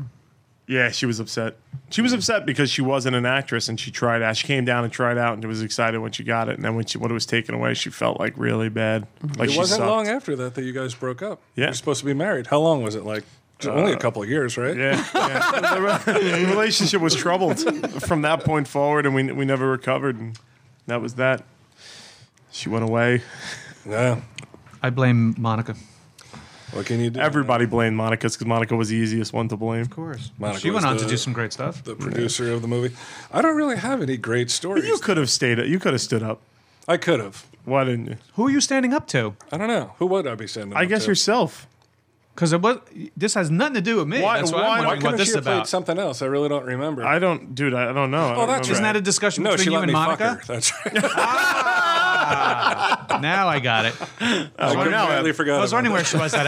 Speaker 2: yeah, she was upset. She was upset because she wasn't an actress and she tried out. She came down and tried out and was excited when she got it, and then when she when it was taken away, she felt like really bad. Like
Speaker 1: Mm-hmm. It
Speaker 2: she
Speaker 1: wasn't
Speaker 2: sucked.
Speaker 1: long after that that you guys broke up.
Speaker 2: Yeah. Uh,
Speaker 1: You're supposed to be married. How long was it? Like j- only a couple of years, right?
Speaker 2: Yeah, yeah. the relationship was troubled from that point forward, and we we never recovered. And that was that. She went away.
Speaker 1: Yeah.
Speaker 9: I blame Monica.
Speaker 1: What can you do?
Speaker 2: Everybody blamed Monica because Monica was the easiest one to blame.
Speaker 9: Of course.
Speaker 1: Monica
Speaker 9: she
Speaker 1: was
Speaker 9: went on to
Speaker 1: the-
Speaker 9: do some great stuff.
Speaker 1: the producer of the movie. I don't really have any great stories.
Speaker 2: You could have stayed. You could have stood up.
Speaker 1: I could have.
Speaker 2: Why didn't you?
Speaker 9: Who are you standing up to?
Speaker 1: I don't know. Who would I be sending?
Speaker 2: I
Speaker 1: it
Speaker 2: guess
Speaker 1: to?
Speaker 2: yourself.
Speaker 9: Because it was this has nothing to do with me.
Speaker 2: Why-
Speaker 9: That's why,
Speaker 2: why-
Speaker 9: I'm
Speaker 2: why
Speaker 9: wondering what
Speaker 1: Couldn't
Speaker 9: this
Speaker 1: she
Speaker 9: is
Speaker 1: have played
Speaker 9: about.
Speaker 1: something else? I really don't remember.
Speaker 2: I don't, dude. I I don't know. I don't
Speaker 1: Oh, that's
Speaker 2: remember.
Speaker 9: Isn't that a discussion
Speaker 1: no, she
Speaker 9: between
Speaker 1: let
Speaker 9: you and
Speaker 1: me
Speaker 9: Monica?
Speaker 1: fuck her. That's
Speaker 2: [LAUGHS]
Speaker 1: right.
Speaker 9: [LAUGHS] Now I got it.
Speaker 1: [LAUGHS] I
Speaker 2: no,
Speaker 1: completely
Speaker 2: I-
Speaker 1: forgot.
Speaker 9: I was
Speaker 1: about
Speaker 9: wondering where she was that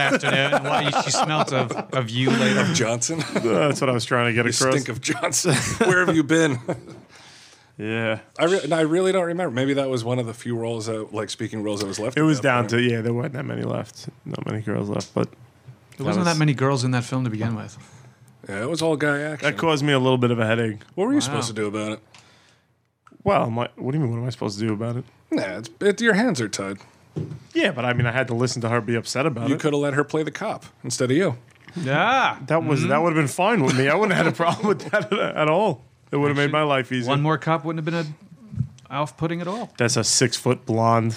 Speaker 1: [LAUGHS]
Speaker 9: afternoon and why she smelt of, of you later.
Speaker 1: that.
Speaker 2: [LAUGHS]
Speaker 1: Johnson.
Speaker 2: Uh, that's what I was trying to get
Speaker 1: You
Speaker 2: across.
Speaker 1: stink of
Speaker 2: [LAUGHS]
Speaker 1: Johnson. Where have you been?
Speaker 2: yeah,
Speaker 1: I, re- and I really don't remember. Maybe that was one of the few roles that, like speaking roles, that was left.
Speaker 2: it
Speaker 1: at
Speaker 2: was
Speaker 1: that
Speaker 2: down
Speaker 1: point.
Speaker 2: to yeah. There weren't that many left. Not many girls left, but
Speaker 9: There wasn't that many girls in that film to begin with.
Speaker 1: Yeah, it was all guy action.
Speaker 2: that caused me a little bit of a headache.
Speaker 1: what were you supposed to do about it?
Speaker 2: Well, I'm like, what do you mean? What am I supposed to do about it?
Speaker 1: Nah, it's, it, your hands are tied.
Speaker 2: Yeah, but I mean, I had to listen to her be upset about
Speaker 1: You
Speaker 2: it.
Speaker 1: could have let her play the cop instead of you.
Speaker 9: Yeah.
Speaker 2: That was
Speaker 1: Mm-hmm.
Speaker 2: that would have been fine with me. I wouldn't have had a problem with that at- at all. It would have made my life easier.
Speaker 9: One more cop wouldn't have been a off putting at all.
Speaker 2: That's a six foot blonde.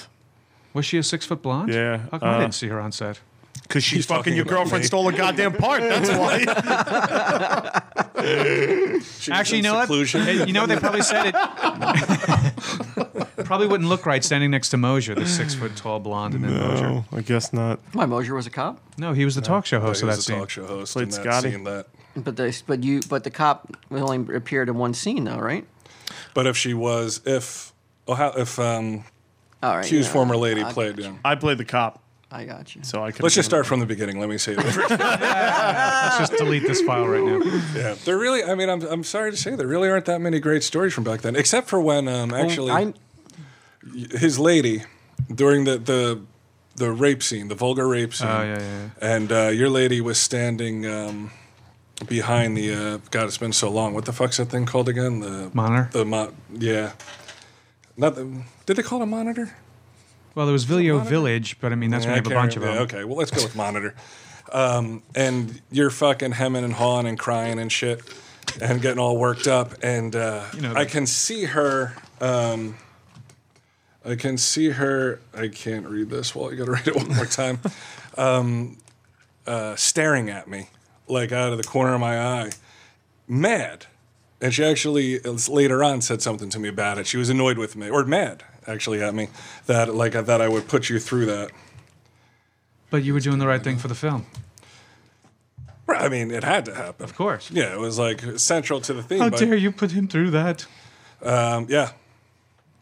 Speaker 9: Was she a six foot blonde?
Speaker 2: Yeah,
Speaker 9: How come I
Speaker 2: uh,
Speaker 9: didn't see her on set?
Speaker 2: Because she's fucking
Speaker 1: talking
Speaker 2: your
Speaker 1: about
Speaker 2: girlfriend stole a goddamn part. That's why.
Speaker 1: She was
Speaker 9: Actually, you
Speaker 1: in
Speaker 9: know what? [LAUGHS]
Speaker 1: seclusion.
Speaker 9: Hey, You know what they probably said?
Speaker 1: [LAUGHS]
Speaker 9: It probably wouldn't look right standing next to Mosier, the six foot tall blonde, and then
Speaker 2: [LAUGHS]
Speaker 9: Mosier.
Speaker 2: no, I guess not.
Speaker 6: My Mosier was a cop,
Speaker 9: No, he was the talk show host
Speaker 1: He
Speaker 9: of
Speaker 1: was
Speaker 9: that
Speaker 1: a
Speaker 9: scene.
Speaker 1: talk show host.
Speaker 2: Played
Speaker 1: in that
Speaker 2: Scotty.
Speaker 1: Scene that.
Speaker 6: but they, but you, but the cop only appeared in one scene though, right?
Speaker 1: But if she was, if oh, how, if um,
Speaker 6: All right.
Speaker 1: Q's
Speaker 6: yeah,
Speaker 1: former lady
Speaker 6: I-
Speaker 1: played him.
Speaker 2: I played the cop,
Speaker 6: I got you.
Speaker 2: so I could.
Speaker 1: Let's just start from the beginning. Let me say
Speaker 9: [LAUGHS]
Speaker 1: that.
Speaker 9: Let's just delete this file right
Speaker 1: [LAUGHS]
Speaker 9: now. Oh,
Speaker 1: yeah, there really. I mean, I'm I'm sorry to say there really aren't that many great stories from back then, except for when um actually
Speaker 6: I,
Speaker 1: his lady during the the the rape scene, the vulgar rape scene.
Speaker 9: Oh, yeah, yeah,
Speaker 1: And uh, your lady was standing um, behind the. Uh, God, it's been so long. What the fuck's that thing called again? The
Speaker 9: Monitor?
Speaker 1: The mo- yeah. Not the, did they call it a monitor?
Speaker 9: Well, there was Vilio Village, but I mean, that's
Speaker 1: Yeah,
Speaker 9: when you have
Speaker 1: I can't
Speaker 9: a bunch of them.
Speaker 1: remember. Yeah, okay, well, let's go with monitor. Um, and you're fucking hemming and hawing and crying and shit and getting all worked up. And uh,
Speaker 9: know
Speaker 1: I
Speaker 9: that.
Speaker 1: can see her. Um, I can see her. I can't read this. Well, you got to [LAUGHS] read it one more time. um, uh, staring at me, like out of the corner of my eye, mad. And she actually uh, later on said something to me about it. She was annoyed with me, or mad actually at me, that like that I would put you through that.
Speaker 9: But you were doing the right thing for the film.
Speaker 1: Right, I mean, it had to happen.
Speaker 9: Of course.
Speaker 1: Yeah, it was like central to the theme.
Speaker 9: How
Speaker 1: but,
Speaker 9: dare you put him through that?
Speaker 1: Um, yeah.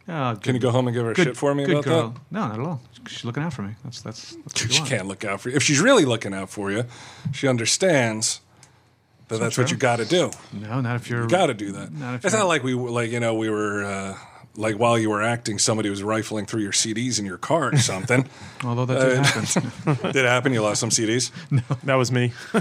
Speaker 9: Oh, good,
Speaker 1: Can you go home and give her shit for me
Speaker 9: good
Speaker 1: about
Speaker 9: girl. No, not at all. She's looking out for me. That's that's. that's
Speaker 1: that? [LAUGHS]
Speaker 9: what
Speaker 1: She
Speaker 9: you want.
Speaker 1: can't look out for you. If she's really looking out for you, she understands that that's what
Speaker 9: true.
Speaker 1: you got to do.
Speaker 9: No, not if you're.
Speaker 1: You got to do that.
Speaker 9: Not if
Speaker 1: it's
Speaker 9: you're-
Speaker 1: not like we were- like you know we were uh, like while you were acting, somebody was rifling through your CDs in your
Speaker 9: [LAUGHS]
Speaker 1: car or something.
Speaker 9: Although that did
Speaker 1: Uh, [LAUGHS]
Speaker 9: happen.
Speaker 1: Did it happen? You lost some CDs.
Speaker 2: That was me. [LAUGHS]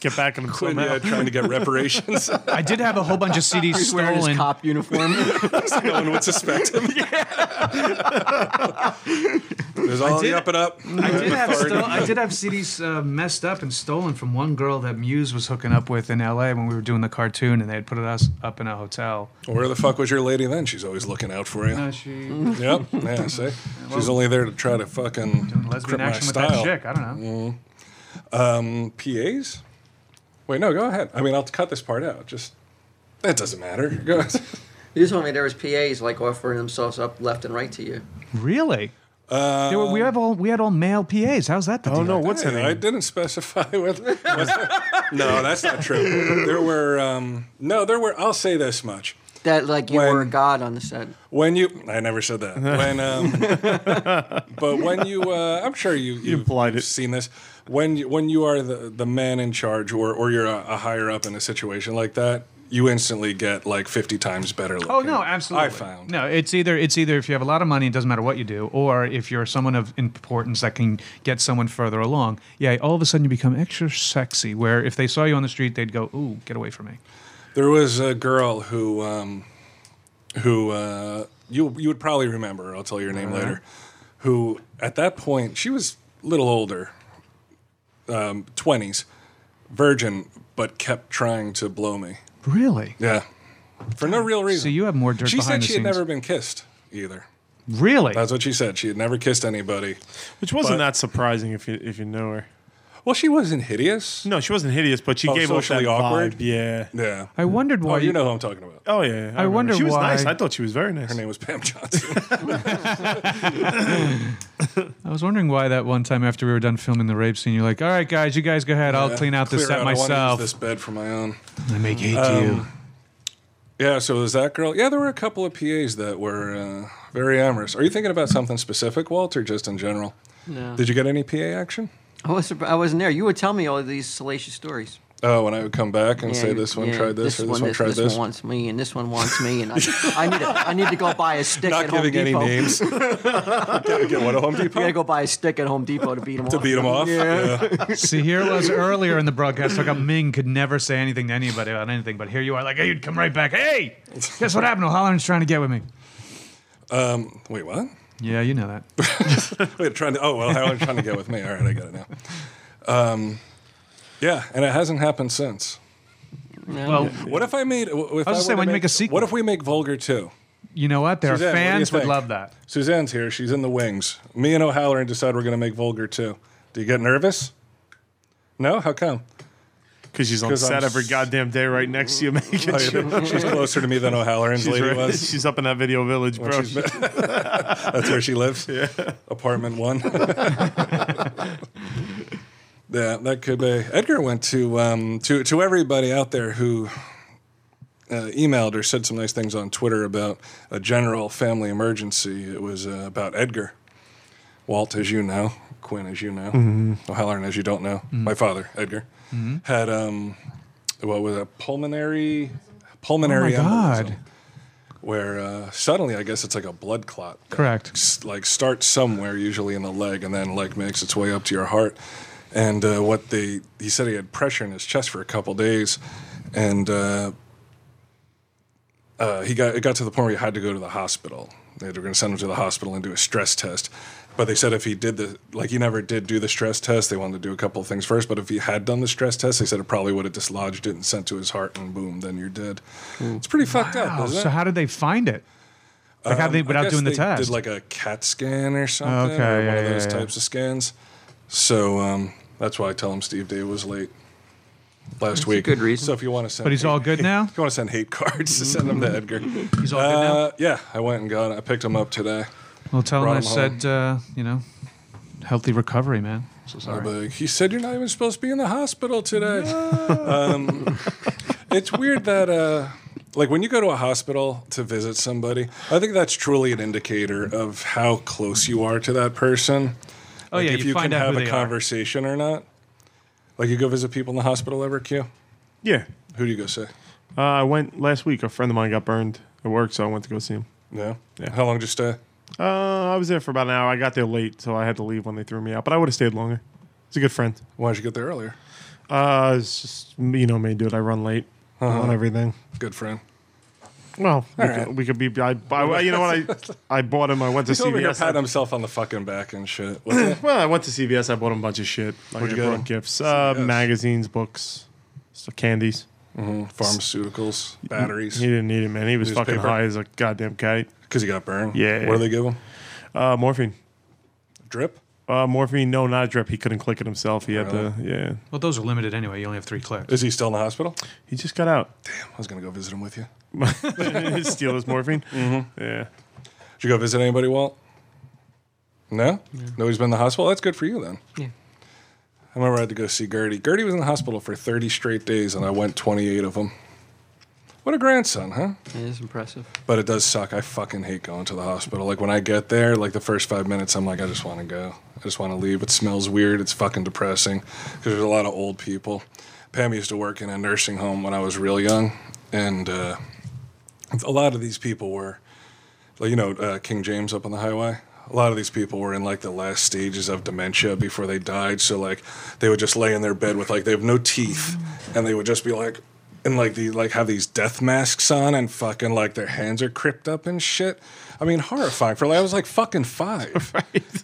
Speaker 2: Get back in the
Speaker 1: Quinn,
Speaker 2: somehow.
Speaker 1: yeah, trying to get
Speaker 9: [LAUGHS]
Speaker 1: reparations.
Speaker 9: I did have a
Speaker 1: [LAUGHS]
Speaker 9: whole bunch of CDs
Speaker 6: He's wearing his
Speaker 9: stolen.
Speaker 6: cop uniform.
Speaker 9: [LAUGHS]
Speaker 1: no one would suspect him. There's all the up and up.
Speaker 12: I did have
Speaker 1: Authority.
Speaker 12: still-
Speaker 9: I did have CDs uh, messed up and stolen from one girl that Muse was hooking up with in LA when we were doing the cartoon, and they had put us up in a hotel.
Speaker 1: Where the fuck was your lady then? She's always looking out for you. [LAUGHS]
Speaker 9: No, she-
Speaker 1: Yep.
Speaker 9: [LAUGHS]
Speaker 1: Yeah. See, she's
Speaker 9: well-
Speaker 1: only there to try to fucking crip my
Speaker 9: action with
Speaker 1: style.
Speaker 9: that chick, I don't
Speaker 1: know. Um, PAs. Wait, no. Go ahead. I mean, I'll cut this part out. Just that doesn't matter. Go.
Speaker 4: You told me there was PAs like offering themselves up left and right to you.
Speaker 9: Really? They were- we have all we had all male PAs. How's that? The oh no,
Speaker 1: Hey, I didn't specify [LAUGHS] what. what's
Speaker 9: [LAUGHS]
Speaker 1: that? no, that's not true. There were um, no. There were. I'll say this much.
Speaker 4: That like you were a god on the set.
Speaker 1: When you, I never said that. When, um, but when you, uh, I'm sure you you've, you've seen this. When you, when you are the the man in charge, or or you're a, a higher up in a situation like that, you instantly get like 50 times better. Looking.
Speaker 9: Oh no, absolutely.
Speaker 1: I found.
Speaker 9: No, it's either it's either if you have a lot of money, it doesn't matter what you do, or if you're someone of importance that can get someone further along. Yeah, all of a sudden you become extra sexy. Where if they saw you on the street, they'd go, "Ooh, get away from me."
Speaker 1: There was a girl who, um, who uh, you you would probably remember. her. I'll tell you her name
Speaker 9: All right.
Speaker 1: later. Who at that point she was a little older, um, twenties, virgin, but kept trying to blow me.
Speaker 9: Really?
Speaker 1: Yeah, for no real reason.
Speaker 9: So you have more dirt
Speaker 1: she said
Speaker 9: behind the
Speaker 1: she had
Speaker 9: scenes.
Speaker 1: never been kissed either.
Speaker 9: Really?
Speaker 1: That's what she said. She had never kissed anybody,
Speaker 2: Which wasn't that surprising if you if you know her.
Speaker 1: Well, she wasn't hideous.
Speaker 2: No, she wasn't hideous, but she
Speaker 1: Oh,
Speaker 2: gave off that
Speaker 1: socially awkward?
Speaker 2: vibe. Yeah,
Speaker 1: yeah.
Speaker 9: I wondered why
Speaker 1: Oh, you
Speaker 9: you-
Speaker 1: know who I'm talking about.
Speaker 2: Oh yeah,
Speaker 9: I
Speaker 2: remember.
Speaker 9: wonder
Speaker 2: She was
Speaker 9: why-
Speaker 2: nice. I thought she was very nice. Her
Speaker 1: name was Pam Johnson.
Speaker 9: I was wondering why that one time after we were done filming the rape scene, you're like, "All right, guys, you guys go ahead. [LAUGHS] I'll
Speaker 1: Yeah,
Speaker 9: clean out this
Speaker 1: clear
Speaker 9: set
Speaker 1: I wanna use
Speaker 9: myself."
Speaker 1: this bed for my own. Um,
Speaker 9: I may hate you.
Speaker 1: Yeah, so was that girl? Yeah, there were a couple of PAs that were uh, very amorous. Are you thinking about something specific, Walt, or just in general?
Speaker 4: No.
Speaker 1: Did you get any PA action?
Speaker 4: I was I wasn't there. You would tell me all these salacious stories.
Speaker 1: Oh, and I would come back and
Speaker 4: Yeah,
Speaker 1: say this one
Speaker 4: yeah,
Speaker 1: tried this, or this one, tried this.
Speaker 4: This one wants me, and this one wants me, and I, I need a, I need to go buy a stick
Speaker 1: Not
Speaker 4: at Home
Speaker 1: giving any
Speaker 4: Depot.
Speaker 1: names. [LAUGHS]
Speaker 4: gotta
Speaker 1: get one at Home Depot.
Speaker 4: You gotta go buy a stick at Home Depot to beat them
Speaker 1: To
Speaker 4: off.
Speaker 1: beat 'em off?
Speaker 4: Yeah.
Speaker 9: See, here it was earlier in the broadcast. Like, Ming could never say anything to anybody about anything, but here you are, like, hey, you'd come right back. Hey, guess what happened? O'Halloran's trying to get with me.
Speaker 1: Um, [LAUGHS] wait, what?
Speaker 9: Yeah, you know that.
Speaker 1: Wait, trying to. Oh well, how are you trying to get with me? All right, I got it now. Um, yeah, and it hasn't happened since.
Speaker 9: Well-
Speaker 1: what if I made? If I
Speaker 9: was gonna say,
Speaker 1: were to
Speaker 9: why don't you make a sequel?
Speaker 1: What if we make Vulgar Two?
Speaker 9: You know what? Their
Speaker 1: Suzanne, what do you
Speaker 9: fans would
Speaker 1: think?
Speaker 9: love that.
Speaker 1: Suzanne's here. She's in the wings. Me and O'Halloran decide we're going to make Vulgar too. Do you get nervous? No? How [LAUGHS] come?
Speaker 2: Because she's on set every goddamn day right next to you, [LAUGHS] making sure.
Speaker 1: She's closer to me than O'Halloran's
Speaker 2: She's
Speaker 1: lady
Speaker 2: right-
Speaker 1: was.
Speaker 2: [LAUGHS] She's up in that video village,
Speaker 1: When
Speaker 2: bro.
Speaker 1: she's been- That's where she
Speaker 9: [LAUGHS]
Speaker 1: lives. Yeah. Apartment one. yeah, that could be. Edgar went to um, to to everybody out there who uh, emailed or said some nice things on Twitter about a general family emergency. It was uh, about Edgar, Walt, as you know, Quinn, as you know,
Speaker 9: Mm-hmm.
Speaker 2: Mhm.
Speaker 1: O'Halloran, as you don't know.
Speaker 2: Mhm.
Speaker 1: My father, Edgar,
Speaker 2: Mhm.
Speaker 1: had um, what was a pulmonary
Speaker 9: oh my
Speaker 1: pulmonary embolism
Speaker 9: god!
Speaker 1: where uh, suddenly I guess it's like a blood clot. that
Speaker 9: Correct.
Speaker 1: s- like starts somewhere, usually in the leg, and then like makes its way up to your heart. And uh, what they he said he had pressure in his chest for a couple days, and uh, uh, he got it got to the point where he had to go to the hospital. They were going to send him to the hospital and do a stress test. But they said if he did the like he never did do the stress test, they wanted to do a couple of things first. But if he had done the stress test, they said it probably would have dislodged it and sent to his heart, and boom, then you're dead. It's pretty fucked up.
Speaker 9: Wow.
Speaker 1: isn't it?
Speaker 9: Oh, So how did they find it? Like how
Speaker 1: Um,
Speaker 9: they
Speaker 1: I
Speaker 9: without
Speaker 1: guess
Speaker 9: doing the
Speaker 1: they
Speaker 9: test?
Speaker 1: Did like a CAT scan or something,
Speaker 9: Okay,
Speaker 1: or one
Speaker 9: yeah,
Speaker 1: of those
Speaker 9: yeah, yeah.
Speaker 1: types of scans. So um, that's why I tell him Steve Day was late last
Speaker 9: That's a
Speaker 1: week.
Speaker 9: good reason.
Speaker 1: So if you want to send,
Speaker 9: But he's all good now?
Speaker 1: [LAUGHS] If you want to send hate cards, [LAUGHS] to send them to Edgar.
Speaker 9: He's all good now?
Speaker 1: Uh, yeah, I went and got. I picked him up today.
Speaker 9: well, tell them
Speaker 1: Brought
Speaker 9: I
Speaker 1: him
Speaker 9: said, uh, you know, healthy recovery, man. So
Speaker 1: I'm
Speaker 9: sorry.
Speaker 1: like, he said you're not even supposed to be in the hospital today. um, it's weird that, uh, like, when you go to a hospital to visit somebody, I think that's truly an indicator of how close you are to that person.
Speaker 9: Oh,
Speaker 1: Like,
Speaker 9: yeah,
Speaker 1: if
Speaker 9: you
Speaker 1: you,
Speaker 9: find
Speaker 1: can
Speaker 9: out
Speaker 1: have
Speaker 9: who
Speaker 1: a
Speaker 9: they are.
Speaker 1: conversation or not. Like, you go visit people in the hospital ever, Q?
Speaker 2: [LAUGHS] Yeah.
Speaker 1: Who do you go see?
Speaker 2: Uh, I went last week. A friend of mine got burned at work, so I went to go see him.
Speaker 1: No. Yeah. How long did you stay?
Speaker 2: Uh, I was there for about an hour. I got there late, so I had to leave when they threw me out. But I would have stayed longer. He's a good friend.
Speaker 1: Why did you get there earlier?
Speaker 2: Uh, it's just you know me, dude. I run late
Speaker 1: Uh-huh.
Speaker 2: on everything.
Speaker 1: Good friend.
Speaker 2: Well, we,
Speaker 1: All
Speaker 2: could, we could be. I, I, you
Speaker 1: [LAUGHS]
Speaker 2: know what? I I bought him. I went to
Speaker 1: He's over here
Speaker 2: CVS.
Speaker 1: patting himself on the fucking back and shit. What's [COUGHS] it?
Speaker 2: well, I went to CVS. I bought him a bunch of shit. Like
Speaker 1: What'd
Speaker 2: I
Speaker 1: you get
Speaker 2: brought
Speaker 1: him?
Speaker 2: gifts, uh, magazines, books, stuff, candies,
Speaker 1: pharmaceuticals, batteries.
Speaker 2: He didn't need it, man. He was fucking
Speaker 1: Newspaper.
Speaker 2: high as a goddamn kite
Speaker 1: because he got burned.
Speaker 2: Yeah.
Speaker 1: What do they give him?
Speaker 2: Uh, morphine.
Speaker 1: Drip.
Speaker 2: Uh, morphine. No, not a drip. He couldn't click it himself. He
Speaker 1: Really?
Speaker 2: had to. Yeah.
Speaker 9: Well, those are limited anyway. You only have three clicks.
Speaker 1: Is he still in the hospital?
Speaker 2: He just got
Speaker 1: [LAUGHS]
Speaker 2: out. [LAUGHS]
Speaker 1: Damn, I was gonna go visit him with you.
Speaker 2: Steal his morphine.
Speaker 1: Mm-hmm.
Speaker 2: Yeah.
Speaker 1: Did you go visit anybody, Walt? No. Nobody's been in the hospital. That's good for you then.
Speaker 4: Yeah.
Speaker 1: I remember I had to go see Gertie. Gertie was in the hospital for 30 straight days, and I went 28 of them. What a grandson, huh?
Speaker 4: It is impressive.
Speaker 1: But it does suck. I fucking hate going to the hospital. Like when I get there, like the first five minutes, I'm like, I just want to go. I just want to leave. It smells weird. It's fucking depressing because there's a lot of old people. Pam used to work in a nursing home when I was real young, and uh, a lot of these people were, like, you know, uh, King James up on the highway. A lot of these people were in like the last stages of dementia before they died. So like they would just lay in their bed with like they have no teeth, and they would just be like, and like the like have these death masks on and fucking like their hands are cripped up and shit. I mean, horrifying. For like I was like fucking five,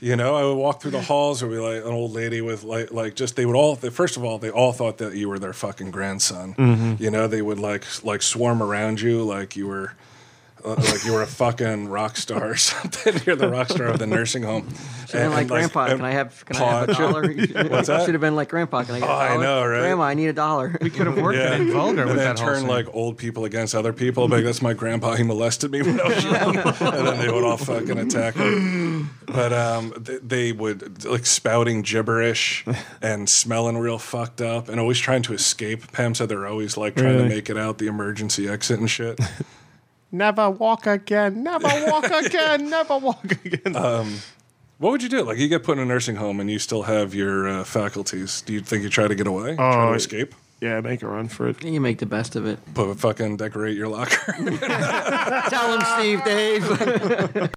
Speaker 1: you know. I would walk through the halls. Would be like an old lady with like like just they would all they, first of all they all thought that you were their fucking grandson.
Speaker 11: Mhm.
Speaker 1: You know they would like like swarm around you like you were uh, like you were a fucking rock star or [LAUGHS] something. You're the rock star of the nursing home.
Speaker 4: Should have been like grandpa. can I have can I have
Speaker 1: paw-
Speaker 4: a dollar?
Speaker 1: [LAUGHS] What's that?
Speaker 4: Should have been like grandpa. Can I get
Speaker 1: Oh,
Speaker 4: a
Speaker 1: I
Speaker 4: dollar?
Speaker 1: know, right?
Speaker 4: Grandma, I need a dollar. We could have
Speaker 1: Yeah. [LAUGHS]
Speaker 9: vulgar
Speaker 1: and then
Speaker 9: with that whole
Speaker 1: turn
Speaker 9: scene.
Speaker 1: like old people against other people. Like that's my grandpa. He molested me when I was
Speaker 4: [LAUGHS]
Speaker 1: young, and then they would all fucking attack him. But um, they, they would like spouting gibberish and smelling real fucked up, and always trying to escape. Pam said they're always like trying
Speaker 2: Really?
Speaker 1: to make it out the emergency exit and shit.
Speaker 2: Never walk again. Never walk again. [LAUGHS] Never walk again.
Speaker 1: Um, what would you do? Like you get put in a nursing home and you still have your uh, faculties. Do you think you try to get away? try
Speaker 2: Oh,
Speaker 1: to escape?
Speaker 2: Yeah, make a run for it.
Speaker 4: You make the best of it.
Speaker 1: Put fucking decorate your locker. [LAUGHS]
Speaker 4: Tell him, Steve, Dave.